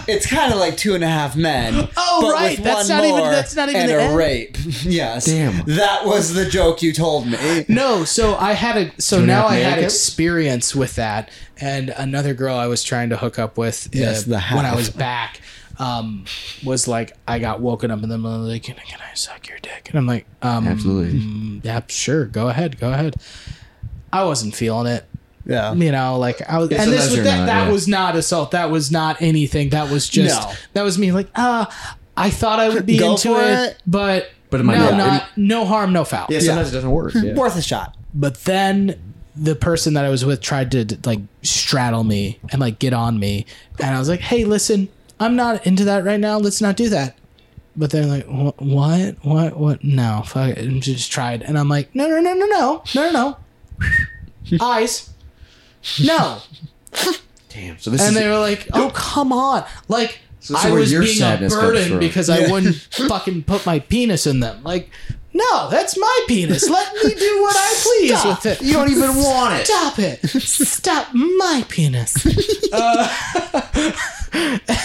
S4: it's kind of like two and a half men.
S1: Oh,
S4: but
S1: right.
S4: with
S1: That's
S4: one
S1: not even-
S4: more
S1: that's not even
S4: and
S1: the
S4: a
S1: end.
S4: rape. yes,
S3: Damn.
S4: That was the joke you told me.
S1: No, so I had a so
S3: and a
S1: now
S3: half
S1: I had
S3: American?
S1: experience with that, and another girl I was trying to hook up with uh,
S4: Yes, the
S1: when I
S4: half.
S1: was back um, was like I got woken up in the middle of the like can, can I suck your dick? And I'm like um,
S3: Absolutely.
S1: mm, yeah sure go ahead go ahead. I wasn't feeling it,
S4: Yeah.
S1: you know, like I was,
S3: Yeah,
S1: and this
S3: sometimes
S1: was
S3: you're
S1: that,
S3: not,
S1: that
S3: yeah.
S1: was not assault. That was not anything. That was just
S4: No.
S1: that was me like ah. I thought I would be
S4: Go
S1: into
S4: for
S1: it,
S4: it.
S1: but
S3: But am I
S1: no,
S3: not?
S1: not no harm, no foul.
S3: yeah, sometimes it doesn't work. Yeah.
S4: Worth a shot.
S1: But then the person that I was with tried to like straddle me and like get on me, and I was like, "Hey, listen, I'm not into that right now. Let's not do that." But they're like, "Wha- "What? What? What? No, fuck it." And she just tried, and I'm like, "No, no, no, no, no, no, no, no, eyes, no."
S3: Damn. So this
S1: And
S3: is
S1: they were like, "Oh, come on!" Like
S3: this is
S1: I
S3: where
S1: was
S3: your
S1: being a
S3: sadness comes
S1: burden
S3: from.
S1: because I wouldn't fucking put my penis in them. Like, no, that's my penis. Let me do what I please
S4: Stop.
S1: with it.
S3: you don't even want it.
S1: Stop it! Stop my penis. Uh,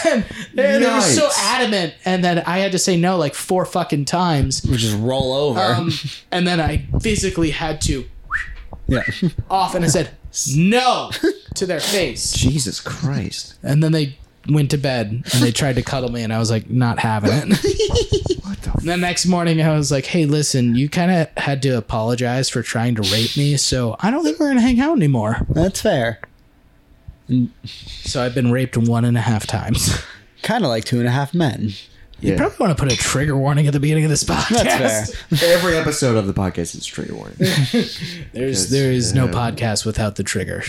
S1: and they, they were so
S3: Yikes.
S1: adamant, and then I had to say no like four fucking times.
S4: We just roll over.
S1: Um, and then I physically had to
S4: yeah.
S1: off, and I said no to their face.
S3: Jesus Christ.
S1: And then they went to bed, and they tried to cuddle me, and I was like, not having it. And the next morning, I was like, hey, listen, you kind of had to apologize for trying to rape me, so I don't think we're gonna hang out anymore.
S4: That's fair.
S1: So I've been raped one and a half times.
S4: Kind of like two and a half men.
S3: Yeah.
S1: Probably want to put a trigger warning at the beginning of this podcast.
S4: That's fair.
S3: Every episode of the podcast is trigger warning. we
S1: There's there is no podcast without the trigger.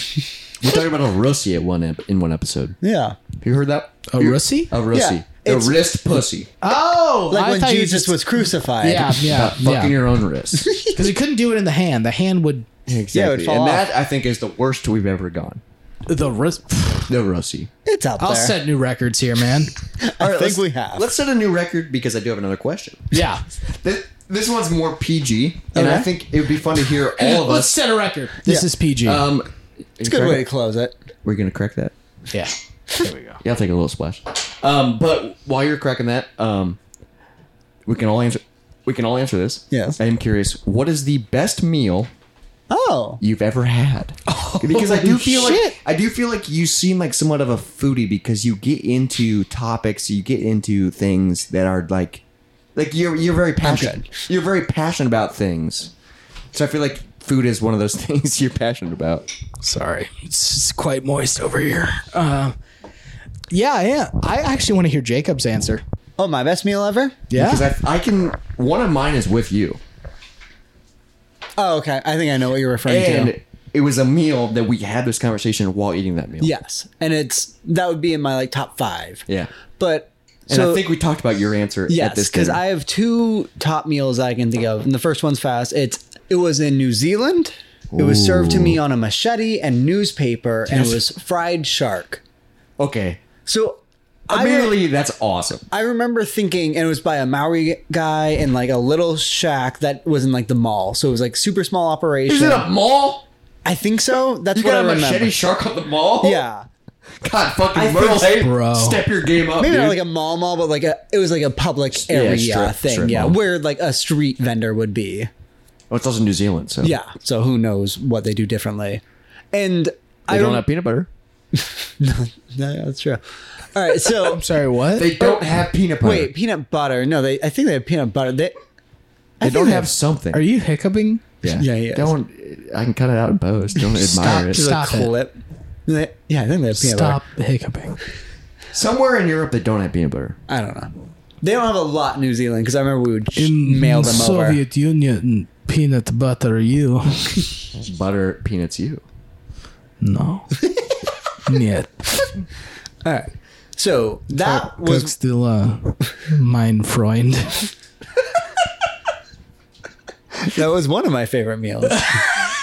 S3: talked about a russie at one ep- in one episode.
S4: Yeah.
S3: Have you heard that?
S1: A russie?
S3: A russie.
S4: Yeah,
S3: a
S4: it's-
S3: wrist pussy.
S1: Oh,
S4: Like
S1: I
S4: when
S1: thought you
S4: Jesus
S1: just-
S4: was crucified.
S1: yeah yeah
S3: About fucking
S1: yeah
S3: your own wrist.
S1: because he couldn't do it in the hand. The hand would
S3: exactly.
S4: fall
S3: and
S4: off.
S3: that I think is the worst we've ever gone.
S1: the wrist.
S3: The russie.
S4: It's out
S1: I'll
S4: there.
S1: set new records here, man.
S4: I think
S3: let's-
S4: we have.
S3: Let's set a new record because I do have another question.
S1: Yeah,
S3: This, this one's more PG, and I
S4: Okay.
S3: think it would be fun to hear all of
S1: let's
S3: us.
S1: set a record. This
S4: Yeah.
S1: is PG.
S3: Um, it's
S4: It's a good way to close it.
S3: We're gonna crack that.
S1: yeah,
S3: Yeah, I'll take a little splash. Um, but while you're cracking that, um, we can all answer. We can all answer this.
S4: Yes.
S3: I am curious. What is the best meal
S4: Oh.
S3: you've ever had? because I do feel
S4: shit.
S3: like I do feel like you seem like somewhat of a foodie because you get into topics, you get into things that are like, like you're you're very passionate.
S4: good.
S3: You're very passionate about things. So I feel like food is one of those things you're passionate about.
S1: sorry, it's, it's quite moist over here. Uh, yeah, yeah. I actually want to hear Jacob's answer.
S4: Oh, my best meal ever?
S3: Because
S1: Yeah,
S3: I, I can one of mine is with you.
S4: Oh, okay. I think I know what you're referring to.
S3: and it was a meal that we had this conversation while eating that meal.
S4: Yes, and it's that would be in my like top five.
S3: yeah.
S4: but
S3: And
S4: so
S3: I think we talked about your answer at
S4: yes,
S3: this
S4: because
S3: dinner.
S4: I have two top meals I can think of, and the first one's fast. It's it was in New Zealand. It was served to me on a machete and newspaper, and it was fried shark.
S3: okay.
S4: So I re-
S3: Immediately, that's awesome.
S4: I remember thinking, and it was by a Maori guy in like a little shack that was in like the mall. So it was like super small
S3: Is
S4: operation.
S3: it a mall?
S4: I think so. That's
S3: You
S4: what I
S3: got a
S4: remember.
S3: machete shark on the mall?
S4: Yeah.
S3: God, fucking
S4: I
S3: Merle,
S4: think-
S3: hey,
S1: Bro.
S3: step your game up,
S4: Maybe
S3: dude.
S4: not like a mall mall, but like a it was like a public area
S3: strip-
S4: thing,
S3: strip
S4: yeah,
S3: mall.
S4: where like a street vendor would be.
S3: oh, it's also New Zealand, so
S4: Yeah, so who knows what they do differently? And
S3: they
S4: I
S3: don't
S4: don't.
S3: have peanut butter.
S4: no, that's true. All right, so
S1: I'm sorry. What?
S3: They don't have peanut butter.
S4: wait, peanut butter? No, they. I think they have peanut butter. They.
S3: they don't have something.
S1: Are you hiccuping?
S3: Yeah,
S4: Yeah, he is.
S3: Don't. I can cut it out in post. Don't admire it.
S1: Stop.
S4: Stop
S1: it.
S4: clip. They- yeah, I think they have peanut
S1: Stop
S4: butter.
S1: hiccuping.
S3: Somewhere in Europe, they don't have peanut butter.
S4: I don't know. They don't have a lot in New Zealand because I remember we would sh- mail them over.
S1: Union, peanut butter you.
S3: Butter peanuts you.
S1: No. Нет.
S4: So that was
S1: Как дела, mein uh, Freund?
S4: that was one of my favorite meals. I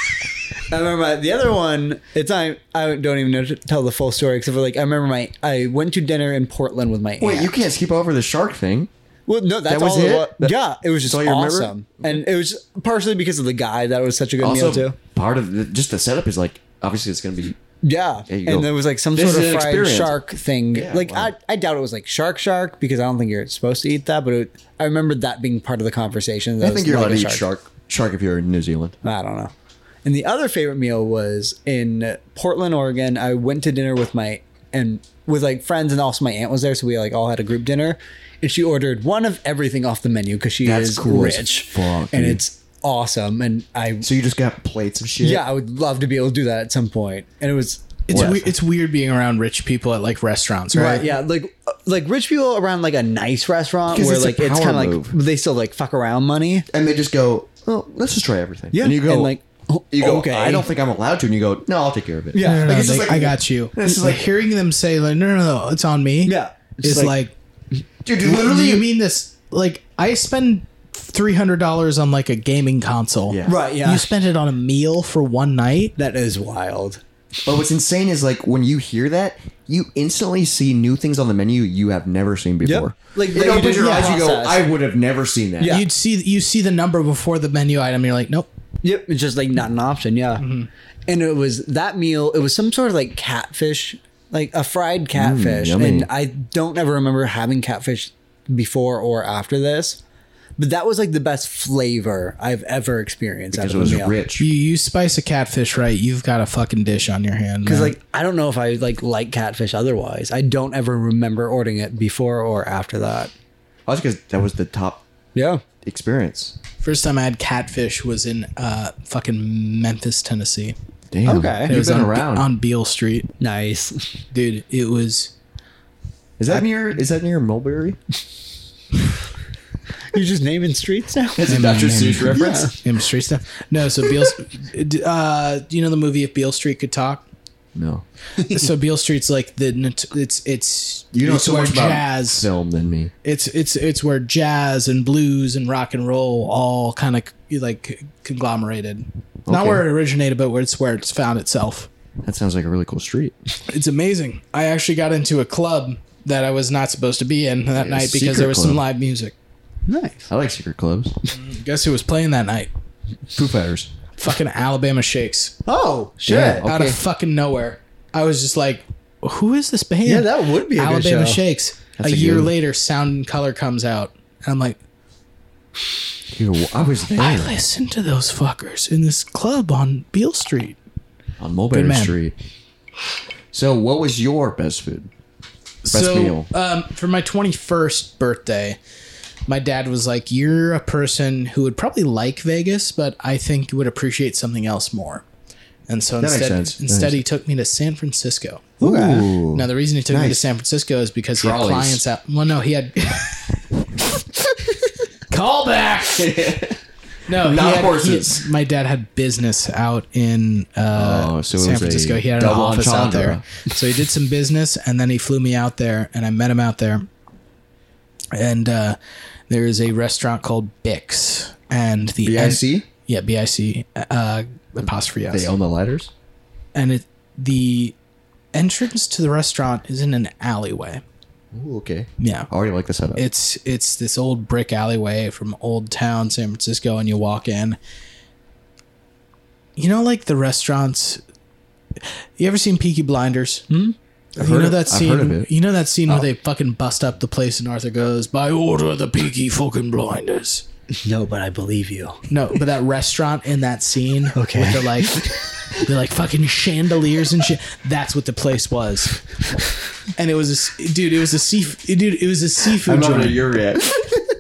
S4: remember my, the other one. It's I I don't even know to tell the full story except for like I remember my I went to dinner in Portland with my aunt.
S3: Wait, you can't skip over the shark thing.
S4: Well, no, that's
S3: That was
S4: all it.
S3: it?
S4: was.
S3: That-
S4: yeah, it was just
S3: all you remember?
S4: awesome, and it was partially because of the guy that was such a good
S3: Also,
S4: meal too.
S3: part of the, just the setup is like obviously it's gonna be
S4: Yeah,
S3: There you
S4: and
S3: go.
S4: there was like some
S3: This
S4: sort
S3: is
S4: of
S3: an
S4: fried
S3: experience.
S4: shark thing.
S3: Yeah,
S4: like
S3: wow.
S4: I, I doubt it was like shark shark because I don't think you're supposed to eat that. But it, I remembered that being part of the conversation. that
S3: I
S4: was
S3: think you're
S4: like
S3: allowed
S4: a
S3: to eat shark. Shark if you're in New Zealand.
S4: I don't know. And the other favorite meal was in Portland, Oregon. I went to dinner with my and with like friends, and also my aunt was there, so we like all had a group dinner. And she ordered one of everything off the menu because she
S3: That's
S4: is
S3: cool as
S4: rich,
S3: fuck,
S4: and
S3: dude.
S4: it's awesome. And I,
S3: So you just got plates of shit.
S4: yeah, I would love to be able to do that at some point. And it was
S1: It's
S3: What?
S1: we- it's weird being around rich people at like restaurants, right?
S4: Right. Yeah. Like like rich people around like a nice restaurant
S3: 'Cause
S4: where
S3: it's a
S4: like it's
S3: power
S4: kind of like
S3: move.
S4: they still like fuck around money.
S3: and they just go, "Oh, let's just try everything."
S4: Yeah,
S3: and you go
S4: and like, oh,
S3: you go,
S4: okay.
S3: "I don't think I'm allowed to," and you go, "No, I'll take care of it."
S4: Yeah.
S1: No, no,
S3: Like,
S1: no,
S3: it's just
S1: they-
S3: like-
S1: I got you.
S3: It's
S1: It's
S3: like-
S1: like, hearing them say like, no, no, no, it's on me.
S4: Yeah. It's
S1: it's
S4: like-
S1: like,
S3: dude,
S1: do
S3: literally,
S1: you mean this? Like, I spend three hundred dollars on like a gaming console.
S3: Yeah.
S4: Right. Yeah.
S1: You spent it on a meal for one night.
S4: that is wild.
S3: But what's insane is like when you hear that, you instantly see new things on the menu you have never seen before.
S4: Like,
S3: it
S4: like you
S3: opens
S4: did
S3: your
S4: the
S3: eyes. You go,
S4: process.
S3: "I would have never seen that."
S4: Yeah.
S1: You'd see you see the number before the menu item. You're like, nope.
S4: Yep. It's just like not an option. Yeah. And it was that meal. It was some sort of like catfish, like a fried catfish.
S3: yummy.
S4: and I don't ever remember having catfish before or after this. But that was like the best flavor I've ever experienced.
S3: because it
S4: out of
S3: was
S4: a meal.
S3: rich.
S1: You you spice a catfish right, you've got a fucking dish on your hand.
S4: Because
S1: man.
S4: like I don't know if I like like catfish otherwise. I don't ever remember ordering it before or after that.
S3: I was because that was the top
S4: Yeah.
S3: experience.
S1: first time I had catfish was in uh fucking Memphis, Tennessee.
S3: Damn.
S4: Okay. It
S1: It
S3: You've
S1: was
S3: been
S1: on,
S3: around.
S1: on Beale Street,
S4: Nice.
S1: dude. It was
S3: is that near? Is that near Mulberry?
S4: You're just naming streets now.
S3: It's a Dr. Seuss reference.
S1: Am Street stuff. No, so Beale. uh, do you know the movie If Beale Street Could Talk?
S3: No,
S1: so Beale Street's like the nat- it's it's
S3: you know
S1: it's
S3: so
S1: where
S3: much about
S1: jazz.
S3: film than me.
S1: It's it's it's where jazz and blues and rock and roll all kind of like conglomerated. Not
S3: Okay.
S1: where it originated, but where it's where it's found itself.
S3: That sounds like a really cool street.
S1: It's amazing. I actually got into a club that I was not supposed to be in that night
S3: secret
S1: because there was some
S3: club.
S1: live music.
S4: nice.
S3: I like secret clubs.
S1: Guess who was playing that night?
S3: Foo Fighters.
S1: Fucking Alabama Shakes
S4: Oh shit.
S3: Yeah,
S1: out
S3: okay.
S1: of fucking nowhere. I was just like, who is this band?
S4: Yeah, that would be a good
S1: Alabama
S4: show.
S1: Shakes.
S3: That's
S1: a
S3: a
S1: year
S3: good-
S1: later, Sound and Color comes out, and I'm like,
S3: Dude, I was there
S1: I listened to those fuckers in this club on Beale Street.
S3: on Mulberry
S1: Good man.
S3: Street. So, what was your best food? Best
S1: so,
S3: meal.
S1: Um, for my 21st birthday, my dad was like, You're a person who would probably like Vegas, but I think you would appreciate something else more. And so
S3: makes
S1: instead,
S3: sense. That
S1: instead
S3: makes-
S1: he took me to San Francisco.
S3: Ooh.
S1: Now, the reason he took me to
S3: Nice.
S1: San Francisco is because he had
S3: Trolleys.
S1: clients out. Well, no, he had. Call back! No, he had-
S3: Not
S1: he-
S3: horses.
S1: my dad had business out in uh,
S3: Oh, so it
S1: San
S3: was a
S1: Francisco. He had an
S3: double
S1: office out
S3: entendre.
S1: there, so he did some business, and then he flew me out there, and I met him out there. And uh, there is a restaurant called Bix, and the
S3: BIC?
S1: yeah, B I C uh, apostrophe
S3: They
S1: S,
S3: own the letters?
S1: and it the entrance to the restaurant is in an alleyway.
S3: Ooh, okay.
S1: Yeah,
S3: I already like the setup.
S1: it's it's this old brick alleyway from old town San Francisco, and you walk in. You know, like the restaurants. You ever seen Peaky Blinders? Hmm? you
S3: heard
S1: know
S3: of-
S1: that
S3: I've heard of
S1: scene.
S3: it. Oh.
S1: You know that scene where they fucking bust up the place, and Arthur goes, "By order of the Peaky fucking Blinders."
S4: No, but I believe you.
S1: No, but that restaurant in that scene, okay, with the like, the like fucking chandeliers and shit. That's what the place was, and it was a s- dude. It was a sea, dude. It was a seafood.
S3: I'm not
S1: joint.
S3: where you're at.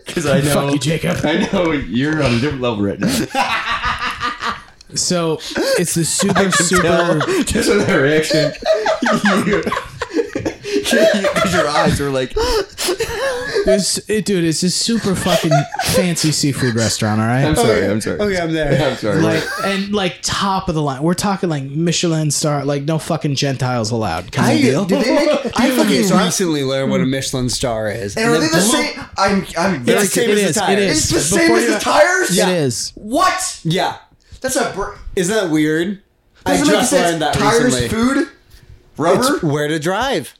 S3: Because I know.
S1: Fuck you, Jacob.
S3: I know you're on a different level right now.
S1: So it's the super super.
S3: Tell, just with that reaction. Because your eyes were like.
S1: This, it, dude, it's a super fucking fancy seafood restaurant. All right.
S3: I'm sorry. I'm sorry.
S4: Okay, I'm there.
S3: I'm sorry.
S1: Like and like top of the line. We're talking like Michelin star, like no fucking Gentiles allowed. Kind
S4: I,
S1: of deal.
S4: did they make, I fucking recently learned what a Michelin star is.
S3: and are
S4: it
S3: they the
S4: blew-
S3: same? I'm. I'm
S4: It's
S3: very
S4: the same
S1: it
S4: as
S1: is. It
S4: the tires.
S1: is.
S3: It's the same
S1: Before
S3: as
S1: you-
S3: the tires.
S4: Yeah.
S1: It is.
S3: What?
S4: Yeah.
S3: That's a. Br-
S4: Isn't that weird?
S3: doesn't
S4: I
S3: make
S4: just
S3: sense.
S4: learned that
S3: tires,
S4: recently.
S3: food, rubber.
S4: It's where to drive.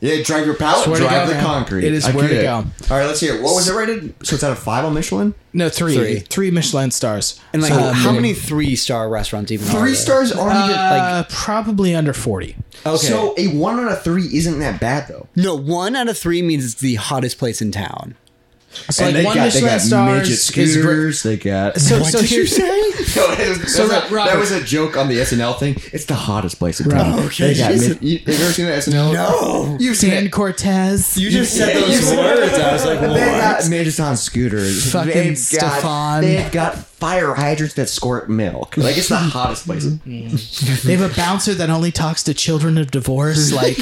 S3: yeah, drive your pallet.
S1: Swear to
S3: drive
S1: God,
S3: the
S1: man.
S3: concrete.
S1: It is
S3: I
S1: where
S3: get
S1: to
S3: it.
S1: go.
S3: All right, let's hear. it. What was it rated? So it's out of five on Michelin.
S1: No, three.
S4: Three.
S1: Three Michelin stars.
S4: And like,
S1: Um,
S4: how many three star restaurants even? are
S3: Three
S4: there?
S3: stars aren't even like.
S1: Oh, uh, probably under forty.
S4: Okay.
S3: So a one out of three isn't that bad though.
S4: no, one out of three means it's the hottest place in town.
S1: So like one Michelin stars is great.
S3: They got.
S1: So, so here's,
S3: No, it was-
S1: So,
S3: that, was a,
S1: Robert-
S3: that was a joke on the SNL thing. It's the hottest place in town.
S4: Okay,
S3: They got
S4: Jesus.
S3: mid- you, have you ever seen that SNL?
S4: No.
S3: You've seen
S1: Dan
S3: it.
S1: Cortez.
S4: You just said
S3: Yeah,
S4: those
S3: you-
S4: words. I was like,
S3: They got
S4: what?
S3: Midgeton scooters.
S1: Fucking
S3: They've Got,
S1: Stefan.
S3: they've got fire hydrants that squirt milk. Like it's the hottest place.
S1: They have a bouncer that only talks to children of divorce. Like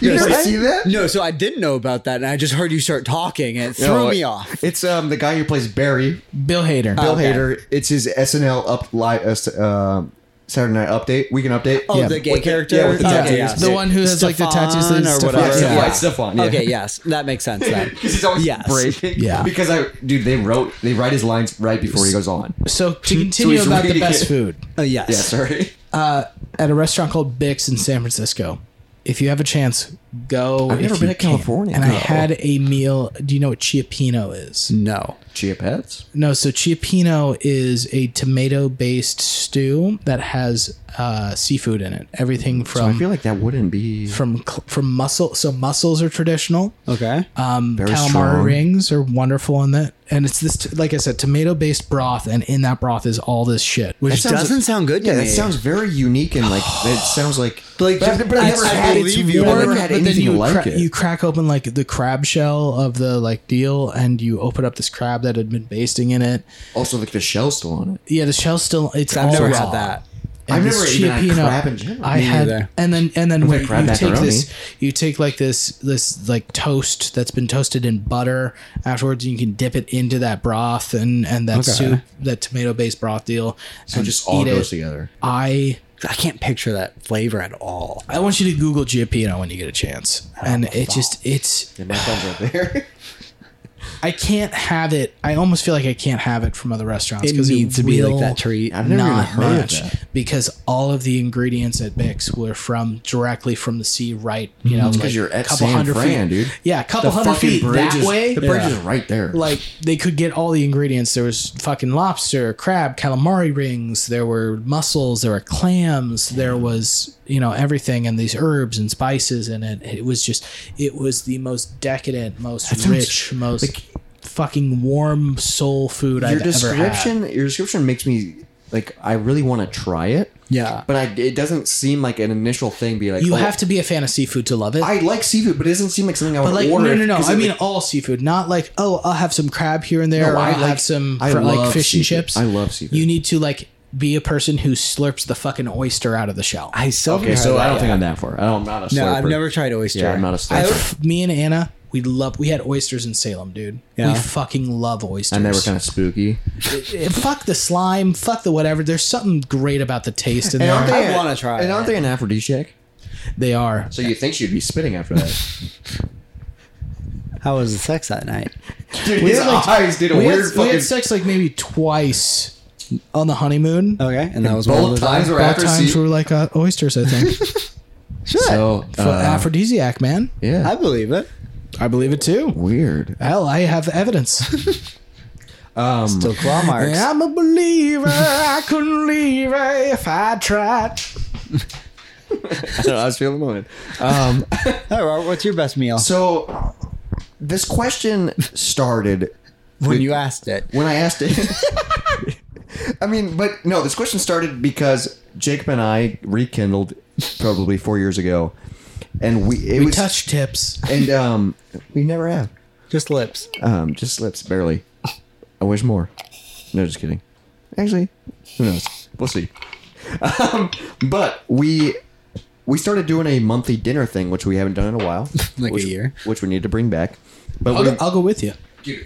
S3: You never
S4: I-
S3: see that?
S4: No, so I didn't know about that, and I just heard you start talking, and it threw
S3: No,
S4: me
S3: it-
S4: off.
S3: It's um the guy who plays Barry,
S1: Bill Hader.
S3: Bill
S4: okay.
S3: Hader. It's his SNL up live uh, s- uh, Saturday Night Update, weekend update.
S4: Oh, the gay
S3: With
S4: character?
S3: yeah, with the
S4: Okay,
S3: tattoos.
S4: yeah.
S1: the one who has like the tattoos
S4: Stefan
S1: and
S4: or
S1: stuff.
S4: whatever.
S1: Yeah.
S3: Yeah,
S4: Yeah.
S3: yeah. Stefan. Yeah.
S4: Okay, yes, that makes sense then.
S3: Because he's always
S4: Yes.
S3: breaking.
S1: Yeah.
S3: Because I, dude, they wrote, they write his lines right before he goes on.
S1: So to continue
S3: he's
S1: about the
S3: reading
S1: best
S3: it.
S1: food
S4: Uh, yes.
S3: Yeah, sorry.
S1: at a restaurant called Bix in San Francisco. If you have a chance, go. I've
S3: never been to California,
S1: And I
S3: no.
S1: had a meal. Do you know what chiappino is?
S4: No.
S3: Chia pets.
S1: No, so chiappino is a tomato-based stew that has uh, seafood in it. Everything
S3: I
S1: from
S3: feel like that wouldn't be
S1: from cl- from mussel. So mussels are traditional.
S4: Okay.
S1: Um,
S3: Very
S1: calamari
S3: strong.
S1: rings are wonderful in that, and it's this t- like I said, tomato-based broth, and in that broth is all this shit.
S4: Which
S3: sounds-
S4: doesn't sound good to
S3: Yeah,
S4: me.
S3: that sounds very unique and like that sounds like.
S4: like,
S3: but, but I never
S4: I
S3: had
S4: believe
S3: it's
S4: you.
S3: warm,
S4: I've
S3: never
S4: never
S3: had
S1: but then
S3: anything
S1: you
S3: like
S1: cra-
S3: it.
S1: you crack open like the crab shell of the like deal, and you open up this crab that had been basting in it.
S3: also, like the shell's still on it.
S1: Yeah, the shell's still. It's
S4: I've
S1: all
S3: Oh,
S4: never
S1: raw.
S4: had that.
S1: And
S3: I've
S1: this
S3: never even had
S1: chiappino-
S3: crab in general.
S1: I
S3: Me
S1: had,
S4: neither.
S1: and then and then when you
S3: crab
S1: take
S3: macaroni.
S1: this, you take like this this like toast that's been toasted in butter afterwards, and you can dip it into that broth and and that soup, that tomato based broth deal,
S3: So
S1: and
S3: just all
S1: eat
S3: goes
S1: it.
S3: together.
S1: I
S4: I can't picture that flavor at all.
S1: I want you to Google Giappino when you get a chance,
S4: Oh
S1: and it just it's
S3: Yeah, my thumb's right there.
S1: I can't have it. I almost feel like I can't have it from other restaurants
S4: It
S1: because
S4: needs to be like that treat.
S3: I've never even
S1: not
S3: heard of
S1: match
S3: that.
S1: because all of the ingredients at Bix were from directly from the sea, right? You know,
S3: Because
S1: like
S3: you're at
S1: couple
S3: San
S1: hundred
S3: Fran,
S1: feet.
S3: dude.
S1: Yeah, a couple
S3: The
S1: hundred
S3: fucking
S1: feet
S3: bridge
S1: that
S3: is,
S1: way.
S3: The bridge
S4: Yeah.
S3: is right there.
S1: Like they could get all the ingredients. There was fucking lobster, crab, calamari rings. There were mussels. There were clams. There was you know everything and these herbs and spices in it. It was just it was the most decadent, most
S3: sounds
S1: rich, most fucking warm soul food
S3: your
S1: I've ever had.
S3: description your description makes me like i really want to try it
S4: Yeah.
S3: but I, it doesn't seem like an initial thing be like
S1: You
S3: oh,
S1: have to be a fan of seafood to love it.
S3: i like seafood but it doesn't seem like something i would
S1: but like
S3: order
S1: no no no,
S3: 'cause
S1: I
S3: it-
S1: mean all seafood, not like oh I'll have some crab here and there,
S3: No,
S1: or
S3: I
S1: I'll
S3: like-
S1: have some
S3: I
S1: fr- like
S3: love
S1: fish and
S3: seafood.
S1: chips.
S3: I love seafood.
S1: You need to like be a person who slurps the fucking oyster out of the shell.
S4: I still
S3: okay so i don't think i'm that far i don't, i'm not a
S4: No,
S3: slurper.
S4: I've never tried oyster.
S3: yeah i'm not a
S4: I
S3: slurper
S1: Me and Anna, we love we had oysters in Salem, dude.
S4: Yeah.
S1: We fucking love oysters.
S3: and they were kind of spooky
S1: Eh, fuck the slime, fuck the whatever. There's something great about the taste in
S4: aren't
S1: there.
S4: they- I wanna try
S3: and
S4: it.
S3: aren't they an aphrodisiac
S1: They are.
S3: so you think she'd be spitting after that
S4: How was the sex that night?
S3: dude his eyes did a
S1: We
S3: weird
S1: had, we
S3: fucking
S1: had sex like maybe twice on the honeymoon.
S4: Okay, and that was one of
S3: both
S4: the
S3: times were
S1: All
S3: Oh, after
S1: times
S3: sea-
S1: were like uh, oysters, I think.
S3: so
S1: For
S3: uh,
S1: aphrodisiac, man.
S3: yeah
S4: I believe it.
S1: I believe it too.
S3: weird
S1: Hell, I have evidence.
S3: um
S4: So claw marks.
S1: I'm a believer. I couldn't leave her if I tried.
S3: i don't know, I was feeling the moment um
S4: Hey, Robert, what's your best meal?
S3: So this question started
S4: when you asked it.
S3: when I asked it. I mean, but no, this question started because Jacob and I rekindled probably four years ago, and we it
S1: We
S3: was
S1: touch tips.
S3: and um we never have
S4: Just lips.
S3: um just lips barely. I wish more. No, just kidding. Actually, who knows? We'll see. Um, but we we started doing a monthly dinner thing, which we haven't done in a while,
S4: Like a
S3: which,
S4: year.
S3: which we need to bring back. But
S1: I'll
S3: we,
S1: go, I'll go with you.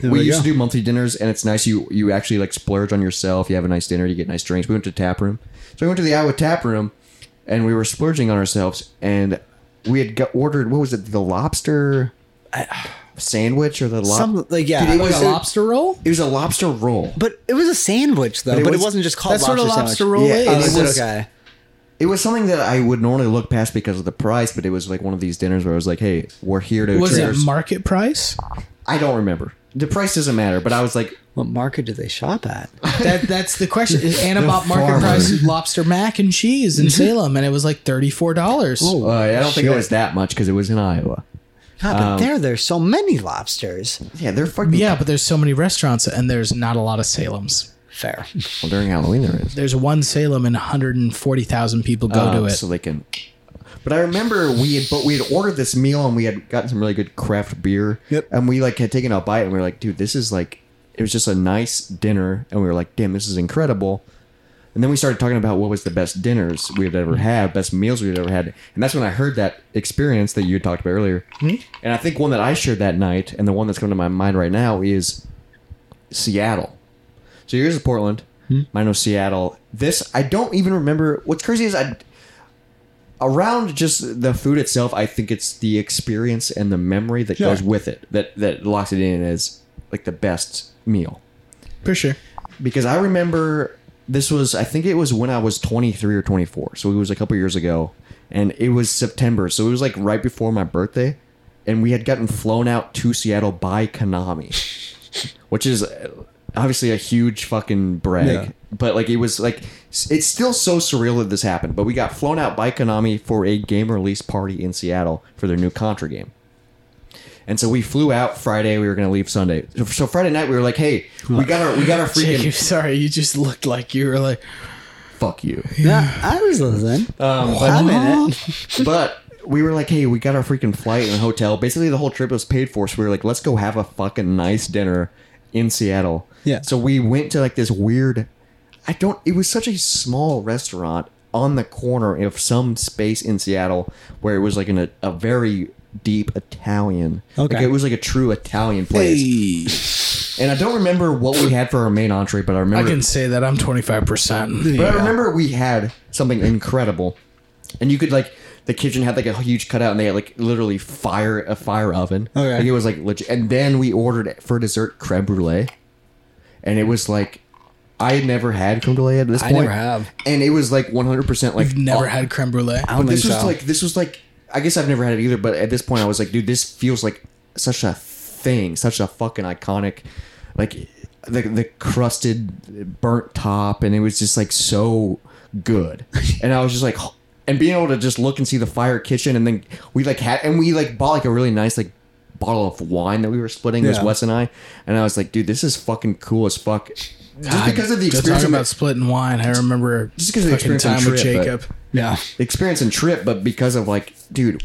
S3: we
S4: we
S3: used
S4: go.
S3: to do monthly dinners, and it's nice. You you actually like splurge on yourself. You have a nice dinner. You get nice drinks. We went to tap room, so we went to the Iowa tap room, and we were splurging on ourselves. And we had got ordered what was it? The lobster sandwich or the
S4: Some
S3: lobster?
S4: like yeah,
S3: Dude, it was
S1: Like a lobster roll?
S3: It was a lobster roll.
S4: but it was a sandwich though. But it,
S3: was-
S4: wasn't just called
S1: that's what
S4: lobster
S1: a lobster roll
S4: sandwich.
S1: is.
S4: Yeah,
S1: And
S4: oh,
S1: it
S4: is it
S3: was-
S4: okay.
S3: It was something that I would normally look past because of the price, but it was like one of these dinners where I was like, "Hey, we're here to."
S1: Was
S3: treat
S1: it
S3: ours-
S1: market price?
S3: I don't remember. The price doesn't matter, but I was like,
S4: What market do they shop at?
S1: That that's the question. Is Anabop market
S3: farmer.
S1: price lobster mac and cheese in Salem, and it was like thirty four dollars.
S3: uh, "I don't think it was that much because it was in Iowa."
S4: God, but there, there's so many lobsters.
S3: Yeah, they're fucking.
S1: Yeah, but there's so many restaurants, and there's not a lot of Salems.
S4: Fair.
S3: Well, during Halloween there is.
S1: There's one Salem, and 140,000 people go
S3: Um,
S1: to it.
S3: so they can. But I remember we had but we had ordered this meal and we had gotten some really good craft beer.
S4: Yep.
S3: And we like had taken a bite and we were like, dude, this is like it was just a nice dinner and we were like, damn, this is incredible. And then we started talking about what was the best dinners we had ever had, best meals we had ever had, and that's when I heard that experience that you had talked about earlier. And I think one that I shared that night, and the one that's coming to my mind right now is Seattle. So yours is Portland. Mine was Seattle. This I don't even remember. What's crazy is I around just the food itself. I think it's the experience and the memory that goes with it that that locks it in as like the best meal.
S1: For sure.
S3: Because I remember this was I think it was when I was 23 or 24, so it was a couple years ago, and it was September, so it was like right before my birthday, and we had gotten flown out to Seattle by Konami which is uh, obviously a huge fucking brag.
S4: Yeah.
S3: But like it was like s- it's still so surreal that this happened. But we got flown out by Konami for a game release party in Seattle for their new Contra game. And so we flew out Friday. We were gonna leave Sunday. So- So Friday night we were like, "Hey, we got our we got our
S1: Jake, you-
S3: freaking
S1: sorry, you just looked like you were like,
S3: fuck you."
S4: Yeah, I was listening.
S3: Um,
S4: I'm
S3: but,
S4: in it.
S3: but we were like, "Hey, we got our freaking flight and hotel. Basically, the whole trip was paid for. So we were like, let's go have a fucking nice dinner in Seattle."
S4: Yeah.
S3: So we went to like this weird. I don't. It was such a small restaurant on the corner of some space in Seattle where it was like in a, a very deep Italian.
S4: Okay.
S3: Like, it was like a true Italian place. And I don't remember what we had for our main entree, but I
S1: I
S3: remember
S1: can say that I'm 25%.
S3: but I remember we had something incredible, and you could like the kitchen had like a huge cutout, and they had like literally fire a fire oven.
S4: Okay.
S3: Like, it was like legit. And then we ordered for dessert creme brulee, and it was like I had never had creme brulee at this point.
S4: never have.
S3: and it was like one hundred percent like
S1: I've never
S3: oh,
S1: had creme brulee.
S4: don't
S3: This
S4: think
S3: was
S4: so.
S3: like this was like I guess I've never had it either. But at this point, I was like, dude, this feels like such a thing, such a fucking iconic, like the the crusted burnt top, and it was just like so good. And I was just like. And being able to just look and see the fire kitchen, and then we like had, and we like bought like a really nice like bottle of wine that we were splitting. It
S4: Yeah.
S3: was Wes and I, and I was like, dude, this is fucking cool as fuck. Just because of the
S1: Just
S3: experience
S1: talking
S3: and the-
S1: about splitting wine, I remember
S3: Just 'cause of the
S1: fucking
S3: experience on
S1: time with
S3: trip, but-
S1: Jacob.
S4: Yeah.
S3: experience and trip, but because of like, dude,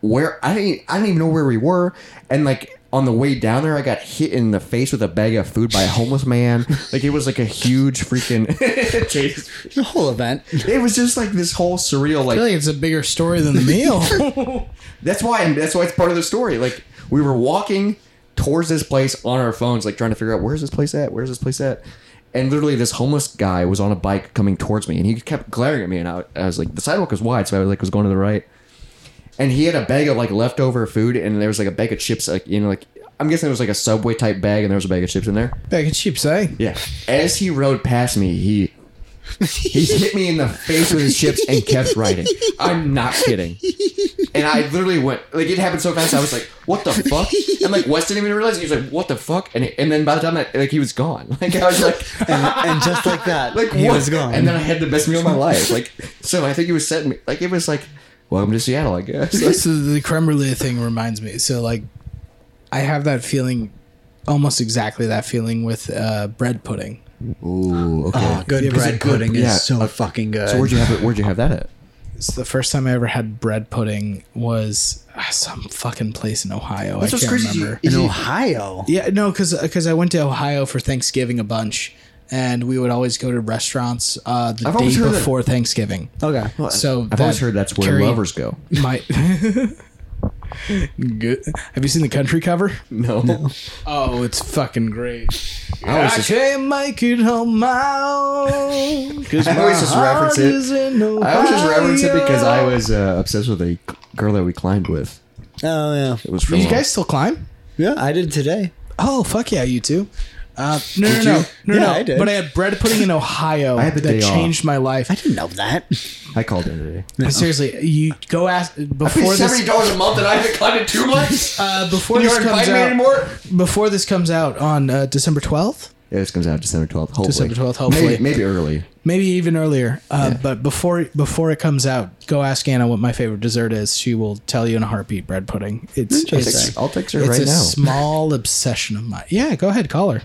S3: where I didn't, e, I didn't even know where we were, and like on the way down there, I got hit in the face with a bag of food by a homeless man. like it was like a huge freaking.
S4: The whole event.
S3: it was just like this whole surreal
S1: I
S3: like.
S1: feel like it's a bigger story than the meal.
S3: That's why and that's why it's part of the story. Like we were walking towards this place on our phones, like trying to figure out where's this place at, where's this place at, and literally this homeless guy was on a bike coming towards me, and he kept glaring at me, and I, I was like, the sidewalk was wide, so I was like was going to the right, and he had a bag of like leftover food, and there was like a bag of chips, like you know, like I'm guessing it was like a subway type bag, and there was a bag of chips in there.
S1: Bag of chips, eh?
S3: Yeah. As he rode past me, he he hit me in the face with his chips and kept riding. I'm not kidding. And I literally went like it happened so fast. I was like, "What the fuck?" And like Wes didn't even realize. He was like, "What the fuck?" And and then by the time that like he was gone, like I was like,
S4: And just like that,
S3: like
S4: he
S3: what?
S4: was gone.
S3: And then I had the best meal of my life. Like so, I think he was setting me like it was like, "Welcome to Seattle," I guess. Like,
S1: So the creme brulee thing reminds me. So like, I have that feeling, almost exactly that feeling with uh, bread pudding.
S3: Ooh, okay.
S4: oh, good
S3: because a
S4: bread
S3: good-
S4: pudding
S3: yeah,
S4: is so
S3: a-
S4: fucking good.
S3: so where'd you have it? Where'd you have that at?
S1: It's the first time I ever had bread pudding was ah, some fucking place in Ohio. I
S3: what's
S1: can't
S3: crazy is you-
S1: remember.
S4: in Ohio.
S1: Yeah, no, because I went to Ohio for Thanksgiving a bunch, and we would always go to restaurants uh, the
S3: I've
S1: day
S3: always heard that-
S1: before Thanksgiving.
S4: Okay.
S1: So
S3: I've always heard that's where
S1: Carrie-
S3: lovers go.
S1: My Good. Have you seen the country cover?
S3: No.
S1: Oh, it's fucking great.
S3: I always
S1: I
S3: just,
S1: can't make it home my own. 'cause
S3: I always
S1: my
S3: just reference
S1: heart
S3: it.
S1: is in
S3: I always just reference it
S1: Ohio.
S3: because I was uh, obsessed with a girl that we climbed with.
S4: Oh yeah,
S3: It was from
S1: Did you guys still climb?
S4: yeah. I did today.
S1: Oh fuck yeah, you too. Uh, no, no, no, no,
S4: Yeah,
S1: no.
S4: I did.
S1: But I had bread pudding in Ohio
S3: had the
S1: that
S3: day off.
S1: changed my life.
S4: I didn't know that.
S3: I called in today.
S1: Seriously, you go ask before this
S3: dollars a month, and I haven't climbed in two months.
S1: uh, before this comes out before this comes out on uh, December twelfth,
S3: Yeah, this comes out December twelfth. Hopefully,
S1: December 12th, hopefully.
S3: maybe, maybe early.
S1: maybe even earlier. Uh, But before before it comes out, go ask Anna what my favorite dessert is. She will tell you in a heartbeat. Bread pudding. It's it's,
S3: I'll text her
S1: it's
S3: right
S1: a
S3: now.
S1: small obsession of mine. Yeah, go ahead, call her.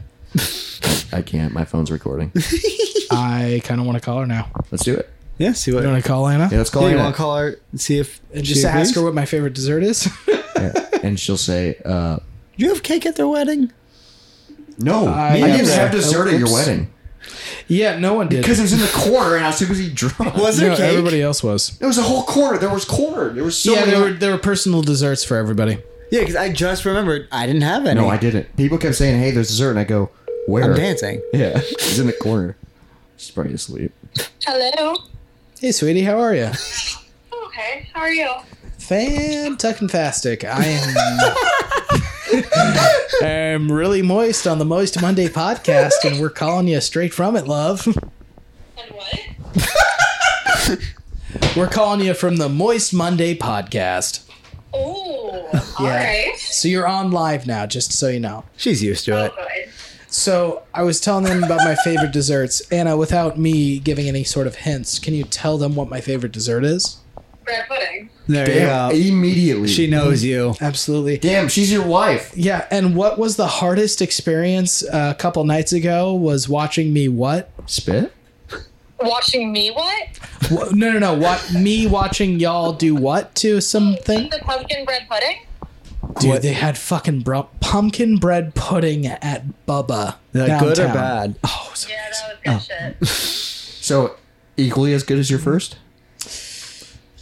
S3: I can't. My phone's recording.
S1: I kind of want to call her now.
S3: Let's do it.
S4: Yeah. See what.
S1: You want to call Anna?
S3: Yeah, let's call
S4: Yeah,
S3: her
S4: you
S3: now.
S4: want to call her? and See if
S1: And just
S4: she
S1: ask
S4: agrees?
S1: her what my favorite dessert is.
S3: Yeah. And she'll say, uh,
S4: You have cake at their wedding?
S3: "No,
S1: I-
S3: I didn't
S1: yeah.
S3: have dessert at your wedding
S1: yeah, no one did.
S3: because it was in the corner, and I was too busy drunk.
S4: Was there
S1: no,
S4: cake?
S1: everybody else was.
S3: It was a whole corner. There was corner. There was so
S1: yeah,
S3: many.
S1: there were there were personal desserts for everybody.
S4: Yeah, because I just remembered I didn't have any.
S3: no, I didn't. People kept saying, "Hey, there's dessert," and I go, "Where?"
S4: I'm dancing.
S3: Yeah, it's in the corner. She's probably asleep.
S6: Hello.
S1: Hey, sweetie, how are you?
S6: Oh, Okay. How are you?
S1: Fantastic. I am. I'm really moist on the Moist Monday podcast, and we're calling you straight from it, love.
S6: And what?
S1: We're calling you from the Moist Monday podcast.
S6: Oh.
S1: Yeah.
S6: All right.
S1: So you're on live now, just so you know.
S4: She's used to it.
S6: Oh, good.
S1: So I was telling them about my favorite desserts. Anna, without me giving any sort of hints, can you tell them what my favorite dessert is?
S6: Bread pudding.
S4: There
S3: Damn,
S4: you go.
S3: immediately.
S4: She knows you.
S1: Absolutely.
S3: Damn, she's your wife.
S1: Yeah, and what was the hardest experience uh, a couple nights ago was watching me what?
S3: Spit.
S6: Watching me what?
S1: Wha- No, no, no. What me watching y'all do what to something?
S6: The pumpkin bread pudding.
S1: Dude, they had fucking bro- pumpkin bread pudding at Bubba.
S4: Like, good or
S1: downtown.
S4: bad?
S1: Oh, it was
S6: Yeah, that was good shit.
S3: So equally as good as your first.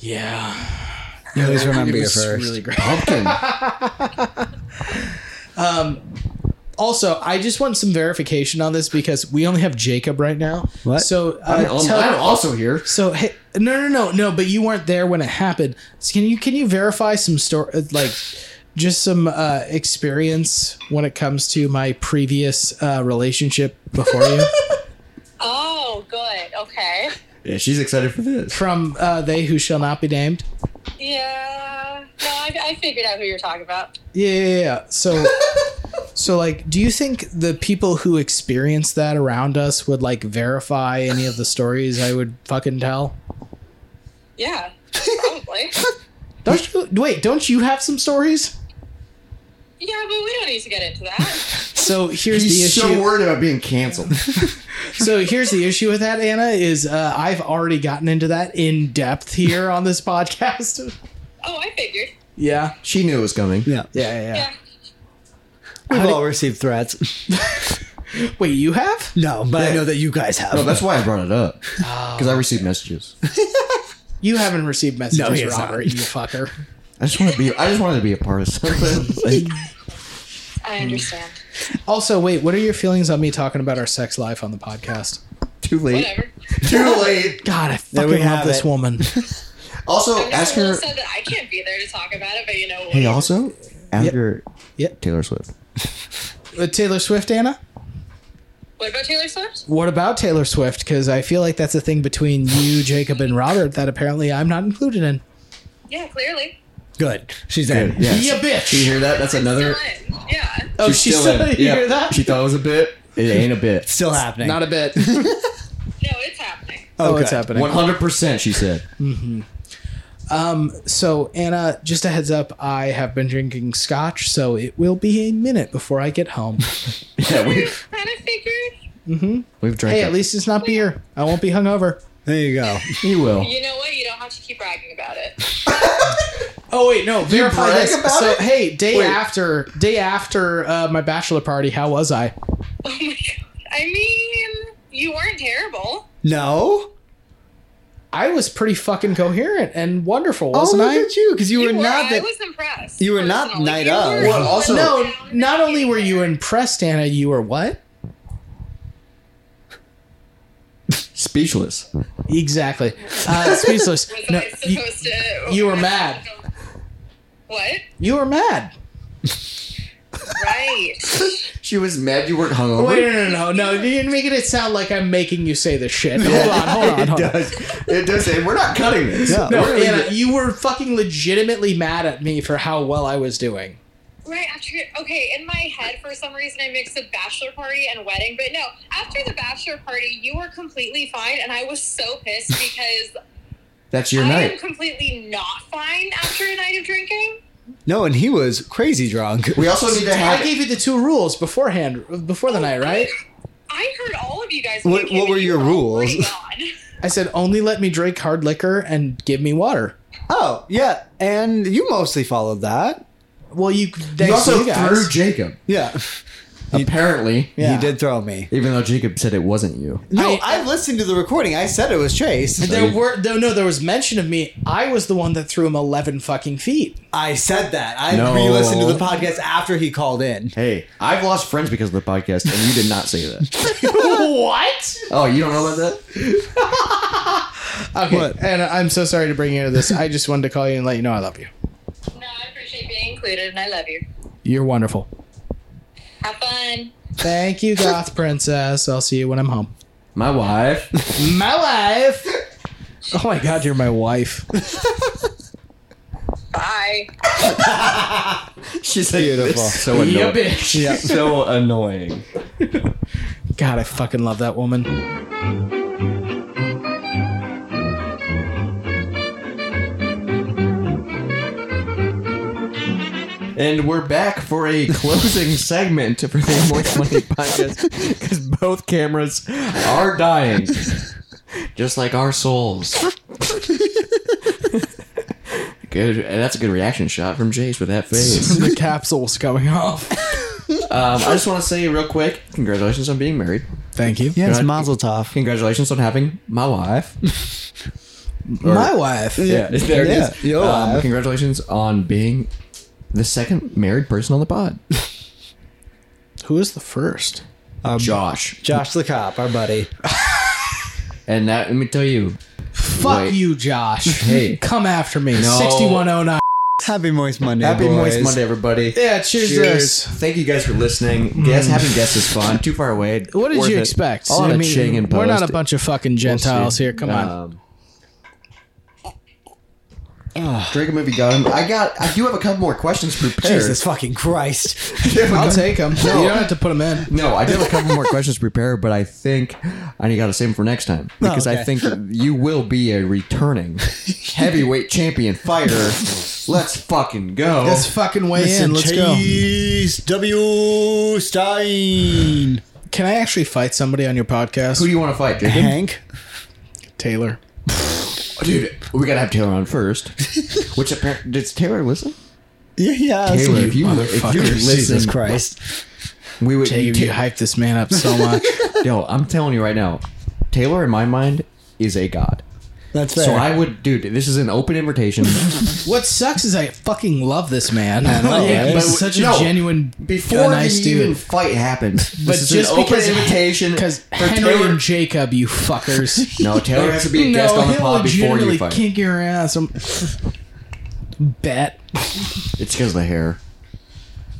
S1: yeah.
S4: You always remember your
S1: was
S4: first.
S1: really great.
S3: Pumpkin.
S1: Also, I just want some verification on this because we only have Jacob right now.
S4: What?
S1: So,
S3: I'm,
S1: uh,
S3: I'm-
S1: tell-
S3: I'm also here.
S1: so hey, no, no, no, no. But you weren't there when it happened. So can you can you verify some story like just some uh, experience when it comes to my previous uh, relationship before you?
S6: Oh, good. Okay.
S3: Yeah, she's excited for this.
S1: from uh, they who shall not be named.
S6: Yeah. No, I, I figured out who you're talking about.
S1: Yeah, yeah, yeah. So, so like, do you think the people who experience that around us would like verify any of the stories I would fucking tell?
S6: Yeah. Probably.
S1: Don't you wait? Don't you have some stories?
S6: yeah, but we don't need to get into that.
S1: So here's the
S3: He's
S1: issue.
S3: so worried about being canceled.
S1: so here's the issue with that, Anna, is uh, I've already gotten into that in depth here on this podcast.
S6: Oh, I figured.
S1: Yeah,
S3: she knew it was coming.
S4: Yeah.
S1: yeah, yeah.
S6: Yeah.
S4: We've all received threats.
S1: yeah. Wait, you have?
S4: No, but I know that you guys have.
S3: No, that's why I brought it up
S4: Oh.
S3: because I received messages.
S1: You haven't received
S4: No,
S1: messages,
S4: he has not.
S1: Robert. You fucker.
S3: I just want to be. I just wanted to be a part of something. Like,
S6: I understand.
S1: Also, wait, what are your feelings on me talking about our sex life on the podcast?
S3: too late.
S6: Whatever.
S3: Too late.
S1: God, I
S4: There
S1: fucking
S4: we
S1: love
S4: have
S1: this
S4: it.
S1: woman.
S3: Also,
S6: I'm just
S3: ask
S6: a little
S3: her.
S6: sad that I can't be there to talk about it, but you know.
S3: Hey, also ask her.
S1: Yep.
S3: Taylor Swift.
S1: Uh, Taylor Swift, Anna?
S6: What about Taylor Swift?
S1: What about Taylor Swift? Because I feel like that's a thing between you, Jacob, and Robert that apparently I'm not included in.
S6: Yeah, clearly.
S4: good. She's in.
S3: Yeah.
S1: You bitch!
S3: You hear that? That's another.
S6: Done. Yeah.
S1: oh, she
S3: still
S1: still,
S3: in.
S1: you
S3: Yeah.
S1: hear that?
S3: She thought it was a bit. It ain't a bit.
S4: Still happening.
S1: not a bit.
S6: No, it's happening.
S1: oh,
S4: Okay.
S1: it's happening.
S3: One hundred percent. She said.
S1: So, Anna, just a heads up, I have been drinking scotch, so it will be a minute before I get home.
S3: Yeah, we
S6: Kind of figured.
S3: we've drank.
S1: hey,
S3: it.
S1: at least it's not beer. I won't be hungover.
S4: there you go.
S3: he will.
S6: You know what? You don't have to keep bragging about it.
S1: Oh wait, no, verify
S3: brag
S1: this.
S3: about
S1: so
S3: it?
S1: hey, day
S3: Wait.
S1: after day after uh, my bachelor party, how was I?
S6: Oh
S4: Oh,
S6: my god. I mean, you weren't terrible.
S4: No.
S1: I was pretty fucking coherent and wonderful, wasn't
S4: Oh, look
S1: I?
S4: at you, because you, were
S6: You were-
S4: not
S6: I
S4: that.
S6: was impressed.
S4: you were not
S6: personally.
S4: night
S6: You
S4: of.
S6: were-
S4: Well,
S6: you were
S3: also-
S1: No,
S6: down and
S1: not only were you
S6: there.
S1: impressed, Anna, you were what?
S3: Speechless.
S1: Exactly. Uh, speechless.
S6: Was
S1: No,
S6: I supposed
S1: you,
S6: to?
S1: you were mad.
S6: What?
S1: you were mad.
S6: Right.
S3: She was mad you weren't hungover.
S1: Wait, no, no, no, no. You're making it sound like I'm making you say this shit. Hold on, hold on,
S3: it
S1: hold on.
S3: does. It does. And we're not cutting this.
S4: No.
S1: No,
S3: We're gonna leave
S1: Anna,
S3: it-
S1: you were fucking legitimately mad at me for how well I was doing.
S6: Right after, okay, in my head, for some reason, I mixed up bachelor party and wedding. But no, after the bachelor party, you were completely fine, and I was so pissed because
S3: That's your
S6: I am
S3: night.
S6: completely not fine after a night of drinking.
S4: No, and he was crazy drunk.
S3: We also need to
S1: I
S3: have.
S1: gave you the two rules beforehand, before the night, right?
S6: I heard all of you guys.
S4: What-
S6: kicking
S4: what were
S6: and you
S4: your
S6: all
S4: rules?
S6: pretty gone.
S1: I said only let me drink hard liquor and give me water.
S4: Oh, yeah. And you mostly followed that.
S1: Well, you
S3: You
S1: thanks to
S3: also
S1: you guys.
S3: threw Jacob.
S4: Yeah.
S3: Apparently,
S1: Yeah.
S4: He did throw me.
S3: even though Jacob said it wasn't you.
S4: No,
S1: I-
S4: I, listened to the recording. I said it was Chase.
S1: There were no, no. There was mention of me. I was the one that threw him eleven fucking feet.
S4: I said that. I
S3: No.
S4: re-listened to the podcast after he called in.
S3: Hey, I've lost friends because of the podcast, and you did not say that.
S1: what?
S3: oh, you don't know about that?
S1: Okay.
S4: What?
S1: And I'm so sorry to bring you into this. I just wanted to call you and let you know I love you.
S6: No, I appreciate being included, and I love you.
S1: You're wonderful.
S6: Have fun.
S1: Thank you, Goth Princess. I'll see you when I'm home.
S3: My wife.
S1: My wife. Oh my God, you're my wife.
S6: Bye.
S3: She's like,
S4: Beautiful.
S3: "This is So annoying.
S1: You bitch.
S3: So annoying.
S1: God, I fucking love that woman.
S3: And we're back for a closing segment for the Moist Money podcast because both cameras are dying, just like our souls. Good. And that's a good reaction shot from Jace with that face.
S1: the capsule's coming off.
S3: Um, I just want to say real quick, congratulations on being married.
S1: Thank you.
S4: Yes,
S3: Right.
S4: Mazel Tov.
S3: Congratulations on having my wife.
S1: My wife.
S3: Yeah, there it
S4: Yeah,
S3: is.
S4: your
S3: Um,
S4: wife.
S3: congratulations on being the second married person on the pod.
S1: Who is the first?
S3: Josh.
S4: Josh the cop, our buddy.
S3: And that, let me tell you,
S1: Fuck
S3: Wait.
S1: you, Josh.
S3: Hey.
S1: Come after me. 6109.
S4: Happy Moist Monday.
S3: happy Moist
S4: boys.
S3: Monday, everybody.
S1: Yeah, cheers, to
S3: Cheers.
S1: this.
S3: Thank you guys for listening. Guess having guests is fun. Too far away.
S1: What did
S3: Worth
S1: you
S3: it.
S1: expect?
S3: All on a Ching and
S1: we're not a
S3: post.
S1: bunch of fucking Gentiles here. Come on.
S3: Um,
S1: Ah.
S3: Drake a movie got him. I got. I do have a couple more questions prepared.
S4: Jesus fucking Christ.
S1: I'll take them. You don't have to put them in.
S3: No, I do have a couple more questions prepared, but I think I got to save them for next time because I
S4: Oh, okay.
S3: think you will be a returning heavyweight champion fighter. Let's fucking go.
S1: Let's fucking weigh in. Let's go.
S4: Chase W. Stein.
S1: Can I actually fight somebody on your podcast?
S3: Who do you want to fight, Jacob? Oh,
S4: Hank?
S1: Taylor.
S3: Dude, we gotta have Taylor on first. Which apparently, does Taylor listen?
S4: Yeah, yeah. that's
S3: Taylor,
S4: you.
S3: if you, if you
S1: motherfucker.
S3: listen,
S4: Jesus Christ.
S3: we would.
S1: Taylor, you hyped this man up so much.
S3: Yo, I'm telling you right now, Taylor in my mind is a god.
S4: That's fair.
S3: So I would, dude. This is an open invitation.
S1: what sucks is I fucking love this man. I
S4: know, right?
S1: He's
S3: But-
S1: such a
S3: no.
S1: genuine,
S3: Before
S1: a nice
S3: the even
S1: dude.
S3: fight happens,
S1: But
S3: this is
S1: just
S3: an open
S1: because
S3: invitation
S1: Because
S3: for
S1: Henry
S3: Taylor.
S1: and Jacob, you fuckers.
S3: No, Taylor has to be a guest on the
S1: he'll
S3: pod before you
S1: legitimately
S3: fight.
S1: kick your ass. I'm- Bet.
S3: It's because of the hair.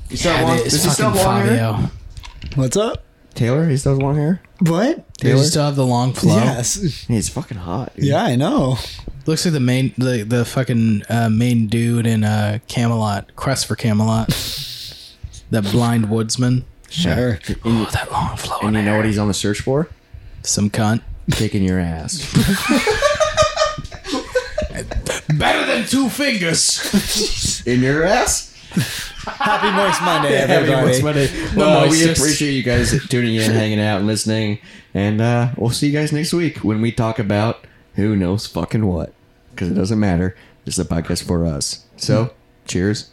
S3: You still have
S1: Yeah,
S3: long,
S1: it's
S3: does he still have
S1: fucking
S3: long hair?
S1: Fabio.
S4: What's up?
S3: Taylor, he still has long hair.
S4: What?
S1: Does
S3: Taylor?
S1: he still have the long flow?
S4: Yes.
S3: He's fucking hot. Dude.
S4: Yeah, I know.
S1: Looks like the main, the, the fucking uh, main dude in uh, Camelot, Quest for Camelot. that blind woodsman.
S4: Sure.
S1: Oh, that long flowing
S3: And you
S1: hair.
S3: know what he's on the search for?
S1: Some cunt.
S3: Kicking your ass.
S1: Better than two fingers.
S3: In your ass?
S4: Happy Moist Monday,
S3: Everybody.
S4: everybody.
S3: Well,
S1: No,
S3: we
S1: it's just-
S3: appreciate you guys tuning in, hanging out, and listening. And uh, we'll see you guys next week when we talk about who knows fucking what. Because it doesn't matter. This is a podcast for us. So, cheers.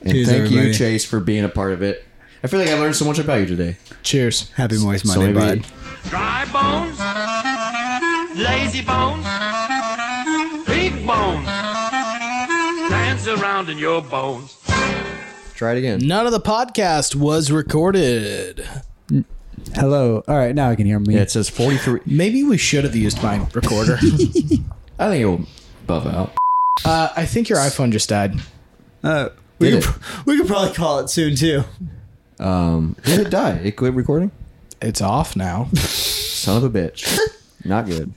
S3: And
S4: Hmm. Cheers,
S3: thank you,
S4: everybody.
S3: Chase, for being a part of it. I feel like I learned so much about you today.
S1: Cheers.
S4: Happy Moist
S3: So
S4: Monday,
S3: maybe-
S4: bud.
S7: Dry bones, lazy bones, bones. Dance around in your bones.
S3: Try it again.
S1: None of the podcast was recorded.
S4: Hello. All right, now I can hear me.
S3: Yeah, it says 43.
S1: Maybe we should have used my recorder.
S3: I think it will buff out.
S1: uh, I think your iPhone just died.
S4: Uh, we,
S3: Did
S4: could, we could probably call it soon too.
S3: Um, did it die? It quit recording?
S1: It's off now.
S3: Son of a bitch. Not good.